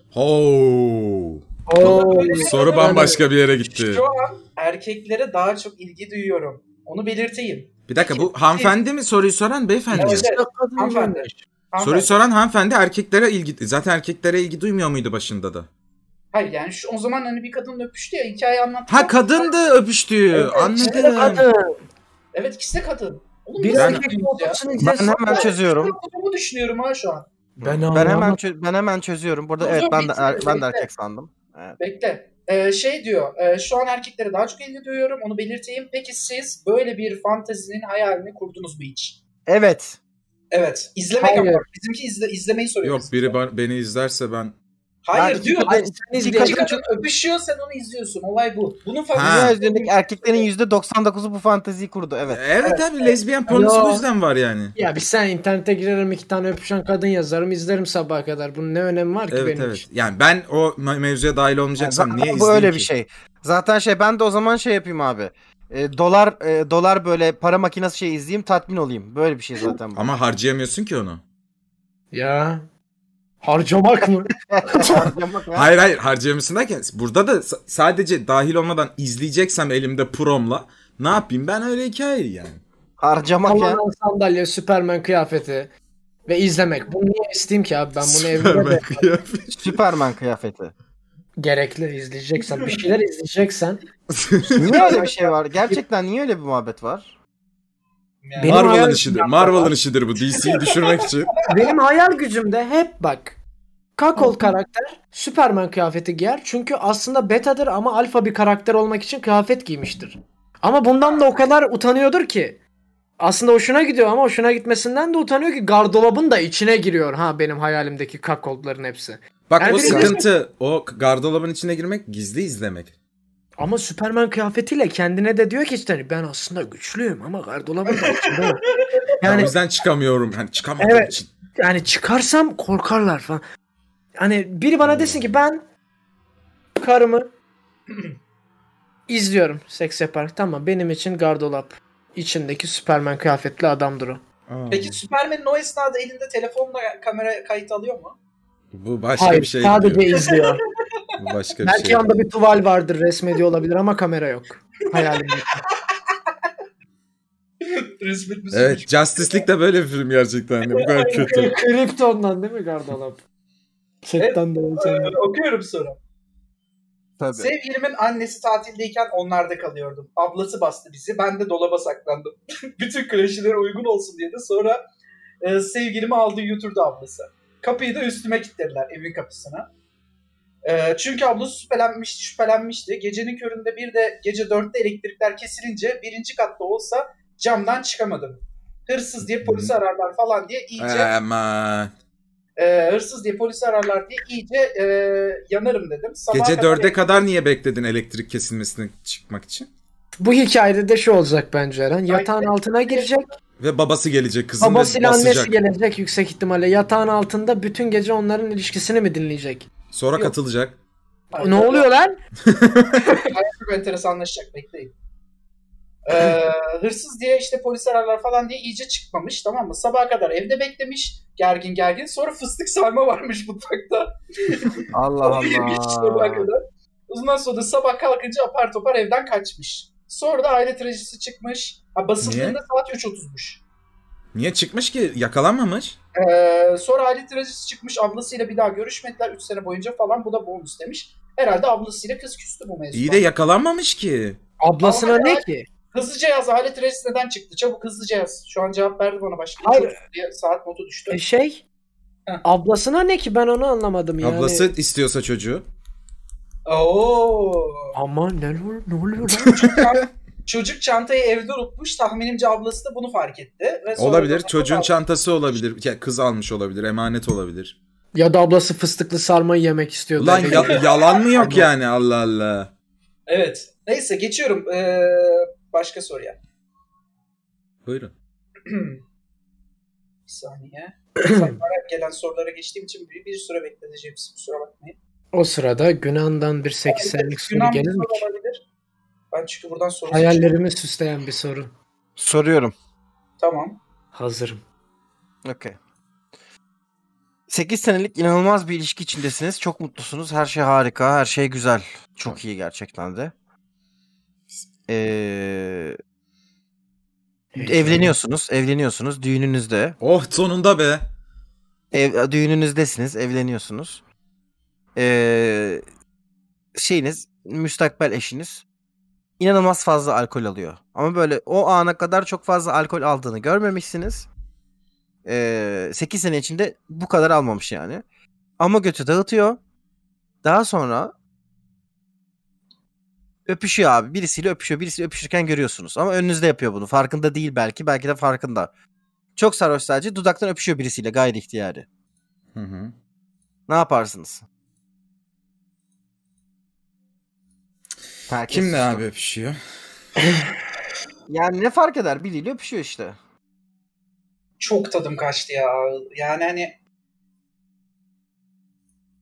C: Oo.
G: Oo.
C: Soru bambaşka bir yere gitti.
D: Şu an erkeklere daha çok ilgi duyuyorum. Onu belirteyim.
C: Bir dakika bu hanımefendi mi soruyu soran beyefendi? mi?
D: Evet, evet.
G: Hanımefendi.
C: Soruyu soran hanımefendi erkeklere ilgi zaten erkeklere ilgi duymuyor muydu başında da?
D: Hayır yani şu o zaman hani bir kadın öpüştü ya hikaye anlattı.
C: Ha kadındı öpüştüğü.
D: Evet, işte de
C: Anladım.
G: Kadın.
D: Evet ikisi de kadın. Oğlum
G: Bir
D: biz
C: Ben-
G: erkek
D: kadınız ya.
G: olmasını
E: Ben hemen
D: Ben-
E: çözüyorum.
D: Bunu düşünüyorum ha şu an.
E: Ben hemen çö- ben hemen çözüyorum. Burada
D: Dur,
E: evet
D: dur,
E: ben de
D: bekle,
E: er- ben de
D: bekle.
E: erkek sandım. Evet.
D: Bekle. Ee, şey diyor. e, şu an erkeklere daha çok ilgi duyuyorum. Onu belirteyim. Peki siz böyle bir fantezinin hayalini kurdunuz mu hiç?
E: Evet.
D: Evet. İzlemek
G: Hayır.
D: ama. Bizimki izle, izlemeyi soruyor.
C: Yok biri ba- beni izlerse ben
D: Hayır
E: Yani
D: diyor.
E: iki kadın- iki
D: İki
E: kadın
D: kadın öpüşüyor sen onu izliyorsun. Olay bu. Bunun
C: Ha.
E: dünya
D: fantezisi.
E: üzerindeki erkeklerin %99'u bu fanteziyi kurdu. Evet.
C: Evet abi lezbiyen pornosu
G: Alo.
C: bu yüzden var yani.
G: Ya bir sen internete girerim iki tane öpüşen kadın yazarım izlerim sabaha kadar. Bunun ne önemi var ki
C: Evet
G: benim
C: evet.
G: için?
C: Yani ben o me- mevzuya dahil olmayacaksam
E: Zaten
C: niye
E: bu
C: izleyeyim
E: öyle
C: ki?
E: bir şey. Zaten şey ben de o zaman şey yapayım abi. E, dolar e, dolar böyle para makinesi şey izleyeyim tatmin olayım. Böyle bir şey zaten bu.
C: Ama harcayamıyorsun ki onu.
G: Ya harcamak mı?
E: Harcamak ya.
C: Hayır hayır harcayamıyorsun derken burada da sa- sadece dahil olmadan izleyeceksem elimde promla ne yapayım ben öyle hikayeyi yani.
E: Harcamak ya.
G: Allah'ın sandalye, Superman kıyafeti ve izlemek. Bunu niye isteyeyim ki abi ben bunu evimde
C: Superman
G: de
C: kıyafeti.
E: Süperman kıyafeti.
G: gerekli izleyeceksen bir şeyler izleyeceksen.
E: Niye öyle bir şey var? Gerçekten niye öyle bir muhabbet var?
D: Yani.
G: Benim
C: Marvel'ın
G: hayal-
C: işidir. Marvel'ın işidir bu DC'yi düşürmek için.
G: Benim hayal gücümde hep bak Kakol karakter Superman kıyafeti giyer. Çünkü aslında betadır ama alfa bir karakter olmak için kıyafet giymiştir. Ama bundan da o kadar utanıyordur ki. Aslında hoşuna gidiyor ama hoşuna gitmesinden de utanıyor ki gardırobun da içine giriyor ha benim hayalimdeki kakolların hepsi.
C: Bak
G: Yani
C: o
G: bir de-
C: sıkıntı o gardırobun içine girmek gizli izlemek.
G: Ama Superman kıyafetiyle kendine de diyor ki işte hani ben aslında güçlüyüm ama gardırobun da içinde. var."
C: Yani, o
G: yani
C: yüzden çıkamıyorum. Yani çıkamadığım
G: Evet.
C: için.
G: yani çıkarsam korkarlar falan. Hani biri bana desin ki ben karımı izliyorum seks yaparken tamam benim için gardolap içindeki Superman kıyafetli adamdır o.
C: Aa,
D: Peki Superman'in o esnada elinde telefonla kamera kayıt alıyor mu?
C: bu başka
G: Hayır
C: bir şey
G: sadece
C: diyor.
G: izliyor.
C: Bu başka bir
G: Belki
C: şey.
G: yanında bir tuval vardır resmediyor olabilir ama kamera yok. Hayalimdeki.
D: Resmet misin?
C: Evet Justice League de böyle bir film gerçekten. Yani bu kadar kötü.
G: Krypton'dan Şey, değil mi gardolap? Chatten de
D: Ee, Okuyorum soru.
E: Tabii.
D: Sevgilimin annesi tatildeyken onlarda kalıyordum. Ablası bastı bizi. Ben de dolaba saklandım. Bütün klişelere uygun olsun diye de sonra e, sevgilimi aldı yuturdu ablası. Kapıyı da üstüme kilitlediler evin kapısına. Ee, çünkü ablası şüphelenmişti, şüphelenmişti. Gecenin köründe bir de gece dörtte elektrikler kesilince birinci katta olsa camdan çıkamadım. Hırsız diye polisi ararlar falan diye iyice
C: Aman.
D: e, hırsız diye polisi ararlar diye iyice e, yanarım dedim. Sabaha
C: Gece
D: kadar-
C: dörde kadar niye bekledin elektrik kesilmesini çıkmak için?
G: Bu hikayede de şu olacak bence Eren. Yatağın altına girecek.
C: Ve babası gelecek kızın ve
G: Babasıyla annesi
C: basacak.
G: gelecek yüksek ihtimalle. Yatağın altında bütün gece onların ilişkisini mi dinleyecek?
C: Sonra katılacak.
G: Ne oluyor lan?
D: çok enteresanlaşacak bekleyin. Ee, hırsız diye işte polis ararlar falan diye iyice çıkmamış tamam mı? Sabaha kadar evde beklemiş gergin gergin. Sonra fıstık sarma varmış mutfakta.
E: Allah
D: Onu yemiş sabaha
E: Allah.
D: kadar. Ondan sonra da sabah kalkınca apar topar evden kaçmış. Sonra da aile trajedisi çıkmış. Ha, basıldığında
C: Niye?
D: saat 3.30'muş.
C: Niye çıkmış ki? Yakalanmamış.
D: Ee, sonra aile trajedisi çıkmış. Ablasıyla bir daha görüşmediler 3 sene boyunca falan. Bu da bonus demiş. Herhalde ablasıyla kız küstü bu mevzuda.
C: İyi de yakalanmamış ki.
G: Ablasına
D: Ama
G: ne
D: Eren-
G: ki?
D: Hızlıca yaz. Alet reis neden çıktı? Çabuk hızlıca yaz. Şu an cevap verdi bana başka bir
G: Hayır.
D: çocuk diye saat notu düştü.
G: E şey
D: Heh.
G: ablasına ne ki ben onu anlamadım yani.
C: Ablası istiyorsa çocuğu.
D: Oo.
G: Ama ne oluyor, ne oluyor lan?
D: Çocuk çantayı evde unutmuş. Tahminimce ablası da bunu fark etti. Ve sonra
C: Olabilir.
D: da-
C: Çocuğun çantası olabilir. Ya kız almış olabilir. Emanet olabilir.
G: ya da ablası fıstıklı sarmayı yemek istiyordu.
C: Ulan ya- yalan mı yok yani Allah Allah.
D: Evet. Neyse geçiyorum. Ee, başka soruya.
C: Buyurun.
D: Bir saniye. Sayfalara gelen sorulara geçtiğim için bir, bir süre bekleteceğim sizi. Kusura bakmayın.
G: O sırada Günan'dan bir 8 senelik soru
D: Yunan bir
G: gelir mi ki?
D: soru olabilir. Ben çünkü buradan soru seçeceğim.
G: Hayallerimi süsleyen bir soru.
E: Soruyorum.
D: Tamam.
G: Hazırım.
E: Okey. 8 senelik inanılmaz bir ilişki içindesiniz. Çok mutlusunuz. Her şey harika. Her şey güzel. Çok iyi gerçekten de. Ee, evleniyorsunuz. Evleniyorsunuz. Düğününüzde.
C: Oh sonunda be.
E: Ev, düğününüzdesiniz, evleniyorsunuz. Ee, şeyiniz, müstakbel eşiniz inanılmaz fazla alkol alıyor. Ama böyle o ana kadar çok fazla alkol aldığını görmemişsiniz. Ee, 8 sene içinde bu kadar almamış yani. Ama götü dağıtıyor. Daha sonra öpüşüyor abi. Birisiyle öpüşüyor. Birisiyle öpüşürken görüyorsunuz. Ama önünüzde yapıyor bunu. Farkında değil belki. Belki de farkında. Çok sarhoş sadece. Dudaktan öpüşüyor birisiyle gayri ihtiyari.
C: Hı hı.
E: Ne yaparsınız? Herkes
C: Kimle
E: sustu.
C: abi şey öpüşüyor?
E: Yani ne fark eder? Biriyle öpüşüyor işte.
D: Çok tadım kaçtı ya. Yani hani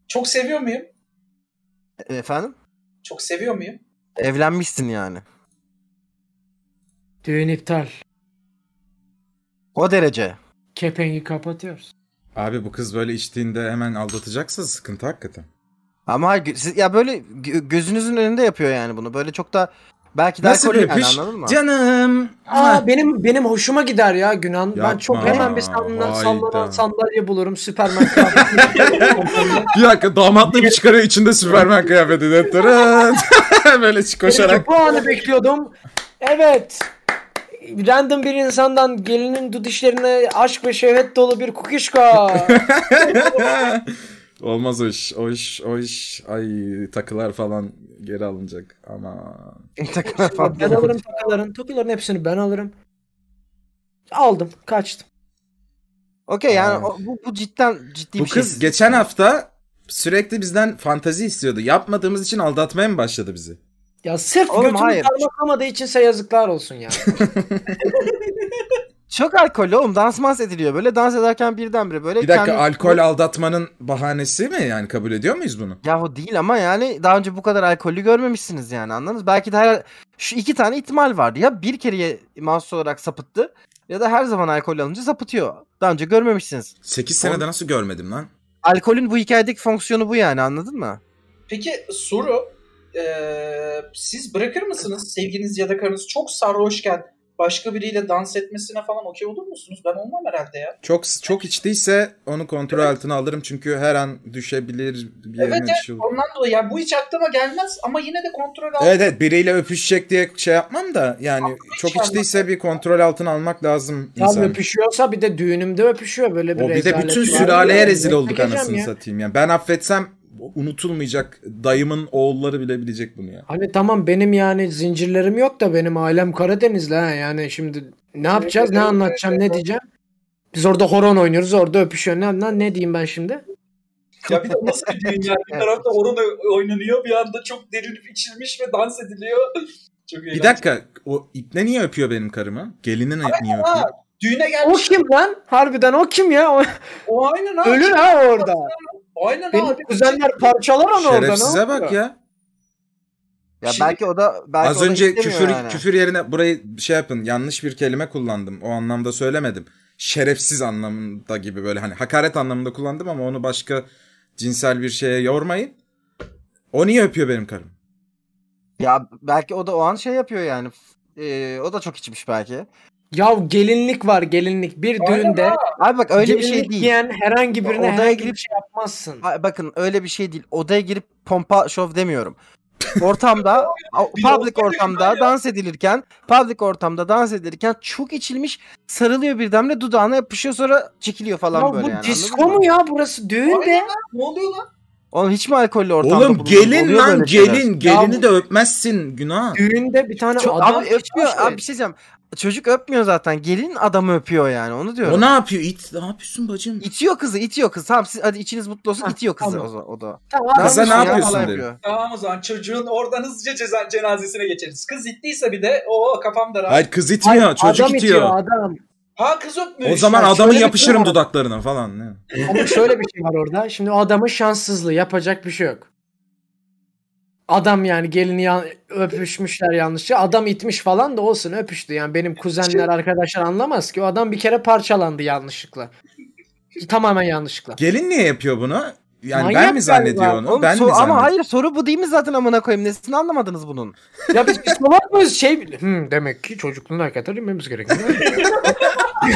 D: çok seviyor muyum?
E: E- Efendim?
D: Çok seviyor muyum?
E: Evlenmişsin yani.
G: Düğün iptal.
E: O derece.
G: Kepengi kapatıyoruz.
C: Abi bu kız böyle içtiğinde hemen aldatacaksa sıkıntı hakikaten.
E: Ama hayır, gö- siz- ya böyle gö- gözünüzün önünde yapıyor yani bunu. Böyle çok da belki de
C: Nasıl
E: alkol
C: bir
E: yani
C: öpüş?
E: anladın mı?
C: Canım.
G: Aa benim benim hoşuma gider ya Günan. Ben
C: Yapma,
G: çok hemen bir sandal,
C: hayda.
G: sallanan sandalye bulurum. Süperman kıyafeti.
C: Bir dakika damatla bir çıkarıyor içinde Superman kıyafeti. de. Tırın. böyle koşarak.
G: Bu anı bekliyordum. Evet. Random bir insandan gelinin dud işlerine aşk ve şehvet dolu bir kukişko.
C: Olmaz o iş. O iş, o iş. Ay takılar falan geri alınacak. Ama
E: Takılar falan.
G: ben alırım takıların. Takıların hepsini ben alırım. Aldım. Kaçtım.
E: Okey yani
C: Ay.
E: o- bu, bu cidden ciddi
C: bu
E: bir şey.
C: kız geçen hafta sürekli bizden fantazi istiyordu. Yapmadığımız için aldatmaya mı başladı bizi?
G: Ya sırf
E: Oğlum,
G: götümü
E: hayır.
G: parmaklamadığı içinse yazıklar olsun ya.
E: Çok alkollü oğlum. Dans mans ediliyor böyle. Dans ederken birdenbire böyle.
C: Bir dakika
E: kendi-
C: alkol aldatmanın bahanesi mi? Yani kabul ediyor muyuz bunu?
E: Yahu değil ama yani daha önce bu kadar alkollü görmemişsiniz yani anladınız. Belki de her, şu iki tane ihtimal vardı ya bir kereye mahsus olarak sapıttı ya da her zaman alkol alınca sapıtıyor. Daha önce görmemişsiniz.
C: 8 senede nasıl görmedim lan?
E: Alkolün bu hikayedeki fonksiyonu bu yani anladın mı?
D: Peki e, soru. Ee, siz bırakır mısınız sevginiz ya da karınız çok sarhoşken başka biriyle dans etmesine falan okey olur musunuz? Ben olmam herhalde ya.
C: Çok çok içtiyse onu kontrol altına alırım çünkü her an düşebilir bir yerine
D: Evet,
C: bir şey olur.
D: Ondan dolayı yani bu hiç aklıma gelmez ama yine de kontrol altında.
C: Evet evet biriyle öpüşecek diye şey yapmam da yani çok içtiyse bir kontrol altına almak lazım
F: Tam
C: insan.
F: öpüşüyorsa bir de düğünümde öpüşüyor böyle bir
C: O bir de
F: rezalet
C: bütün
F: var.
C: sülaleye
F: Yani
C: rezil olduk
F: çekeceğim
C: anasını
F: ya.
C: satayım yani. Ben affetsem unutulmayacak dayımın oğulları bile bilecek bunu ya.
F: Hani tamam benim yani zincirlerim yok da benim ailem Karadenizli ha yani şimdi ne yapacağız ne anlatacağım ne diyeceğim. Biz orada horon oynuyoruz orada öpüşüyor ne, ne, ne diyeyim ben şimdi.
D: Ya bir de nasıl bir düğün ya? Bir tarafta orada oynanıyor bir anda çok derinip içilmiş ve dans ediliyor. çok
C: Bir
D: eğlenceli.
C: dakika o ipne niye öpüyor benim karımı? Gelini ne- niye öpüyor?
D: Düğüne
F: O
D: gelmiş.
F: kim lan? Harbiden o kim ya? O,
D: O aynen abi.
F: ölür ha orada.
D: Aynen
F: Benim
D: abi.
F: kuzenler parçalar onu oradan.
C: Şerefsize bak ya.
E: Ya
D: Şimdi-
E: belki o da belki o
C: Az
E: da
C: önce
E: istemiyor
C: küfür
E: yani.
C: küfür yerine burayı şey yapın yanlış bir kelime kullandım. O anlamda söylemedim. Şerefsiz anlamında gibi böyle hani hakaret anlamında kullandım ama onu başka cinsel bir şeye yormayın. O niye öpüyor benim karım?
E: Ya belki o da o an şey yapıyor yani. Ee, o da çok içmiş belki.
F: Ya gelinlik var gelinlik. Bir
D: Aynen
F: düğünde
E: Abi bak öyle bir
F: gelinlik
E: şey değil.
F: giyen herhangi birine
E: Odaya
F: herhangi
E: girip-
F: bir şey yapmazsın.
E: Ha, bakın öyle bir şey değil. Odaya girip pompa şov demiyorum. Ortamda, a- public ortamda dans edilirken, public ortamda dans edilirken çok içilmiş sarılıyor birdenbire dudağına yapışıyor sonra çekiliyor falan
F: Ya
E: böyle
F: bu
E: yani.
F: disco
E: anladın mı?
F: mu ya burası düğün de?
D: Aynen. Ne oluyor lan?
E: Oğlum hiç mi alkollü ortamda
C: Oğlum
E: bulundun?
C: gelin
E: Oluyor
C: lan
E: böyle şeyler.
C: gelin.
F: Ya
C: Gelini
F: bu-
C: de öpmezsin günah.
F: Düğünde bir tane
E: Çok-
F: adam
E: abi öpmüyor.
F: çıkmış
E: Abi bir şey diyeceğim. Çocuk öpmüyor zaten. Gelin adamı öpüyor yani. Onu diyorum.
C: O ne yapıyor? İt, ne yapıyorsun bacım?
E: İtiyor kızı, itiyor kız. Tamam siz hadi içiniz mutlu olsun, itiyor kızı
F: tamam.
E: o, zaman- o da.
F: Tamam,
C: Kıza ne
E: ya?
C: yapıyorsun
E: Falan
C: derim.
E: yapıyor.
D: Tamam o zaman çocuğun oradan hızlıca ceza, cenazesine geçeriz. Kız ittiyse bir de o kafam da rahat.
C: Hayır kız itmiyor. çocuk
F: adam
C: itiyor.
F: adam.
D: Ha kız öpmüş.
C: O zaman
F: Ya
C: adamın
F: şöyle bir şey
C: yapışırım
F: var.
C: dudaklarına falan. ne?
F: Ama şöyle bir şey var orada. Şimdi o adamın şanssızlığı yapacak bir şey yok. Adam yani gelini yan- öpüşmüşler yanlışça. Adam itmiş falan da olsun öpüştü. Yani benim kuzenler arkadaşlar anlamaz ki. O adam bir kere parçalandı yanlışlıkla. Tamamen yanlışlıkla.
C: Gelin niye yapıyor bunu? Yani
F: Manyak
C: ben mi zannediyor
F: galiba.
C: onu?
E: Oğlum,
C: ben mi
E: sor-
C: zannediyorum?
E: ama hayır soru bu değil mi zaten amına koyayım? Nesini anlamadınız bunun?
F: Ya biz psikolog muyuz? Şey, hmm, demek ki çocukluğunu hakikaten bilmemiz gerekiyor.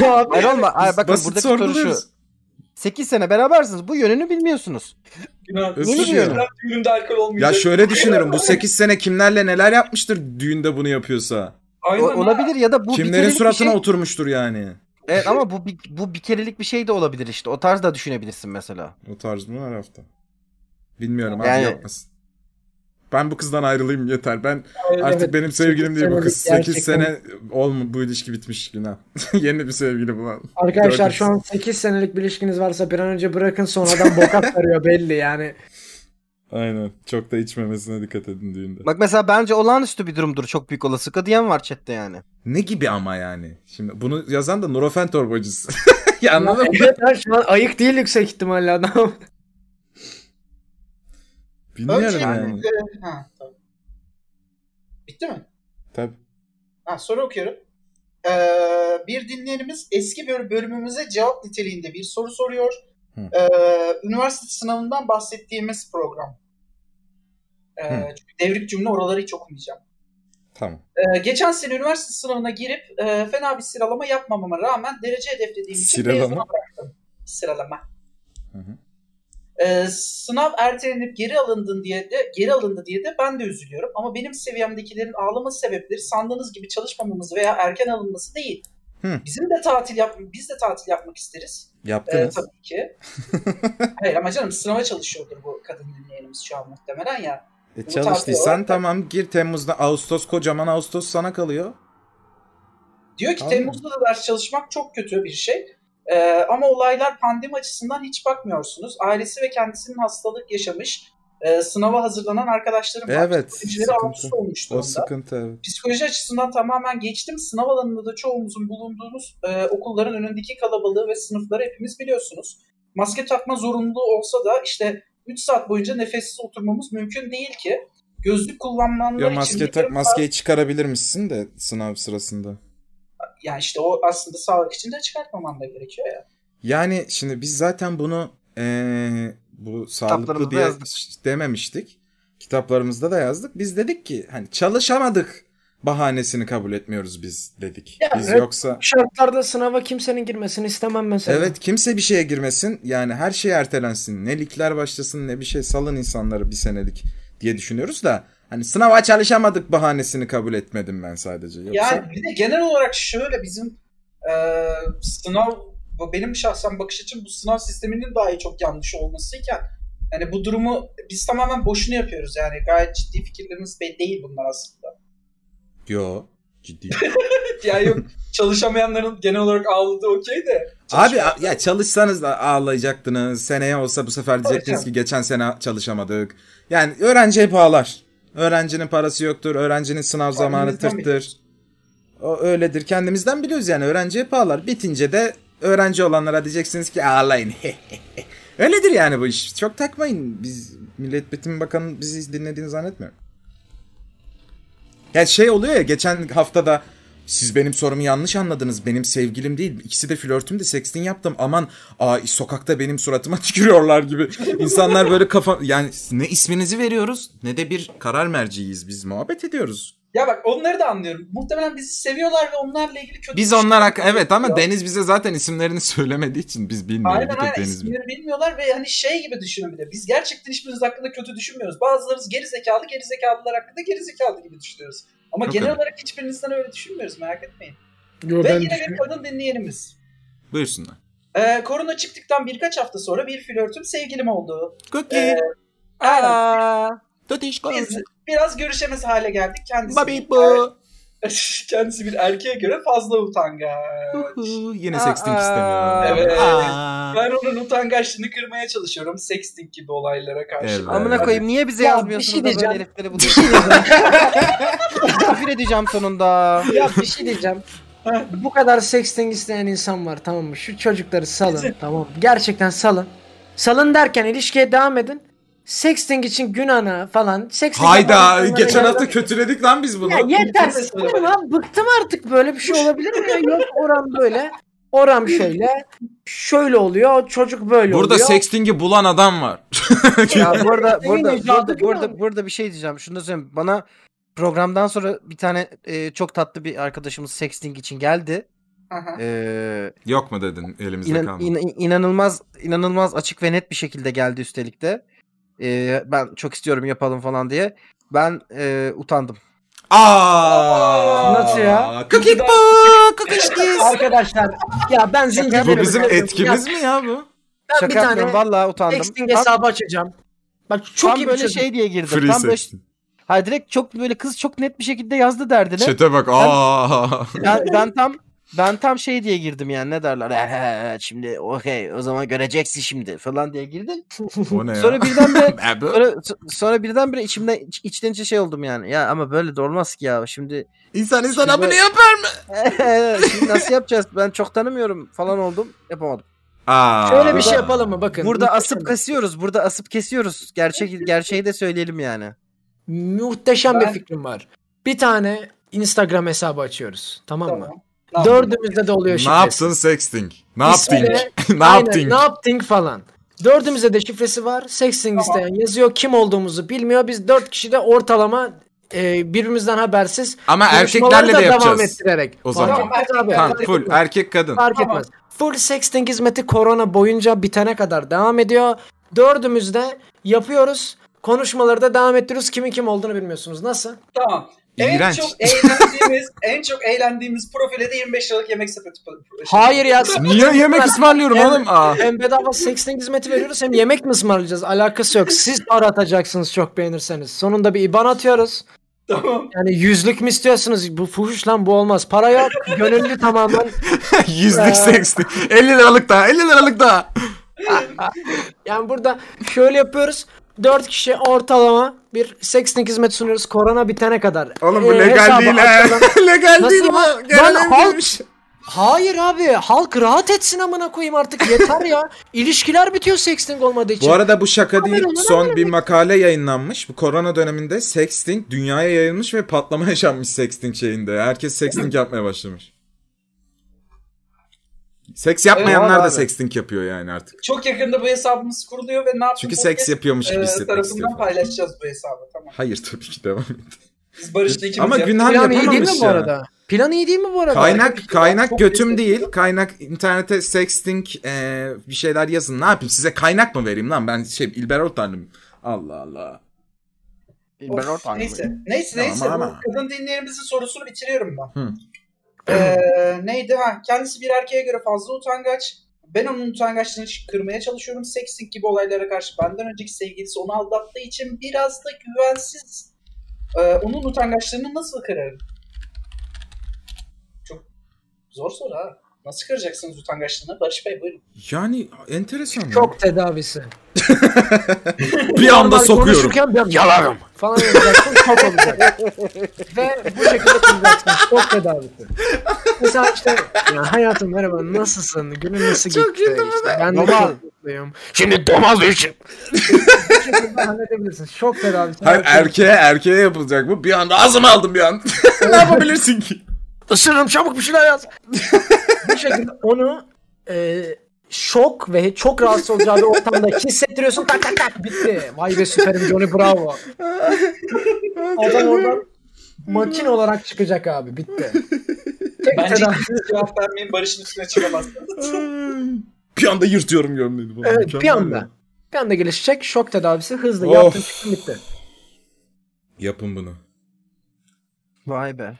F: Ya abi,
E: Hayır olma. Hayır bakın
C: Basit
E: buradaki soru şu.
C: sorguluyoruz.
E: 8 sene berabersiniz. Bu yönünü bilmiyorsunuz.
D: Günah.
C: Öpüş
D: Yeni
C: diyor.
D: günah, Düğünümde alkol
C: Ya
D: olmayacak.
C: şöyle düşünürüm. Bu 8 sene kimlerle neler yapmıştır düğünde bunu yapıyorsa.
D: Aynen
E: O-
D: ha.
E: olabilir ya da bu bir
C: Kimlerin
E: kerelik
C: suratına
E: bir şey.
C: oturmuştur yani.
E: Evet ama bu bir, bu bir kerelik bir şey de olabilir işte. O tarz da düşünebilirsin mesela.
C: O tarz mı her hafta? Bilmiyorum abi
E: Yani-
C: yapmasın. Ben bu kızdan ayrılayım yeter. Ben
D: Evet,
C: artık benim sevgilim değil bu kız.
F: senelik
C: 8 sene olma bu ilişki bitmiş günah. Yeni bir sevgili bulalım.
F: Arkadaşlar şu an 8 senelik bir ilişkiniz varsa bir an önce bırakın sonradan boka sarıyor belli yani.
C: Aynen. Çok da içmemesine dikkat edin düğünde.
E: Bak mesela bence olağanüstü bir durumdur çok büyük olasılıkla diyen var chatte yani.
C: Ne gibi ama yani? Şimdi bunu yazan da Nurofen torbacısı. ya anladın mı?
F: Evet lan şu an ayık değil yüksek ihtimalle adam.
C: Bilmiyorum
D: Önce-
C: yani.
D: Ha, tamam. Bitti mi?
C: Tabii.
D: Ha, soru okuyorum. Ee, bir dinleyenimiz eski bir bölümümüze cevap niteliğinde bir soru soruyor.
C: Hı.
D: Ee, üniversite sınavından bahsettiğimiz program. Ee,
C: Hı.
D: çünkü devrik cümle oraları hiç okumayacağım.
C: Tamam.
D: Ee, geçen sene üniversite sınavına girip e, fena bir sıralama yapmamama rağmen derece hedeflediğim için
C: Sıralama?
D: mezuna bıraktım. Sıralama.
C: Hı hı.
D: Ee, sınav ertelenip geri alındın diye de geri alındı diye de ben de üzülüyorum. Ama benim seviyemdekilerin ağlama sebepleri sandığınız gibi çalışmamamız veya erken alınması değil.
C: Hı.
D: Bizim de tatil yap biz de tatil yapmak isteriz. Ee,
C: Yaptınız.
D: tabii ki. Hayır ama canım sınava çalışıyordur bu kadın dinleyenimiz şu an muhtemelen ya.
C: E,
D: Bu
C: çalıştıysan
D: tartı-
C: tamam gir Temmuz'da Ağustos kocaman Ağustos sana kalıyor.
D: Diyor ki
C: Anladım.
D: Temmuz'da da ders çalışmak çok kötü bir şey. Ee, ama olaylar pandemi açısından hiç bakmıyorsunuz. Ailesi ve kendisinin hastalık yaşamış, e, sınava hazırlanan arkadaşlarım var.
C: Evet,
D: Psikolojileri
C: sıkıntı.
D: alt üst olmuş
C: O
D: durumda.
C: sıkıntı evet.
D: Psikoloji açısından tamamen geçtim. Sınav alanında da çoğumuzun bulunduğunuz e, okulların önündeki kalabalığı ve sınıfları hepimiz biliyorsunuz. Maske takma zorunluluğu olsa da işte 3 saat boyunca nefessiz oturmamız mümkün değil ki. Gözlük kullanmanlar
C: Ya
D: için
C: maske
D: bir
C: tak
D: kere-
C: maskeyi çıkarabilir misin de sınav sırasında.
D: yani işte o aslında sağlık için de çıkartmaman da gerekiyor ya.
C: Yani şimdi biz zaten bunu eee, bu sağlıklı
E: Kitaplarımızda
C: diye
E: yazdık.
C: dememiştik. Kitaplarımızda da yazdık. Biz dedik ki hani çalışamadık. bahanesini kabul etmiyoruz biz dedik.
G: Ya,
C: biz
G: evet.
C: yoksa
G: Bu şartlarda sınava kimsenin girmesini istemem mesela.
C: evet kimse bir şeye girmesin. Yani her şey ertelensin. Ne ligler başlasın ne bir şey salın insanları bir senelik diye düşünüyoruz da hani sınava çalışamadık bahanesini kabul etmedim ben sadece. Yoksa
D: Yani bir de genel olarak şöyle bizim e, sınav bu benim şahsen bakış açım bu sınav sisteminin dahi çok yanlış olmasıyken yani bu durumu biz tamamen boşuna yapıyoruz yani gayet ciddi fikirlerimiz be- değil bunlar aslında.
C: yo ciddi.
D: Yani yok çalışamayanların genel olarak ağladığı okey de.
C: Abi
D: çalışmayan-
C: a- ya çalışsanız da ağlayacaktınız. Seneye olsa bu sefer diyecektiniz
D: Çalışacağım.
C: ki geçen sene çalışamadık. Yani öğrenci hep ağlar. Öğrencinin parası yoktur. Öğrencinin sınav zamanı
D: Kendimizden
C: tırttır.
D: biliyoruz.
C: O öyledir. Kendimizden biliyoruz yani. Öğrenci hep ağlar. Bitince de öğrenci olanlara diyeceksiniz ki ağlayın. Öyledir yani bu iş. Çok takmayın. Biz Millet Eğitim Bakanı bizi dinlediğini zannetmiyorum. Ya şey oluyor ya geçen haftada siz benim sorumu yanlış anladınız. Benim sevgilim değil. İkisi de flörtüm de sexting yaptım. Aman aa, sokakta benim suratıma tükürüyorlar gibi. İnsanlar böyle kafa... Yani ne isminizi veriyoruz ne de bir karar merciyiz. Biz muhabbet ediyoruz.
D: Ya bak onları da anlıyorum. Muhtemelen bizi seviyorlar ve onlarla ilgili kötü
C: Biz
D: bir şey
C: onlar hak... Evet ama
D: Ya.
C: Deniz bize zaten isimlerini söylemediği için biz bilmiyoruz.
D: Aynen
C: Bir tek
D: aynen
C: Deniz biliyor.
D: isimleri bilmiyorlar ve hani şey gibi düşünün bir de. Biz gerçekten hiçbirimiz hakkında kötü düşünmüyoruz. Bazılarımız geri zekalı, geri zekalılar hakkında geri zekalı gibi düşünüyoruz. Ama
C: Çok
D: genel
C: öyle.
D: olarak hiçbirinizden öyle düşünmüyoruz merak etmeyin.
G: Yo,
D: ve
G: ben
D: yine bir
G: düşünüyorum.
D: kadın dinleyenimiz.
C: Buyursunlar.
D: Ee, korona çıktıktan birkaç hafta sonra bir flörtüm sevgilim oldu.
C: Cookie.
D: Aynen.
C: Tutuşko.
D: Biz biraz görüşemez hale geldik. Kendisi,
C: Babi bu.
D: kendisi bir erkeğe göre fazla utangaç.
C: Uhu, Yine sexting istemiyor.
D: Evet.
C: Aa.
D: Ben onun utangaçlığını kırmaya çalışıyorum. Sexting gibi olaylara karşı.
C: Evet.
E: Amına koyayım niye bize
G: Ya, bir
E: yazmıyorsunuz
G: şey
E: da böyle
G: diyeceğim.
E: herifleri buluyorsunuz? Küfür edeceğim sonunda.
G: Ya bir şey diyeceğim. Bu kadar sexting isteyen insan var tamam mı? Şu çocukları salın tamam mı? Gerçekten salın. Salın derken ilişkiye devam edin. Sexting için günahına falan. Sexting yapan
C: Hayda
G: insanlara
C: geçen
G: yardım-
C: hafta kötüledik lan biz bunu.
G: Ya yeter.
D: Kimse
G: sıkıldım lan. Bıktım artık böyle bir şey olabilir mi? ya? Yok oram böyle. Oram şöyle. Şöyle oluyor. Çocuk böyle
C: Burada
G: oluyor.
C: sexting'i bulan adam var.
E: ya burada burada
G: Senin
E: burada
G: ecdadın
E: burada
G: mı?
E: burada bir şey diyeceğim. Şunu da söyleyeyim. Bana programdan sonra bir tane e, çok tatlı bir arkadaşımız sexting için geldi.
D: Aha.
E: Eee
C: Yok mu dedin elimizde
E: İnan-
C: kalmadı.
E: inan- inanılmaz inanılmaz açık ve net bir şekilde geldi üstelik de. Ee, ben çok istiyorum yapalım falan diye. Ben e, utandım.
C: Aa!
G: Nasıl ya?
C: Kıkık bu, kıkış diz.
G: Arkadaşlar ya ben zincir
C: Bu bizim etkimiz mi ya bu?
G: Ben
E: Şaka
G: bir tane
E: yapmıyorum vallahi utandım.
G: Sexting
E: tam,
G: hesabı açacağım. Bak çok
E: tam
G: iyi
E: böyle
G: bir şey.
E: şey diye girdim.
C: Free
E: tam böyle,
C: sexting.
E: hayır direkt çok böyle kız çok net bir şekilde yazdı derdine.
C: Çete bak aa.
E: Ben, ben tam ben tam şey diye girdim yani ne derler "Ehe, şimdi okey o zaman göreceksin şimdi falan diye girdim.
C: o ne ya?
E: Sonra birden de
C: Be bu.
E: sonra, sonra birdenbire içimden iç- içten içe şey oldum yani. Ya ama böyle de olmaz ki ya şimdi
C: İnsan insan
E: Şimdi-
C: abone yapar.
E: Şimdi nasıl yapacağız? Ben çok tanımıyorum falan oldum. Yapamadım.
C: Aa.
G: Şöyle bir
E: Burada-
G: şey yapalım mı? Bakın.
E: Burada
G: muhteşem-
E: asıp kesiyoruz. Burada asıp kesiyoruz. Gerçek gerçeği de söyleyelim yani.
G: muhteşem bir
D: Ben-
G: fikrim var. Bir tane Instagram hesabı açıyoruz. Tamam mı?
D: Tamam. Ne yapayım?
G: Dördümüzde de oluyor
C: Ne
G: şifresi.
C: yaptın sexting? Ne
G: İsmi
C: yaptın?
G: de-
C: ne
G: Aynen,
C: yaptın?
G: Ne yaptın falan. Dördümüzde de şifresi var. Sexting isteyen yazıyor. Kim olduğumuzu bilmiyor. Biz dört kişi de ortalama e, birbirimizden habersiz
C: Ama
G: görüşmeleri
C: erkeklerle de
G: devam
C: yapacağız.
G: ettirerek.
C: O zaman.
G: Fark etmez abi.
C: Tamam
G: Fark
C: full
G: etmez.
C: erkek kadın.
G: Fark
D: Tamam.
G: etmez. Full sexting hizmeti korona boyunca bitene kadar devam ediyor. Dördümüz de yapıyoruz. Konuşmaları da devam ettiriyoruz. Kimin kim olduğunu bilmiyorsunuz. Nasıl?
D: Tamam. En
C: İğrenç.
D: çok eğlendiğimiz, en çok eğlendiğimiz profile de 25 liralık yemek sepeti.
G: Hayır ya.
C: Niye yemek ısmarlıyorum
G: Evet.
C: oğlum? Aa.
G: Hem bedava sexting hizmeti veriyoruz hem yemek mi ısmarlayacağız? Alakası yok. Siz para atacaksınız çok beğenirseniz. Sonunda bir IBAN atıyoruz.
D: Tamam.
G: Yani yüzlük mü istiyorsunuz? Bu fuhuş lan bu olmaz. Para yok. Gönüllü tamamen.
C: Yüzlük sexting. 50 liralık daha 50 liralık daha.
G: Yani burada şöyle yapıyoruz. 4 kişi ortalama bir sexting hizmeti sunuyoruz. Korona bitene kadar.
C: Oğlum bu
G: Ee,
C: legal
G: hesabı
C: değil
G: açalım.
C: ha. legal
G: Nasıl
C: değil
G: ya?
C: bu.
G: Ben halk-
C: Gelememiş.
G: Hayır abi. Halk rahat etsin amına koyayım artık. Yeter ya. İlişkiler bitiyor sexting olmadığı için.
N: Bu arada bu şaka değil.
G: olur,
N: Son bir makale yayınlanmış. Bu korona döneminde sexting dünyaya yayılmış ve patlama yaşanmış sexting şeyinde. Herkes sexting yapmaya başlamış.
C: Seks yapmayanlar
E: Eyvallah
C: da
E: abi.
C: sexting yapıyor yani artık.
D: Çok yakında bu hesabımız kuruluyor ve ne yaptığımızı e,
C: Çünkü seks yapıyormuş gibi hissetmek istiyor.
D: tarafından paylaşacağız bu hesabı. Tamam.
C: Hayır tabii ki devam et.
D: Biz Barış'la ikimiz
C: Ama
D: yaptık.
C: Günhan
G: Plan iyi değil mi
C: yapamamış
G: bu
C: ya.
G: arada? Plan iyi değil mi bu arada?
C: Kaynak kaynak götüm değil. Kaynak internete sexting e, bir şeyler yazın. Ne yapayım size kaynak mı vereyim lan? Ben şey İlber Ortan'ım. Allah Allah.
E: Ben ortam.
D: Neyse, neyse,
C: Tamam
D: neyse. Bu
C: ama.
D: Kadın dinleyenimizin sorusunu bitiriyorum ben.
C: Hı.
D: Ee, neydi? Ha, kendisi bir erkeğe göre fazla utangaç. Ben onun utangaçlığını kırmaya çalışıyorum. Sexting gibi olaylara karşı benden önceki sevgilisi onu aldattığı için biraz da güvensiz. Ee, onun utangaçlığını nasıl kırarım? Çok zor soru ha. Nasıl kıracaksınız utangaçlığını? Barış Bey buyurun.
C: Yani enteresan. Çok.
G: Çok tedavisi.
C: Bir anda
G: Normal
C: sokuyorum.
G: Konuşurken ben yalarım falan yapacaksın. Çok olacak. Ve bu şekilde kılacaksın. Çok tedavisi. Mesela işte ya hayatım merhaba nasılsın? Günün nasıl
C: Çok
G: gitti?
C: güldüm
G: İşte ben de
E: Normal.
G: çok mutluyum. Şimdi domaz için. Bu şekilde halledebilirsin. Şok tedavisi.
C: Hayır, erkeğe erkeğe yapılacak bu. Bir anda ağzıma aldım bir an. ne yapabilirsin ki?
G: Isırırım çabuk bir şeyler yaz. bu şekilde onu e, şok ve çok rahatsız olacağı bir ortamda hissettiriyorsun. Tak tak tak bitti. Vay be süperim Johnny Bravo. Adam oradan makine olarak çıkacak abi bitti. Tek
D: Bence
G: tedavi-
D: ikiniz cevap vermeyin Barış'ın üstüne çıkamazsınız.
C: bir anda yırtıyorum gömleğini. falan.
G: Evet,
C: Mükemmel
G: bir anda.
C: ya.
G: Bir anda gelişecek şok tedavisi hızlı
C: Of.
G: yaptın çıktın bitti.
C: Yapın bunu.
E: Vay be.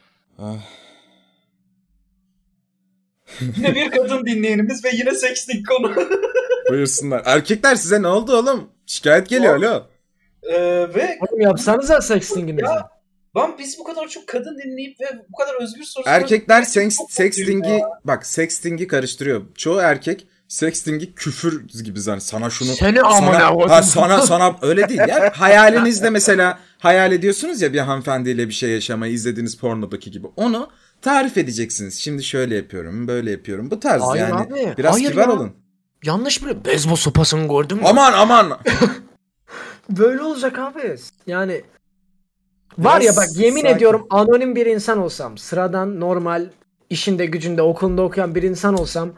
D: yine bir kadın dinleyenimiz ve yine sexting konu.
C: Buyursunlar. Erkekler size ne oldu oğlum? Şikayet geliyor alo.
D: Ee, ve
G: Oğlum yapsanıza sextinginizi.
D: Ya, Lan biz bu kadar çok kadın dinleyip ve bu kadar özgür soru
C: Erkekler
D: soruyoruz.
C: seks,
D: Çok mutluyum ya.
C: sexting'i bak sexting'i karıştırıyor. Çoğu erkek sexting'i küfür gibi zannediyor. Sana şunu
G: Seni
C: sana,
G: amına
C: ha,
G: koydum.
C: sana sana öyle değil ya. Hayalinizde mesela hayal ediyorsunuz ya bir hanımefendiyle bir şey yaşamayı izlediğiniz pornodaki gibi. Onu tarif edeceksiniz. Şimdi şöyle yapıyorum, böyle yapıyorum. Bu tarz
G: Hayır
C: yani.
G: abi,
C: Biraz
G: hayır
C: kibar
G: ya.
C: olun.
G: Yanlış bile. Bezbo sopasını gördün mü?
C: Aman aman.
G: Böyle olacak abi. Yani var
C: Biraz
G: ya bak yemin
C: sakin.
G: ediyorum anonim bir insan olsam, sıradan normal işinde gücünde okulunda okuyan bir insan olsam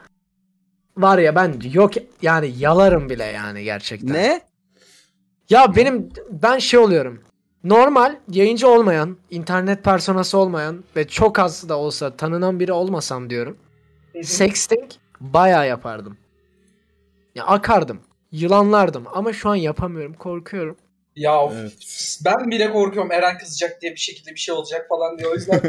G: var ya ben yok yani yalarım bile yani gerçekten.
E: Ne?
G: Ya benim ben şey oluyorum. Normal yayıncı olmayan, internet personası olmayan ve çok az da olsa tanınan biri olmasam diyorum. Sexting bayağı yapardım. Ya akardım. Yılanlardım ama şu an yapamıyorum. Korkuyorum.
D: Ya of,
C: Evet.
D: ben bile korkuyorum Eren kızacak diye bir şekilde bir şey olacak falan diye. O yüzden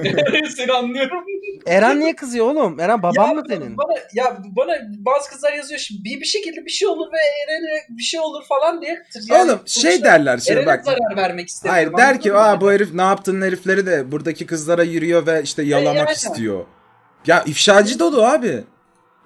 D: seni anlıyorum.
E: Eren niye kızıyor oğlum? Eren baban
D: Ya,
E: mı senin?
D: Bana, ya bana bazı kızlar yazıyor şimdi bir, bir şekilde bir şey olur ve Eren'e bir şey olur falan diye. Yani
C: Oğlum şey
D: sonuçta
C: derler şimdi
D: Eren'e
C: bak.
D: zarar vermek istedim.
C: Hayır der ki aa bu herif ne yaptığının herifleri de buradaki kızlara yürüyor ve
G: E,
C: işte yalamak
D: yani.
C: istiyor. Ya ifşacı dolu abi.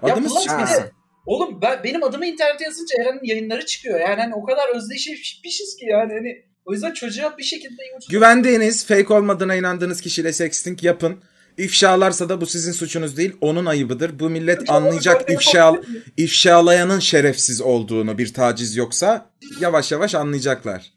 C: Adımız çıkmasın.
D: Oğlum ben, benim adımı internete yazınca Eren'in yayınları çıkıyor. Yani hani o kadar özdeşmişiz ki yani hani o yüzden çocuğa bir şekilde ucuz-
C: Güvendiğiniz, fake olmadığına inandığınız kişiyle sexting yapın. İfşalarsa da bu sizin suçunuz değil, onun ayıbıdır. Bu millet anlayacak ifşa, ifşalayanın şerefsiz olduğunu bir taciz yoksa yavaş yavaş anlayacaklar.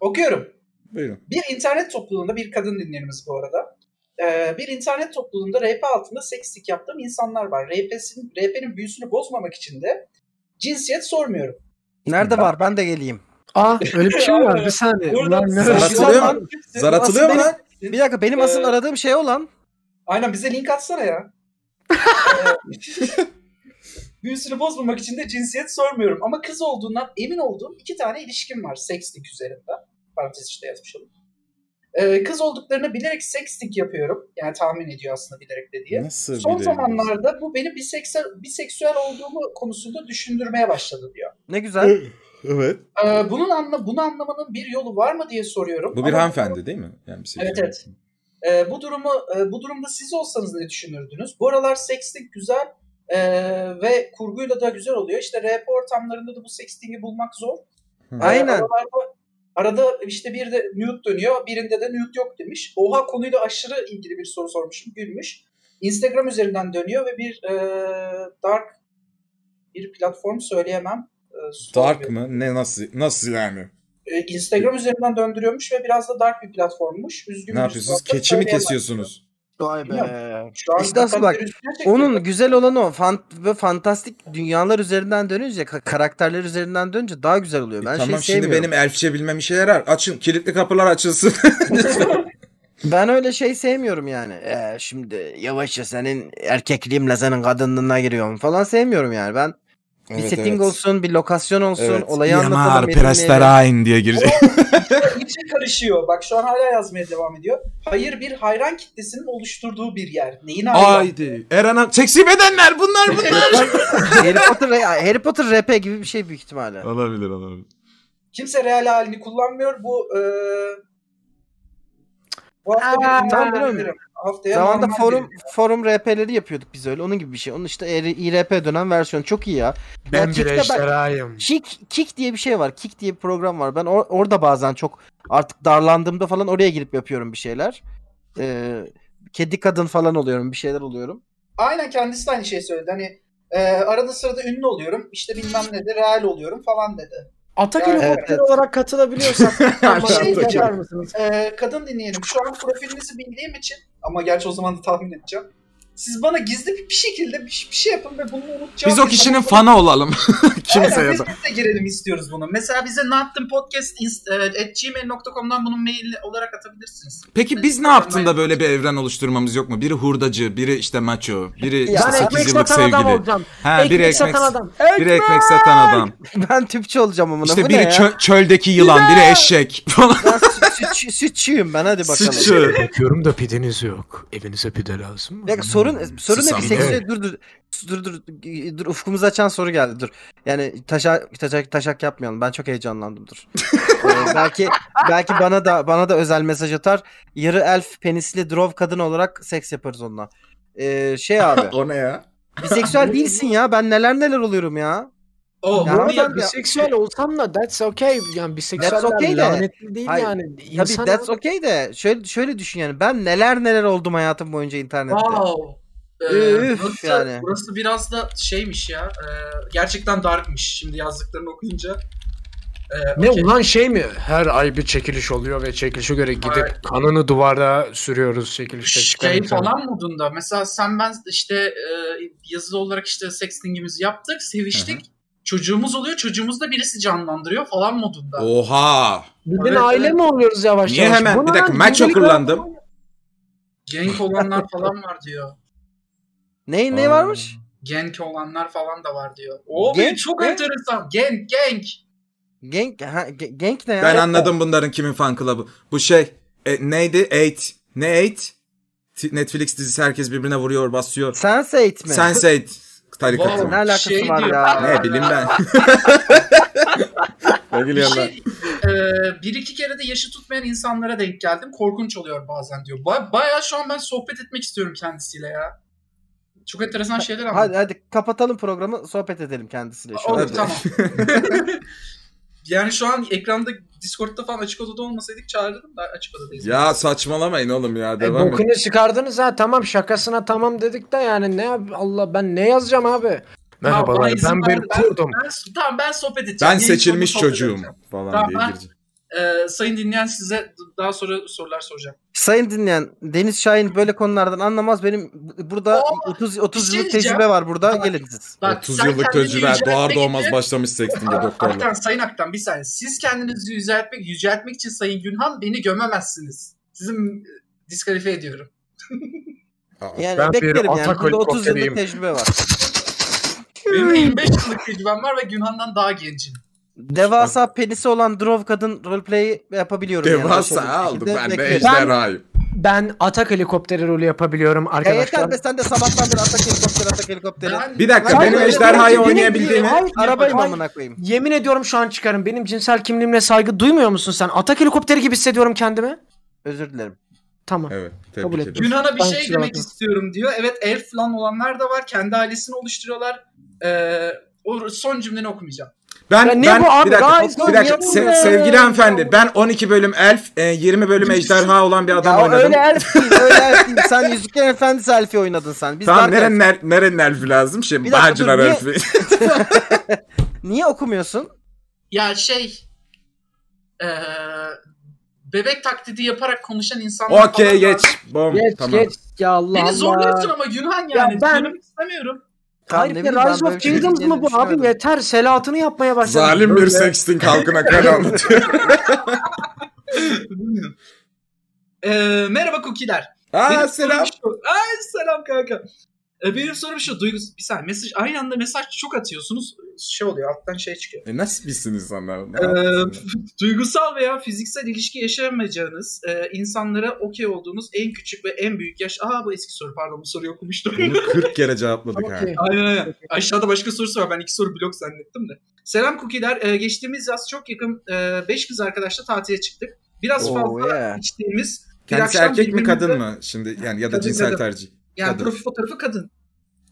D: Okuyorum.
C: Buyurun.
D: Bir internet topluluğunda bir kadın dinleyenimiz bu arada. Ee, bir internet topluluğunda RP altında sekslik yaptığım insanlar var. RP'sin, RP'nin büyüsünü bozmamak için de cinsiyet sormuyorum.
E: Nerede var? Ben de geleyim.
G: Aa öyle bir şey mi var?
D: Abi,
G: Bir saniye.
D: burada
G: Ulan ne
D: sana
G: öyle-
C: Zaratılıyor
D: soran
C: mu?
D: kimse-
C: Zar atılıyor mu
E: Aslında
C: lan?
E: Bir dakika benim asıl
D: Ee,
E: aradığım şey olan.
D: Aynen bize link atsana ya. Ee, büyüsünü bozmamak için de cinsiyet sormuyorum. Ama kız olduğundan emin olduğum iki tane ilişkim var sexting üzerinden. Parantez içinde yazmışım. Ee, kız olduklarını bilerek sexting yapıyorum. Yani tahmin ediyor aslında bilerek de diye.
C: Nasıl
D: Son
C: bileyim?
D: zamanlarda bu beni biseksüel, biseksüel olduğumu konusunda düşündürmeye başladı diyor.
E: Ne güzel.
C: Evet.
D: Ee, bunun anla, bunu anlamanın bir yolu var mı diye soruyorum.
C: Bu bir
D: Ama-
C: hanımefendi değil mi? Yani bir şey
D: Evet, evet. Ee, bu durumu e, bu durumda siz olsanız ne düşünürdünüz? Bu aralar sexting güzel e, ve kurguyla da güzel oluyor. İşte RP ortamlarında da bu sexting'i bulmak zor.
C: Hı.
D: Ee,
E: Aynen.
D: aralarda- arada işte bir de nude dönüyor, birinde de nude yok demiş. Oha konuyla aşırı ilgili bir soru sormuşum, gülmüş. Instagram üzerinden dönüyor ve bir e, dark bir platform söyleyemem. E,
C: Dark mı? Ne nasıl nasıl yani?
D: E, Instagram üzerinden döndürüyormuş ve biraz da dark bir platformmuş. Üzgün
C: Ne
D: bir
C: yapıyorsunuz?
D: suratla
C: Keçi mi
D: söyleyemem.
C: kesiyorsunuz?
E: Vay be.
D: Şu an
E: İşte aslında bak,
D: kafanın üstüne çekiyor.
E: Onun güzel olanı o. Fant ve fantastik dünyalar üzerinden dönünce, ka- karakterler üzerinden dönünce daha güzel
C: E,
E: oluyor. Ben
N: E, tamam
E: şey
N: şimdi
E: sevmiyorum.
N: benim elfçe bilmem işe yarar. Açın kilitli kapılar açılsın.
E: Ben öyle şey sevmiyorum yani. Ee, şimdi yavaşça senin erkekliğimle senin kadınlığına giriyorum falan sevmiyorum yani. Ben bir
N: Evet,
E: setting
N: evet.
E: olsun, bir lokasyon olsun,
N: Evet.
E: olayı anlatalım. belirleyelim.
C: diye girecek.
D: İçe karışıyor. Bak şu an hala yazmaya devam ediyor. Hayır bir hayran kitlesinin oluşturduğu bir yer. Neyin hayran?
C: Haydi. Eren'a seksi bedenler bunlar bunlar.
E: Harry Potter, Harry Potter RP gibi bir şey büyük ihtimalle.
C: olabilir olabilir.
D: Kimse real halini kullanmıyor. Bu eee bu hafta bir
E: tamam,
D: normal
E: biliyorum.
D: derim. Haftaya
E: Zamanında
D: normal
E: forum
D: derim.
E: forum RP'leri yapıyorduk biz öyle. Onun gibi bir şey. Onun işte R- IRP dönen versiyonu çok iyi ya. Ya
F: Ben bir
E: Kick'te bak-
F: ejderhayım.
E: Kick, Kick diye bir şey var. Kick diye bir program var. Ben or- orada bazen çok artık darlandığımda falan oraya girip yapıyorum bir şeyler. Ee, kedi kadın falan oluyorum. Bir şeyler oluyorum.
D: Aynen kendisi de aynı şeyi söyledi. Hani eee, arada sırada ünlü oluyorum. İşte bilmem ne de real oluyorum falan dedi.
F: Atakül'e
D: Evet,
F: evet,
E: evet.
F: olarak katılabiliyorsak
D: Bir şey
F: bana
D: diyeceğim.
F: yapar mısınız?
D: Eee, E, kadın dinleyelim. Şu an profilinizi bildiğim için ama gerçi o zaman da tahmin edeceğim. Siz bana gizli bir bir şekilde bir, bir şey yapın ve bunu unutacağım.
C: Biz o
D: bir
C: kişinin
D: zaman-
C: fanı olalım. Kimse
D: Aynen,
C: yazar.
D: biz, biz de girelim istiyoruz bunu. Mesela bize e, ne yaptın podcast gmail.com'dan bunun mail olarak atabilirsiniz.
C: Peki biz ne yaptın da böyle bir evren oluşturmamız yok mu? Biri hurdacı, biri işte macho, biri işte
E: Ben
F: Ben ekmek
C: 8 yıllık
F: satan adam
C: sevgili.
F: olacağım.
C: Ha, biri
F: ekmek
C: ekmek,
F: satan adam.
C: biri ekmek satan adam.
E: ben tüpçü olacağım ama
C: İşte
E: bu ne
C: biri
E: ya?
C: çö- çöldeki yılan, biri eşek falan.
E: Ben sü- sütçü- sütçüyüm ben hadi bakalım.
C: Sıçı.
F: Bakıyorum da pideniz yok. Evinize pide lazım mı?
E: Bir dakika,
N: Hmm.
E: sorun sorun ne
C: Sısam.
E: bir seksüel dur dur dur dur dur ufkumuzu açan soru geldi dur. Yani taşak taşak taşak yapmayalım. Ben çok heyecanlandım dur. Ee, belki belki bana da bana da özel mesaj atar. Yarı elf penisli drov kadın olarak seks yaparız onunla. Ee, şey abi.
N: o ne ya?
E: biseksüel değilsin ya. Ben neler neler oluyorum ya.
D: O,
E: Ya,
D: bunu
F: Ama
E: Tamam
F: ben
E: ya.
F: biseksüel olsam da that's okay. Yani biseksüeller
E: That's okay de.
F: lanetli değil
E: Hayır.
F: yani.
E: Tabii
F: İnsan-
E: that's okay de şöyle şöyle düşün yani. Ben neler neler oldum hayatım boyunca internette.
D: Wow. Ee,
E: Üf,
D: burası,
E: yani.
D: burası biraz da şeymiş ya. ee, gerçekten darkmış şimdi yazdıklarını okuyunca. Ee,
F: Ne
D: okey.
F: ulan şey mi? Her ay bir çekiliş oluyor ve çekilişe göre gidip
D: Hayır.
F: kanını duvara sürüyoruz çekilişte çıkan
D: şey
F: insan.
D: falan modunda. Mesela sen ben işte e, yazılı olarak işte sextingimizi yaptık, seviştik. Çocuğumuz oluyor, çocuğumuzda birisi canlandırıyor falan modunda.
N: Oha.
F: Bildiğin
D: Evet,
F: aile
D: evet.
F: mi oluyoruz yavaş
N: Niye
F: yavaş?
N: hemen?
F: Bu
N: Bir
F: ne
N: dakika
F: lan?
N: macho
F: Gündelik hayat-
N: kullandım.
D: Genk olanlar falan var diyor.
E: Ne ne varmış?
D: Genk olanlar falan da var diyor. O
E: Genk
D: çok
E: ne?
D: enteresan. Genk, genk.
E: Genk ha, ge- genk ne ya?
N: Ben anladım bunların kimin fan club'ı. Bu şey e, neydi? Eight. Ne Eight? T- Netflix dizisi herkes birbirine vuruyor, basıyor.
E: Sense8 mi?
N: Sense eight tarikatı.
D: Wow.
N: mı?
E: Ne alakası
D: Şey
E: var
D: diyor.
E: ya?
N: Ne bileyim ben. ne
D: Bir,
N: gülüyorsun lan?
D: şey, e, bir iki kere de yaşı tutmayan insanlara denk geldim. Korkunç oluyor bazen diyor. Ba- bayağı şu an ben sohbet etmek istiyorum kendisiyle ya. Çok enteresan şeyler
E: Hadi
D: anlattı.
E: hadi kapatalım programı sohbet edelim kendisiyle şu
D: Olur
E: an.
N: Hadi.
D: tamam. yani şu an ekranda Discord'da falan açık odada olmasaydık çağırırdım da açık odadayız.
N: Ya saçmalamayın oğlum ya
F: E,
N: devam et.
F: bokunu çıkardınız ha tamam şakasına tamam dedik de yani ne yap- Allah ben ne yazacağım abi?
D: bana
F: Merhabalar
D: izin
F: ben
D: ver,
F: bir kurdum.
D: Ben, tamam ben sohbet edeceğim.
N: Ben
D: Yayın sonunda
N: seçilmiş
D: sohbet
N: çocuğum
D: edeceğim.
N: falan
D: Tamam,
N: diye
D: ben-
N: gireceğim.
D: E, sayın dinleyen size daha sonra sorular soracağım.
E: Sayın dinleyen Deniz Şahin böyle konulardan anlamaz. Benim burada
D: Aa,
E: 30 30
D: şey
E: yıllık
D: diyeceğim.
E: tecrübe var burada.
D: Bak.
E: Gelin siz.
N: 30
D: sen
N: yıllık
D: kendini
N: tecrübe doğar
D: yüceltmek
N: doğmaz
D: için-
N: başlamış sexting'e
D: Aa, Aktan,
N: doktorla.
D: Sayın Aktan bir saniye. Siz kendinizi yüceltmek, yüceltmek için Sayın Günhan beni gömemezsiniz. Sizin e, diskalifiye ediyorum.
E: Yani
F: Ben bir
E: beklerim yani.
F: Atakül
E: Burada 30
F: kokteriyim.
E: yıllık tecrübe var.
D: Benim de 25 yıllık tecrübem var ve Günhan'dan daha gencim.
E: Devasa penisi olan Drov kadın roleplay'i yapabiliyorum. yani.
N: Devasa
E: Başarılı bir
N: aldım
E: şekilde
N: ben de
E: beklerim.
N: ejderhayım.
F: Ben atak helikopteri rolü yapabiliyorum
E: Ya E, yeter
F: arkadaşlar.
E: be sen de sabahtan beri atak helikopteri atak helikopteri.
D: Ben-
N: Bir dakika
E: Hayır,
N: benim
E: hayır,
N: ejderhayı
E: benim-
N: oynayabildiğimi
F: Hayır,
E: Arabayım
F: hayır.
E: amına koyayım.
F: Yemin ediyorum şu an çıkarım. Benim cinsel kimliğimle saygı duymuyor musun sen? Atak helikopteri gibi hissediyorum kendimi.
E: Özür dilerim.
F: Tamam.
N: Evet
F: Kabul
N: tebrik
F: ettim.
N: ederim.
D: Günhan'a bir
F: Ben
D: şey
F: kusura
D: demek
F: bakma.
D: istiyorum diyor. Evet elf falan olanlar da var. Kendi ailesini oluşturuyorlar. Ee, o son cümleni okumayacağım.
N: Ben,
F: Ya ne
N: ben
F: bu abi?
N: bir dakika,
F: Guys,
N: bir dakika.
F: ne bu
N: Se-
F: be?
N: sevgili hanımefendi ben 12 bölüm elf, e, 20 bölüm ejderha olan bir adam
E: Ya
N: oynadım.
E: öyle elf değil öyle elf değil. Sen Yüzüklerin Efendisi elfi oynadın sen. Biz
N: Tamam
E: Dark Elf.
N: nerenin, el, nerenin elfi lazım? Şey,
E: Bir dakika,
N: Bağcılar
E: dur, niye-
N: elfi.
E: Niye okumuyorsun?
D: Ya şey ee, e, bebek taklidi yaparak konuşan insanlar
C: Okey
D: falan var.
C: geç. Bom.
G: Geç
C: tamam.
G: geç ya Allah
D: Beni zorluyorsun
G: Allah.
D: ama Günhan yani.
G: ben-
D: Söylemek istemiyorum.
E: Tamam,
G: Hayır
E: ne
G: bir
E: bileyim, ben
G: Rise
E: böyle
G: of
E: bir şey
G: Kingdoms mı
E: diyeceğini
G: bu abi
E: düşünmüyordum.
G: yeter selatını yapmaya başladı.
C: Zalim bir sexting kalkına kar anlatıyor.
D: Ee, merhaba kukiler.
C: Aa
D: Benim
C: selam.
D: sorum şu. Ay selam kanka. E, benim sorum şu. Duygus bir saniye mesaj aynı anda mesaj çok atıyorsunuz. Şey oluyor alttan şey çıkıyor.
C: E, nasıl bilsin insanlar?
D: E, duygusal veya fiziksel ilişki yaşayamayacağınız e, insanlara okey olduğunuz en küçük ve en büyük yaş. Aa bu eski soru pardon bu soruyu okumuştum.
C: Bunu 40 kere cevapladık ha.
G: Okey.
D: Aynen aynen. Aşağıda başka sorusu var. Ben iki soru blok zannettim de. Selam Kukiler. Ee, geçtiğimiz yaz çok yakın 5 kız arkadaşla tatile çıktık. Biraz
E: Oh,
D: fazla
E: yeah.
D: içtiğimiz. bir
C: Kendisi
D: akşam
C: erkek mi
D: birbirimize-
C: kadın mı? Şimdi yani ya da
D: Kadın,
C: cinsel
D: kadın.
C: tercih.
D: Yani
C: Kadın.
D: profil fotoğrafı kadın.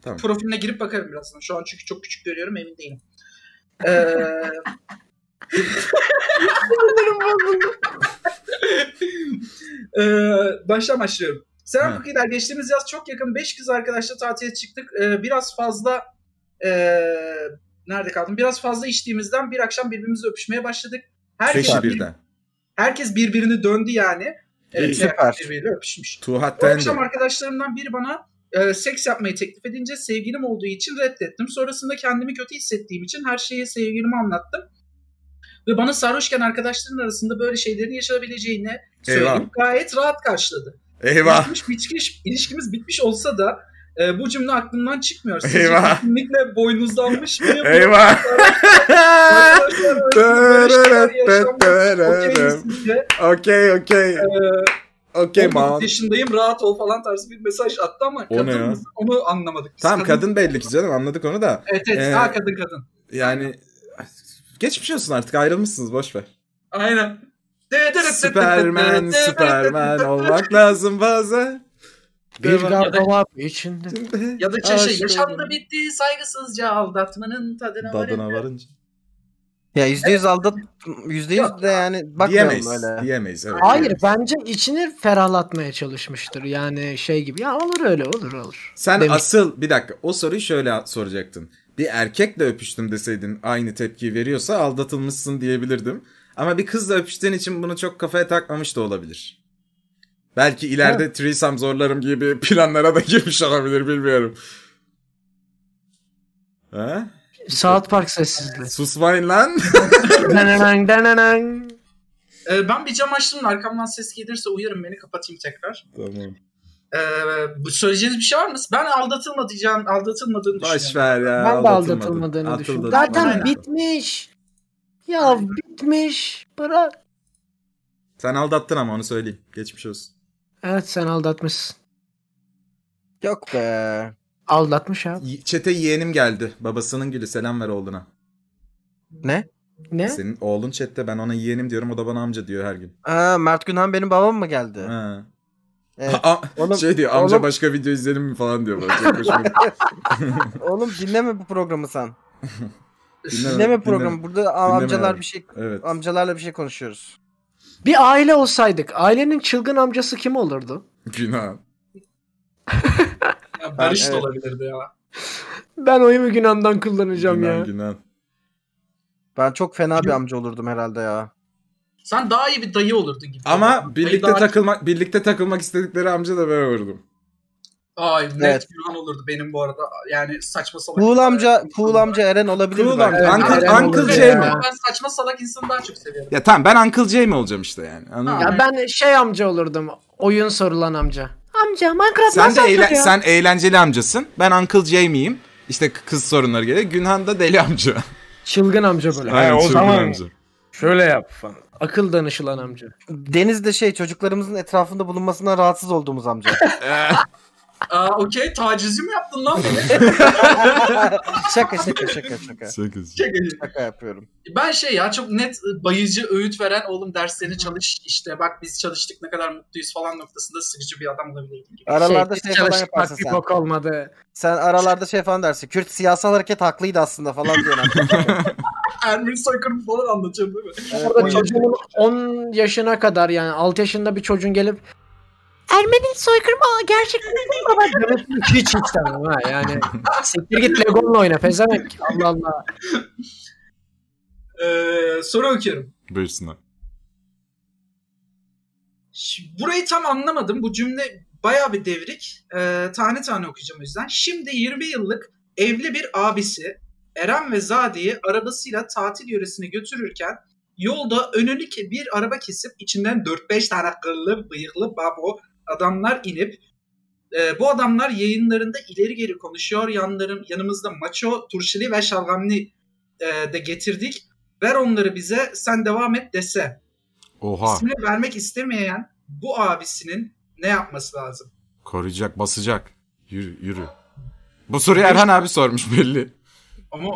C: Tamam.
D: Profiline girip bakarım birazdan. Şu an çünkü çok küçük görüyorum emin değilim. Ee... ee, baştan başlıyorum. Selam
C: Ha.
D: Kukiler. Geçtiğimiz yaz çok yakın 5 kız arkadaşla tatile çıktık. Ee, biraz fazla ee, nerede kaldım? Biraz fazla içtiğimizden bir akşam birbirimizi öpüşmeye başladık. Herkes,
C: Beşi
D: bir-
C: birden.
D: herkes birbirini döndü yani. Ee,
E: Süper.
D: Birbiriyle öpüşmüş.
C: Tuhat
D: Bu akşam
C: dendi.
D: arkadaşlarımdan biri bana e, seks yapmayı teklif edince sevgilim olduğu için reddettim. Sonrasında kendimi kötü hissettiğim için her şeyi sevgilime anlattım. Ve bana sarhoşken arkadaşların arasında böyle şeylerin yaşanabileceğini söyleyip gayet rahat karşıladı.
C: Eyvah.
D: İlişkimiz, bitmiş, ilişkimiz bitmiş olsa da e, bu cümle aklımdan çıkmıyor. Sizce
C: Eyvah.
D: Kesinlikle boynuzlanmış mıyım?
C: Eyvah.
D: Arkadaşlar arasında böyle şeyler yaşanmış. Okey misiniz?
C: Okey okey.
D: Ee,
C: Okey
D: 19
C: man.
D: yaşındayım rahat ol falan tarzı bir mesaj attı ama
C: O ne
D: kadın
C: ya?
D: mısın? onu anlamadık. Biz
C: Tamam kadın belli ki canım anladık onu da.
D: Evet evet
C: Ee,
D: ha kadın kadın.
C: Yani geçmiş olsun artık ayrılmışsınız boş ver.
D: Aynen. De- de- de- de- de-
C: Superman,
D: de- de-
C: Superman olmak lazım bazen.
F: Bir
C: Eyvah.
F: gardıroba içinde.
D: Ya da şey, şey
C: Aşk
D: yaşandı
C: olun.
D: bitti saygısızca aldatmanın tadına
C: Dadına
D: varın.
C: varınca.
E: Ya %100 aldat %100 de yani bakmıyorum
C: Diyemeyiz.
E: öyle.
C: Diyemeyiz. Evet.
G: Hayır bence içini ferahlatmaya çalışmıştır yani şey gibi ya olur öyle olur olur.
C: Sen
G: Demiş.
C: asıl bir dakika o soruyu şöyle soracaktın. Bir erkekle öpüştüm deseydin aynı tepkiyi veriyorsa aldatılmışsın diyebilirdim. Ama bir kızla öpüştüğün için bunu çok kafaya takmamış da olabilir. Belki ileride threesome zorlarım gibi planlara da girmiş olabilir bilmiyorum. Ha?
G: Saat Park sessizliği.
C: Susmayın lan.
G: Deneneng, deneneng.
D: Ee, ben bir cam açtım da arkamdan ses gelirse uyarın beni kapatayım tekrar.
C: tamam.
D: Ee, bu söyleyeceğiniz bir şey var mı? Ben aldatılmayacağım, aldatılmadığını
C: Baş
D: düşünüyorum.
C: ver ya.
G: ben de
C: aldatılmadın.
G: aldatılmadığını düşündüm.
C: Aldatıldın.
G: Zaten
D: Aynen.
G: bitmiş. Ya bitmiş. Bırak.
C: Sen aldattın ama onu söyleyeyim. Geçmiş olsun.
G: Evet sen aldatmışsın.
E: Yok be.
G: Aldatmış abi.
C: Y- Çete yeğenim geldi. Babasının gülü selam ver oğluna.
E: Ne?
G: Ne?
C: Senin oğlun chatte ben ona yeğenim diyorum o da bana amca diyor her gün.
E: Aa, Mert Günhan benim babam mı geldi?
C: Ha.
E: Evet.
C: A-
E: Oğlum-
C: şey diyor amca
E: oğlum-
C: başka video izleyelim mi falan diyor bana. Çok hoşuma gitti.
E: Oğlum dinleme bu programı sen.
C: Dinleme,
E: Dinleme
C: dinleme.
E: programı. Burada am-
C: Dinleme
E: amcalar
C: abi.
E: bir şey
C: Evet.
E: amcalarla bir şey konuşuyoruz.
G: Bir aile olsaydık ailenin çılgın amcası kim olurdu?
C: Günah.
D: Ya Barış da
E: Evet.
D: olabilirdi ya.
G: Ben oyumu Günan'dan kullanacağım
C: günah,
G: ya.
C: günah.
E: Ben çok fena bir amca olurdum herhalde ya.
D: Sen daha iyi bir dayı olurdun gibi.
C: Ama birlikte
D: Dayı daha-
C: takılmak birlikte takılmak istedikleri amca da ben olurdum.
D: Ay net
E: Evet.
D: Günhan olurdu benim bu arada. Yani saçma salak.
E: Kuğul amca, Kuğul amca Eren olabilir
C: Cool
E: mi? bence?
C: amca. Uncle,
G: aynen
C: Uncle
G: öyle
C: Jay
G: ya.
C: mi?
D: Ben saçma salak insanı daha çok seviyorum.
C: Ya tamam ben Uncle Jay mi olacağım işte yani. Anladın mı?
D: Ha.
G: Ya ben şey amca olurdum. Oyun sorulan amca.
M: Amca Minecraft
C: Sen de
M: nasıl
C: eğlen-
M: atılıyor?
C: sen eğlenceli amcasın. Ben Uncle Jay miyim? İşte k- kız sorunları geliyor. Günhan da deli amca.
G: Çılgın amca böyle.
C: Aynen,
F: o
C: çılgın
F: zaman-
C: amca.
F: Şöyle yap falan.
G: Akıl danışılan amca.
E: Deniz de şey çocuklarımızın etrafında bulunmasından rahatsız olduğumuz amca.
D: Aa okey tacizi mi yaptın lan?
E: şaka şaka şaka şaka.
C: Sakız.
D: Şey
E: Şaka yapıyorum.
D: ben şey ya çok net e, bayıcı öğüt veren oğlum derslerini çalış işte bak biz çalıştık ne kadar mutluyuz falan noktasında sıkıcı bir adam olabilir.
E: Aralarda şey, falan
G: çalışmak
E: yaparsın
G: bir
E: sen.
G: bok olmadı.
E: Sen aralarda şey falan dersin. Kürt siyasal hareket haklıydı aslında falan diyor.
D: Ermeni soykırımı falan anlatıyor değil mi?
G: Orada çocuğun 10 yaşına kadar yani 6 yaşında bir çocuğun gelip
M: Ermeni soykırımı gerçekten
G: baba demesini hiç istemem ha yani. Siktir git Lego'nla oyna pezevenk. Allah Allah.
D: Ee, soru okuyorum.
C: Buyursunlar.
D: Ş- Burayı tam anlamadım. Bu cümle bayağı bir devrik. Ee, tane tane okuyacağım o yüzden. Şimdi 20 yıllık evli bir abisi Eren ve Zade'yi arabasıyla tatil yöresine götürürken yolda önünü ki bir araba kesip içinden 4-5 tane kıllı bıyıklı babo adamlar inip e, bu adamlar yayınlarında ileri geri konuşuyor. Yanlarım, yanımızda Maço, Turşili ve Şalgamli e, de getirdik. Ver onları bize sen devam et dese.
C: Oha
D: İsmini vermek istemeyen bu abisinin ne yapması lazım?
C: koruyacak basacak. Yürü yürü. Bu soruyu Erhan abi sormuş belli.
D: Ama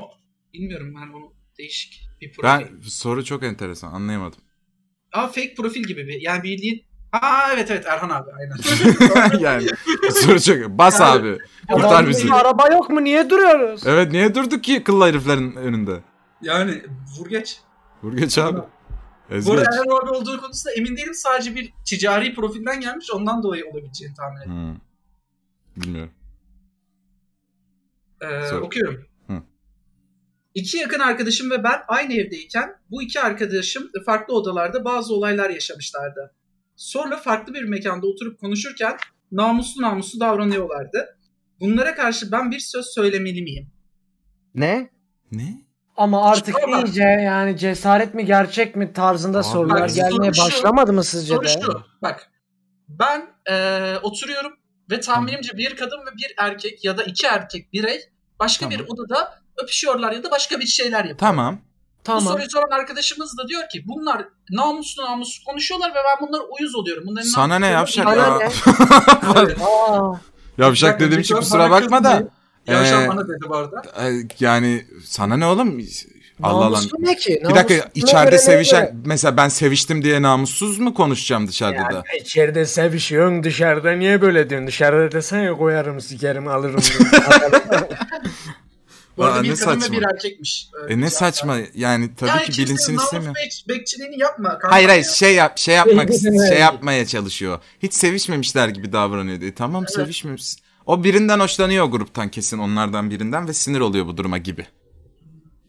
D: bilmiyorum ben bunu değişik bir profil.
C: Ben soru çok enteresan anlayamadım.
D: Aa fake profil gibi bir yani bildiğin Aa evet evet Erhan abi aynen.
C: yani soru çok bas
D: Yani-
C: abi. Kurtar bizi.
G: Araba yok mu? Niye duruyoruz?
C: Evet niye durduk ki kıllı heriflerin önünde?
D: yani vur geç.
C: Vur geç abi. Ez
D: Bu arada
C: geç.
D: Erhan abi olduğu konusunda emin değilim sadece bir ticari profilden gelmiş ondan dolayı olabileceğini tahmin ediyorum.
C: Hmm. Bilmiyorum.
D: Ee,
C: Sor.
D: okuyorum.
C: Hı.
D: İki yakın arkadaşım ve ben aynı evdeyken bu iki arkadaşım farklı odalarda bazı olaylar yaşamışlardı. Sonra farklı bir mekanda oturup konuşurken namuslu namuslu davranıyorlardı. Bunlara karşı ben bir söz söylemeli miyim?
E: Ne?
C: Ne?
G: Ama artık
D: Ama-
G: iyice yani cesaret mi gerçek mi tarzında
C: Abi-
G: sorular
D: Bak,
G: gelmeye
D: soru şu-
G: başlamadı mı sizce
D: Soru
G: de?
D: şu. Bak ben eee, oturuyorum ve tahminimce bir kadın ve bir erkek ya da iki erkek birey başka
C: Tamam.
D: bir odada öpüşüyorlar ya da başka bir şeyler yapıyor.
C: Tamam.
D: Bu
G: Tamam.
D: soruyu soran arkadaşımız da diyor ki bunlar namuslu namuslu konuşuyorlar ve ben bunlara uyuz oluyorum. Bunların
C: Sana ne yavşak
D: namuslu-
C: ya?
M: Bana ne?
G: Aa,
C: Yavşak dediğim için kusura bakma da.
D: Yavşak
C: Ee,
D: bana dedi bu arada.
C: e, Yani sana ne oğlum? Allah Allah.
G: namuslu ne ki?
C: Bir dakika
G: Namuslu ne
C: içeride
G: göre,
C: sevişen mesela ben seviştim diye namussuz mu konuşacağım
G: ne
C: dışarıda
G: göre?
C: da?
G: Ya içeride sevişiyorsun dışarıda niye böyle diyorsun? Dışarıda desene koyarım sikerim alırım.
D: Bu arada
C: Aa,
D: bir
C: ne
D: kadın ve
C: saçma.
D: bir erkekmiş. Ee,
C: E ne
D: yani-
C: saçma yani tabii
D: Yani
C: ki
D: kimse
C: bilinsin
D: namus
C: istemiyor.
D: bek- bekçiliğini yapma. kanka
C: Hayır
D: ya.
C: hayır şey yap şey yapmak
G: Bilgisini
C: şey
G: ver.
C: yapmaya çalışıyor. Hiç sevişmemişler gibi davranıyor diye. Tamam sevişmemiş. O birinden hoşlanıyor o gruptan kesin onlardan birinden ve sinir oluyor bu duruma gibi.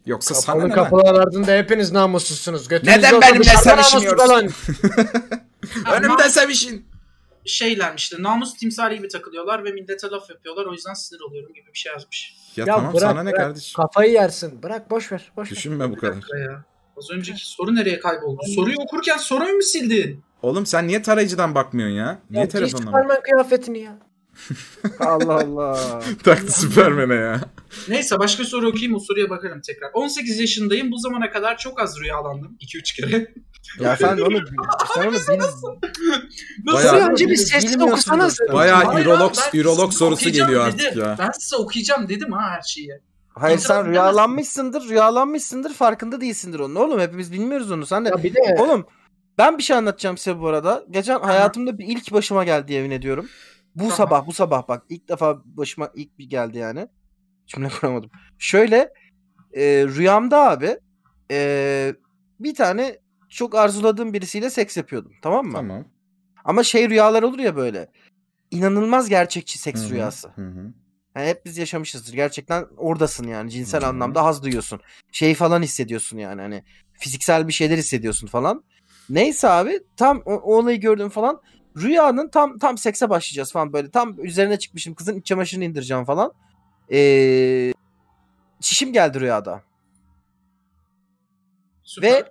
C: Yoksa sana
G: Onun
C: ne lan?
G: kapılar ardında hepiniz namussuzsunuz. Götünüzde
C: Neden
G: olsa
C: benimle
G: dışarıda namussuz
C: sevişmiyorsun?
G: olan.
D: Ha,
C: Önümde
D: namus
C: sevişin.
D: şeylermişti. Namus timsali gibi takılıyorlar ve millete laf yapıyorlar. O yüzden sinir oluyorum gibi bir şey yazmış.
C: Ya,
G: Ya
C: tamam
G: bırak,
C: sana ne
G: bırak.
C: kardeşim?
G: Kafayı yersin. Bırak boş ver. Boş ver.
C: Düşünme bu kadar.
D: Ya. Az önceki soru nereye kayboldu? Soruyu okurken soruyu mu sildin?
C: Oğlum sen niye tarayıcıdan bakmıyorsun ya? Niye
G: Ya, şey giy
C: telefonla bakıyorsun?
G: Superman kıyafetini ya.
E: Allah Allah.
C: Taktı Superman'e ya.
D: Neyse başka soru okuyayım o soruya bakarım tekrar. 18 yaşındayım bu zamana kadar çok az rüyalandım. 2-3 kere.
E: Ya sen onu sen onu bil,
D: Nasıl?
C: Bayağı-
G: Soruyu önce bir sesli
E: Bilmiyorsun
G: okusanız.
E: dostum.
C: Bayağı
D: Hayır
C: ürolog,
D: abi, ben
C: ürolog
D: size
C: sorusu
D: okuyacağım
C: geliyor artık
D: dedim.
C: ya.
D: Ben size okuyacağım dedim ha her şeyi.
E: Hayır
D: İnsan
E: sen
D: bilemez.
E: rüyalanmışsındır, rüyalanmışsındır farkında değilsindir onun. Oğlum hepimiz bilmiyoruz onu. Sen de
G: Ya bir de
E: Oğlum ben bir şey anlatacağım size bu arada. Geçen hayatımda bir ilk başıma geldi yemin ediyorum. Bu
D: Tamam.
E: sabah bu sabah bak ilk defa başıma ilk bir geldi yani. Cümle kuramadım. Şöyle e, rüyamda abi e, bir tane çok arzuladığım birisiyle seks yapıyordum tamam mı?
C: Tamam.
E: Ama şey rüyalar olur ya böyle. İnanılmaz gerçekçi seks
C: Hı hı,
E: rüyası.
C: Hı hı.
E: Yani hep biz yaşamışızdır. Gerçekten oradasın yani cinsel
C: Hı.
E: anlamda haz duyuyorsun. Şeyi falan hissediyorsun yani hani fiziksel bir şeyler hissediyorsun falan. Neyse abi tam o, o olayı gördüm falan. Rüyanın tam tam sekse başlayacağız falan böyle. Tam üzerine çıkmışım kızın iç çamaşırını indireceğim falan. Ee, çişim geldi rüyada.
D: Süper.
E: Ve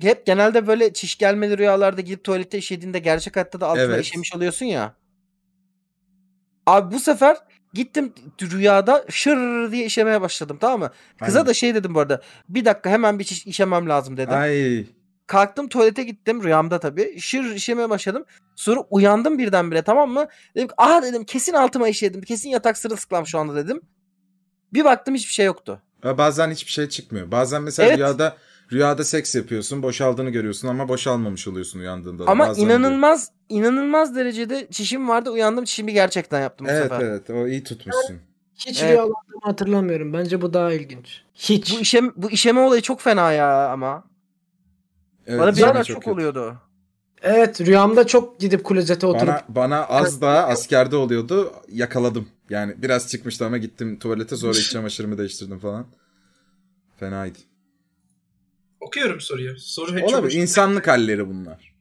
E: hep genelde böyle çiş gelmeli rüyalarda gidip tuvalette işediğinde gerçek hayatta da altına
N: Evet.
E: işemiş oluyorsun ya. Abi bu sefer gittim rüyada şır diye işemeye başladım tamam mı? Kıza
N: Aynen.
E: da şey dedim bu arada. Bir dakika hemen bir çiş işemem lazım dedim.
N: Ay.
E: Kalktım tuvalete gittim rüyamda tabii. Şır işemeye başladım. Sonra uyandım birdenbire tamam mı? Dedim ki, aa dedim kesin altıma işedim. Kesin yatak sırılsıklam şu anda dedim. Bir baktım hiçbir şey yoktu.
N: Ha, Bazen hiçbir şey çıkmıyor. Bazen mesela
E: Evet.
N: rüyada rüyada seks yapıyorsun, boşaldığını görüyorsun ama boşalmamış oluyorsun uyandığında. da.
E: Ama
N: Bazen
E: inanılmaz inanılmaz derecede çişim vardı. Uyandım çişimi gerçekten yaptım bu
N: oluyor. Evet
E: sefer.
N: evet o iyi tutmuşsun.
G: hiç
E: Evet.
G: rüyalandığımı hatırlamıyorum. Bence bu daha ilginç. Hiç.
E: Bu işem bu işeme olayı çok fena ya ama.
N: Evet,
E: Bana bir
N: bana
E: ara
N: çok
E: çok,
N: kötü.
E: oluyordu.
G: Evet rüyamda çok gidip klozete oturup
N: Bana, bana az daha askerde oluyordu. Yakaladım. Yani biraz çıkmıştı ama gittim tuvalete sonra iç çamaşırımı değiştirdim falan. Fenaydı.
D: Okuyorum soruyu. Soru hep çok
N: Olabilir.
D: hoşuma-
N: insanlık halleri bunlar.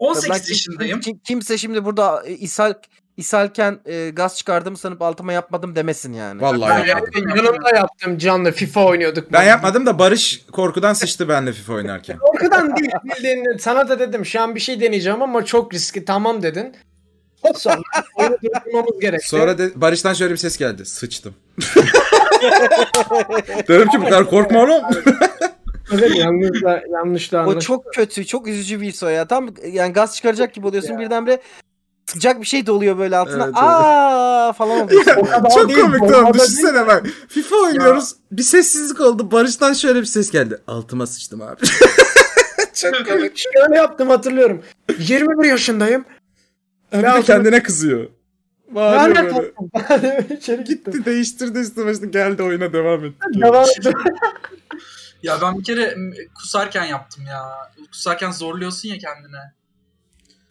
E: Ben
D: 18
E: kim-
D: yaşındayım.
E: kim- Kimse şimdi burada e, ishal ishalken e, gaz çıkardığımı sanıp altıma yapmadım demesin yani.
C: Vallahi
D: Ben
C: yapmadım.
D: yaptım.
G: Yanımda yaptım canlı FIFA oynuyorduk.
C: Ben yapmadım da Barış korkudan sıçtı benle FIFA oynarken.
G: Korkudan değil. Bildiğin, sana da dedim şu an bir şey deneyeceğim ama çok riskli. Tamam dedin. Sonra oyunu durdurmamız gerekti.
C: Sonra de, Barış'tan şöyle bir ses geldi. Sıçtım. Dedim ki bu kadar korkma oğlum.
G: Evet, yanlış da, yanlış da
E: o
G: anlaşıldı.
E: çok kötü, çok üzücü bir soru ya. Tam yani gaz çıkaracak gibi oluyorsun birdenbire sıcak bir şey doluyor böyle altına.
C: Evet, evet.
E: Aa falan oluyorsun.
G: O kadar
C: Çok
G: değil,
C: komik
G: o
C: tamam
G: kadar değil.
C: düşünsene bak. FIFA oynuyoruz. Bir sessizlik oldu. Barış'tan şöyle bir ses geldi. Altıma sıçtım abi.
G: Çok komik. Şöyle yaptım hatırlıyorum. 21 yaşındayım.
C: Hem de
G: altıma-
C: kendine kızıyor. Bağırıyor
G: Lanet
C: böyle.
G: İçeri gittim.
C: Gitti değiştirdi üstüne başını geldi oyuna devam etti.
G: Devam ettim.
D: Ya ben bir kere m, kusarken yaptım ya. Kusarken zorluyorsun ya kendine.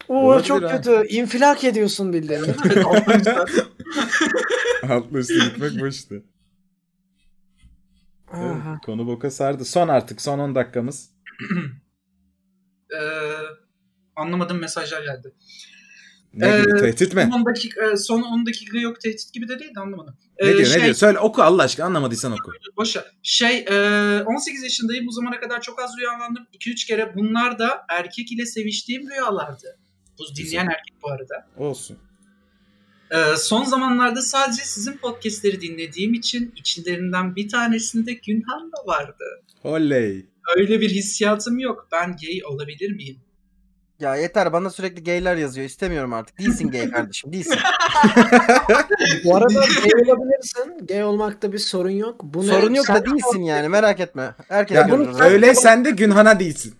G: Oo,
C: Olabilir
G: çok
C: ha.
G: kötü. İnfilak ediyorsun bildiğin.
D: Evet, altıncı-
C: Altlı üstü gitmek bu işte. Evet,
G: Aha.
C: konu boka sardı. Son artık son 10 dakikamız.
D: Ee, anlamadığım mesajlar geldi.
C: Ne
D: Ee,
C: gibi tehdit mi?
D: Son 10 dakika, e, son 10 dakika yok tehdit gibi de değil de anlamadım.
C: Ne
D: Ee,
C: diyor
D: şey,
C: ne diyor? Söyle oku Allah aşkına anlamadıysan oku.
D: Boşa. Şey e, 18 yaşındayım bu zamana kadar çok az rüyalandım. 2-3 kere bunlar da erkek ile seviştiğim rüyalardı. Bu dinleyen erkek bu arada.
C: Olsun.
D: Ee, son zamanlarda sadece sizin podcastleri dinlediğim için içlerinden bir tanesinde Günhan da vardı.
C: Oley.
D: Öyle bir hissiyatım yok. Ben gay olabilir miyim?
E: ya yeter bana sürekli gayler yazıyor. İstemiyorum artık. Değilsin gay kardeşim, değilsin.
G: Bu arada gay olabilirsin. Gay olmakta bir sorun yok. Bunu
E: Sorun yok
G: sen-
E: da değilsin yani. Merak etme. Herkes
C: Ya,
E: görür.
C: öyle sen de Günhan'a değilsin.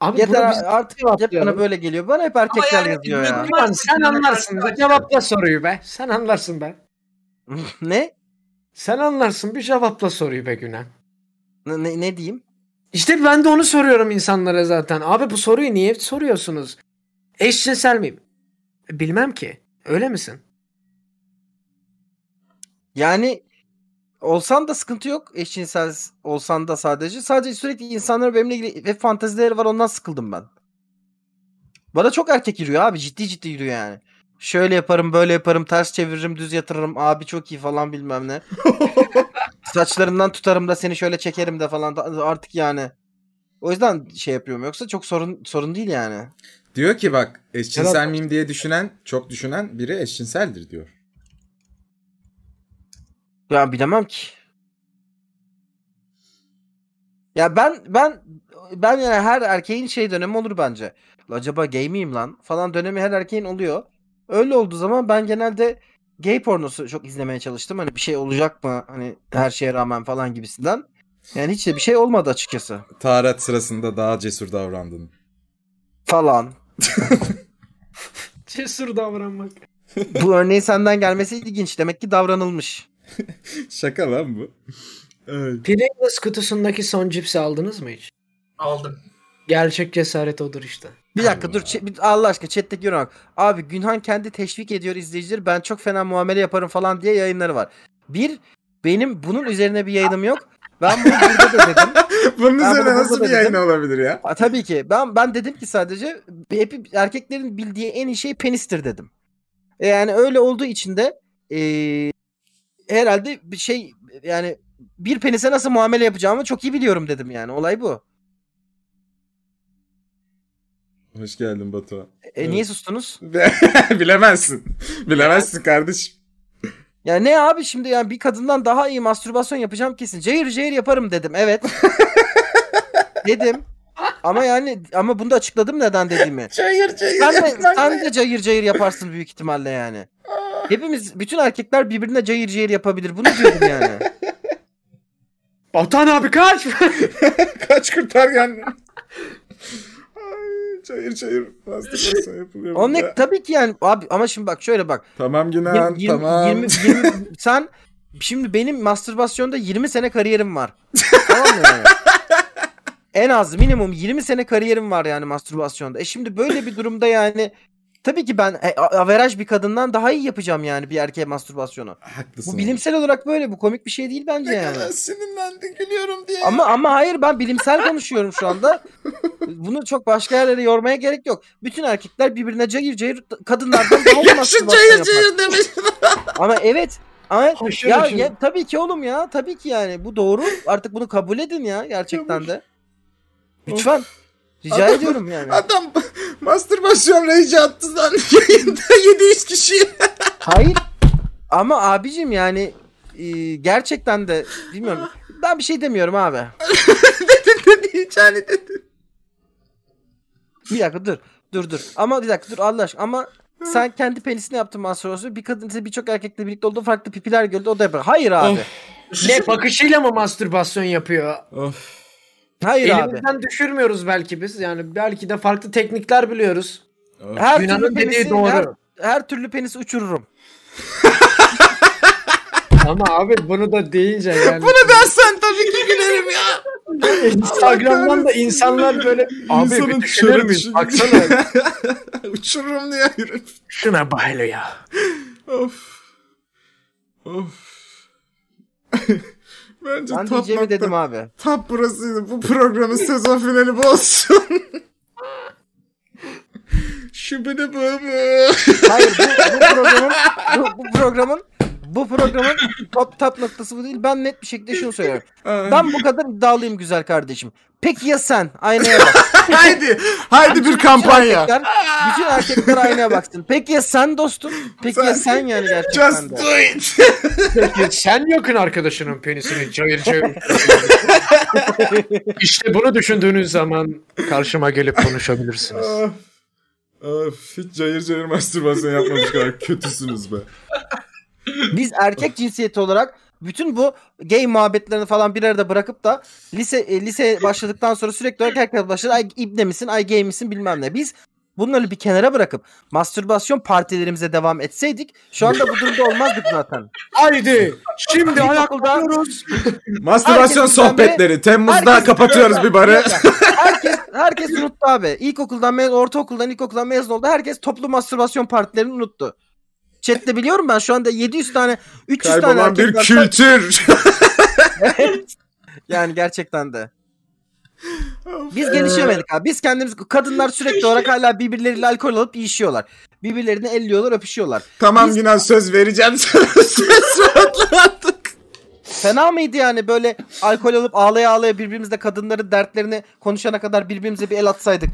G: Abi bunu
E: Yeter
G: biz-
E: artık hep bana böyle geliyor. Bana hep erkekler
D: yani
E: yazıyor ya.
D: bilmiyorum.
G: Ulan sen anlarsın be. Cevapla soruyu be. Sen anlarsın be.
E: ne?
G: Sen anlarsın bir cevapla soruyu be Günem.
E: Ne, ne, ne diyeyim?
G: İşte ben de onu soruyorum insanlara zaten. Abi bu soruyu niye soruyorsunuz? Eşcinsel miyim? Bilmem ki. Öyle misin?
E: Yani olsan da sıkıntı yok eşcinsel olsan da sadece. Sadece sürekli insanların benimle ilgili ve fantezileri var ondan sıkıldım ben. Bana çok erkek yürüyor abi ciddi ciddi yürüyor yani. Şöyle yaparım böyle yaparım ters çeviririm düz yatırırım abi çok iyi falan bilmem ne. Saçlarından tutarım da seni şöyle çekerim de falan da artık yani. O yüzden şey yapıyorum yoksa çok sorun sorun değil yani.
C: Diyor ki bak eşcinsel miyim diye düşünen, çok düşünen biri eşcinseldir diyor.
E: Ya bilemem ki. Ya ben ben ben yani her erkeğin şey dönemi olur bence. "Lan Acaba gay miyim lan falan dönemi her erkeğin oluyor. Öyle olduğu zaman ben genelde gay pornosu çok izlemeye çalıştım. Hani bir şey olacak mı? Hani her şeye rağmen falan gibisinden. Yani hiç de bir şey olmadı açıkçası.
C: Taharet sırasında daha cesur davrandın.
E: Falan.
G: Cesur davranmak.
E: Bu örneğin senden gelmesi ilginç. Demek ki davranılmış.
C: Şaka lan bu. Ay.
G: Pringles kutusundaki son cipsi aldınız mı hiç?
D: Aldım.
G: Gerçek cesaret odur işte.
E: Bir dakika dur.
C: Allah.
E: chat- bir- Allah aşkına chat'teki yoruma bak. Abi Günhan kendi teşvik ediyor izleyicileri. Ben çok fena muamele yaparım falan diye yayınları var. Bir, benim bunun üzerine bir yayınım yok. Ben bunu burada da dedim.
C: Bunun
E: Ben
C: üzerine
E: bunu
C: nasıl
E: burada
C: bir yayın
E: dedim.
C: olabilir ya?
E: Ha, Tabii ki. Ben ben dedim ki sadece hep erkeklerin bildiği en iyi şey penistir dedim. E, Yani öyle olduğu için de eee, herhalde bir şey yani bir penise nasıl muamele yapacağımı çok iyi biliyorum dedim yani. Olay bu.
C: Hoş geldin Batuhan.
E: E,
C: Evet.
E: niye sustunuz?
C: Bilemezsin. Bilemezsin kardeşim.
E: Ya ne abi şimdi yani bir kadından daha iyi mastürbasyon yapacağım kesin. Cayır cayır yaparım dedim. Evet. dedim. Ama yani ama bunu da açıkladım neden dediğimi.
C: Çayır çayır.
E: Sen de, sen de cayır cayır yaparsın büyük ihtimalle yani. Hepimiz bütün erkekler birbirine cayır cayır yapabilir. Bunu diyorum yani.
G: Batuhan abi kaç!
C: Kaç kurtar kendini. Ay, çayır çayır. Plastik olsa yapılıyor.
E: Onun
C: burada.
E: tabii ki yani abi ama şimdi bak şöyle bak.
C: Tamam
E: Yir-
C: Günan
E: yirmi-
C: tamam.
E: yirmi- yirmi- sen şimdi benim mastürbasyonda 20 sene kariyerim var. tamam mı yani? En az minimum 20 sene kariyerim var yani mastürbasyonda. E şimdi böyle bir durumda yani Tabii ki ben e, a- averaj bir kadından daha iyi yapacağım yani bir erkeğe mastürbasyonu.
C: Haklısın.
E: Bu bilimsel olarak böyle. Bu komik bir şey değil bence yani.
C: Sinirlendi gülüyorum diye.
E: Ama ama hayır ben bilimsel konuşuyorum şu anda. Bunu çok başka yerlere yormaya gerek yok. Bütün erkekler birbirine cayır cayır kadınlardan daha iyi
C: Şu
E: mastürbasyon
C: cayır
E: yapar.
C: cayır demiş.
E: Ama evet. Ama
F: Haşır
E: ya,
F: haşır.
E: ya tabii ki oğlum ya. Tabii ki yani. Bu doğru. Artık bunu kabul edin ya gerçekten de. Lütfen. Rica
C: Adam-
E: ediyorum yani.
C: Adam mastürbasyon rage attı lan yayında 700 kişi.
E: Hayır. Ama abicim yani e, gerçekten de bilmiyorum. Ben bir şey demiyorum abi.
C: Yani dedi.
E: Bir dakika dur. Dur dur. Ama bir dakika dur Allah aşkına. Ama sen kendi penisini yaptın mastürbasyon. Bir kadın ise birçok erkekle birlikte olduğu farklı pipiler gördü. O da yapar. Hayır abi.
F: Ne bakışıyla mı mastürbasyon yapıyor?
E: Hayır abi.
F: Elimizden düşürmüyoruz belki biz. Yani belki de farklı teknikler biliyoruz.
E: Her türlü
F: Yunan'ın dediği
E: penisi,
F: doğru.
E: her, her türlü penisi uçururum.
F: Ama abi bunu da deyince yani.
C: Ben sen tabii ki gülerim ya.
F: Instagram'dan da insanlar böyle abi bir düşünür müyüz? Baksana
C: Uçururum diye yürüyorum.
F: şuna bayla ya.
C: Of. Of. Bence
E: Ben
C: tap nokta-
E: diyeceğimi dedim abi.
C: Tap burasıydı. Bu programın sezon finali bu olsun. Şübini böbü.
E: Hayır bu, bu programın bu, bu programın bu programın top tap noktası bu değil. Ben net bir şekilde şunu söylüyorum. Ben bu kadar iddialıyım güzel kardeşim. Peki ya sen? Aynaya bak.
C: Haydi. Haydi bir kampanya.
E: Erkekler, bütün erkekler aynaya baksın. Peki ya sen dostum? Peki ya sen yani gerçekten
C: Just
E: de?
C: do it.
F: Peki sen yakın arkadaşının penisini çayır çayır. işte bunu düşündüğünüz zaman karşıma gelip konuşabilirsiniz.
C: Of, Ah. hiç cayır cayır mastürbasyon yapmamış kadar kötüsünüz be.
E: Biz erkek cinsiyeti olarak bütün bu gay muhabbetlerini falan bir arada bırakıp da lise e, lise başladıktan sonra sürekli olarak herkes başladı. Ay ibne misin, ay gay misin bilmem ne. Biz bunları bir kenara bırakıp mastürbasyon partilerimize devam etseydik şu anda bu durumda olmazdık zaten.
F: Haydi şimdi
E: Bir
F: ayakta
E: okulda-
F: duruyoruz.
C: Mastürbasyon
E: Herkes gündemde-
C: sohbetleri. Temmuz'da
E: Herkes-
C: kapatıyoruz bir barı.
E: herkes herkes unuttu abi. İlkokuldan mezun, ortaokuldan ilkokuldan mezun oldu. Herkes toplu mastürbasyon partilerini unuttu. Chat'te biliyorum ben şu anda 700 tane 300 tane
C: Kaybolan
E: erkek
C: bir
E: var.
C: kültür.
E: Yani gerçekten de. Biz gelişemedik abi. Biz kendimiz kadınlar sürekli olarak hala birbirleriyle alkol alıp işiyorlar. Birbirlerini elliyorlar, öpüşüyorlar.
C: tamam
E: Biz-
C: Günan söz vereceğim sana. söz rahatlattık.
E: Fena mıydı yani böyle alkol alıp ağlaya ağlaya birbirimizle kadınların dertlerini konuşana kadar birbirimize bir el atsaydık.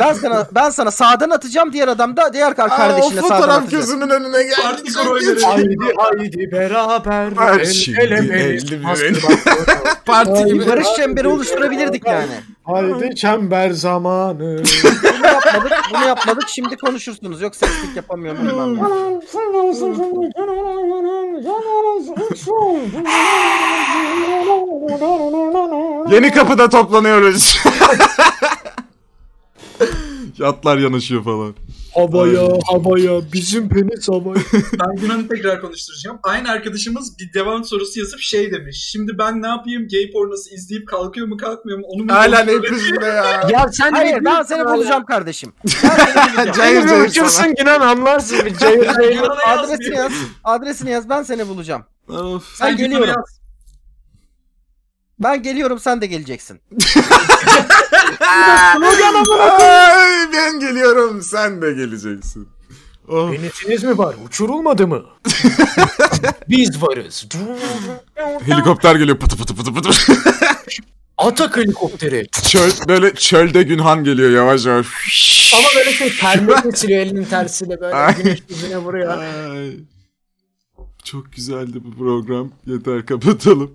E: Ben sana ben sana sağdan atacağım diğer adam da diğer kar-
C: Aa, o
E: kardeşine sağdan
C: fotoğraf
E: atacak.
C: gözümün önüne geldi.
D: Artık
C: Çok
D: oraya
C: kötü.
D: verelim.
F: Haydi haydi beraber
C: Her
F: el
C: şimdi
F: ele
C: elli bir
F: veririz.
C: el.
F: Mastürbasyon.
C: Parti gibi.
E: Bir barış çemberi oluşturabilirdik yani.
F: Haydi çember zamanı.
E: Bunu yapmadık, bunu yapmadık. Şimdi konuşursunuz. Yok seslik yapamıyorum bilmem ne.
C: Yeni kapıda toplanıyoruz. Yatlar yanaşıyor falan.
F: Havaya havaya bizim penis havaya.
D: Ben Yunan'ı tekrar konuşturacağım. Aynı arkadaşımız bir devam sorusu yazıp şey demiş. Şimdi ben ne yapayım? Gay pornosu izleyip kalkıyor mu kalkmıyor mu? Onu mu
C: Hala ne
D: kontrol edeyim?
C: peşinde ya.
F: Ya sen
E: Hayır ben seni bulacağım kardeşim.
C: cayır
F: Hayır,
C: cayır sana.
F: uçursun Günan anlarsın bir cayır cayır.
D: Yunan'a yaz
E: Adresini
D: bir.
E: yaz. Adresini yaz ben seni bulacağım.
C: Of.
E: Ben
D: Sen Yunan'a
E: geliyorum.
D: yaz.
E: Ben geliyorum sen de geleceksin.
C: Ay, ben geliyorum sen de geleceksin. Of.
F: Penisiniz mi var? Uçurulmadı mı? Biz varız.
C: Helikopter geliyor pıtı pıtı pıtı pıtı.
F: Atak helikopteri.
C: Çöl, böyle çölde Günhan geliyor yavaş yavaş.
G: Ama böyle şey permekle siliyor elinin tersiyle
C: Ay.
G: böyle güneş yüzüne vuruyor.
C: Ay. Çok güzeldi bu program. Yeter kapatalım.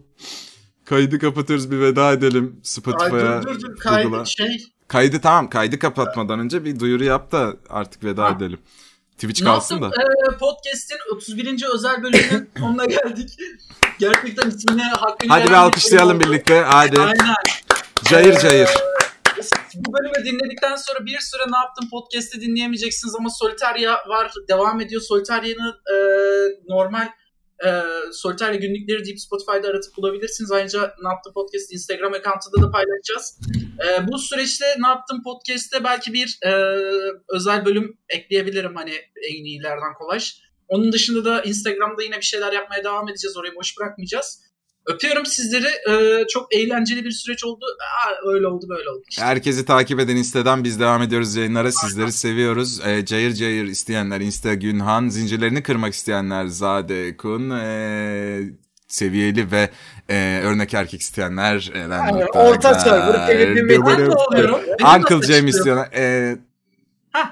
C: Kaydı kapatıyoruz bir veda edelim
D: Ay,
C: Spotify'a.
D: dur dur dur.
C: Google'a.
D: Kaydı şey.
O: Kaydı tamam kaydı kapatmadan önce bir duyuru yap da artık veda
D: Ha.
O: edelim. Twitch
D: Ne
O: kalsın
D: yaptım?
O: da.
D: Ee, podcast'in 31. özel bölümünün sonuna geldik. Gerçekten ismine hakkını
O: Hadi bir
D: veren
O: alkışlayalım
D: bölüm şey oldu.
O: birlikte. Hadi.
D: Aynen.
O: Cayır cayır.
D: Bu bölümü dinledikten sonra bir süre ne yaptım podcast'i dinleyemeyeceksiniz ama Solitaria var. Devam ediyor. Solitaria'nın e, normal E, Solitaire günlükleri deyip Spotify'da aratıp bulabilirsiniz. Ayrıca Ne Yaptım Podcast Instagram account'ında da paylaşacağız. E, bu süreçte Ne Yaptım Podcast'te belki bir e, özel bölüm ekleyebilirim hani en iyilerden kolaş. Onun dışında da Instagram'da yine bir şeyler yapmaya devam edeceğiz. Orayı boş bırakmayacağız. Öpüyorum sizleri. E, çok eğlenceli bir süreç oldu. Aa, öyle oldu böyle oldu. İşte.
C: Herkesi takip eden Insta'dan biz devam ediyoruz yayınlara. Sizleri seviyoruz. Ee, cayır cayır isteyenler Insta Günhan. Zincirlerini kırmak isteyenler Zade Kun. Ee, seviyeli ve e, örnek erkek isteyenler. Eren
G: Aynen,
C: Nokta
G: orta
C: Akar.
G: soy, grup evliliği
C: Dublu-
D: Ben de oluyorum. Benim
C: şey. Uncle
D: nasıl
C: Cem
D: çıkıyor?
C: istiyorlar. Ee,
D: Hah.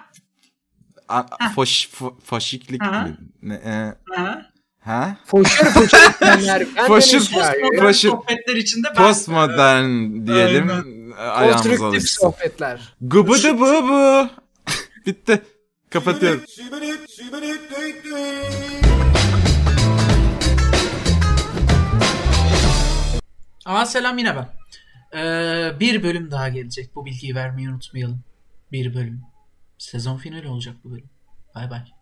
C: a- foş, fo- faşiklik
D: Aha.
C: mi? Ne, e,
D: Ha?
C: ha?
G: Foşur foşur isteyenler. Ben
C: Foşur-
G: demiş ya.
D: postmodern
C: Uğraşır-
D: sohbetler içinde ben
C: Postmodern diyelim. Ayağımız
G: Konstrüktif
C: alışsın.
G: sohbetler.
C: Gıbıdı bu bu. Bitti. Kapatıyorum.
A: Şibirit, şibirit, düt düt.
D: Aa selam yine ben. Ee, bir bölüm daha gelecek. Bu bilgiyi vermeyi unutmayalım. Bir bölüm. Sezon finali olacak bu bölüm. Bay bay.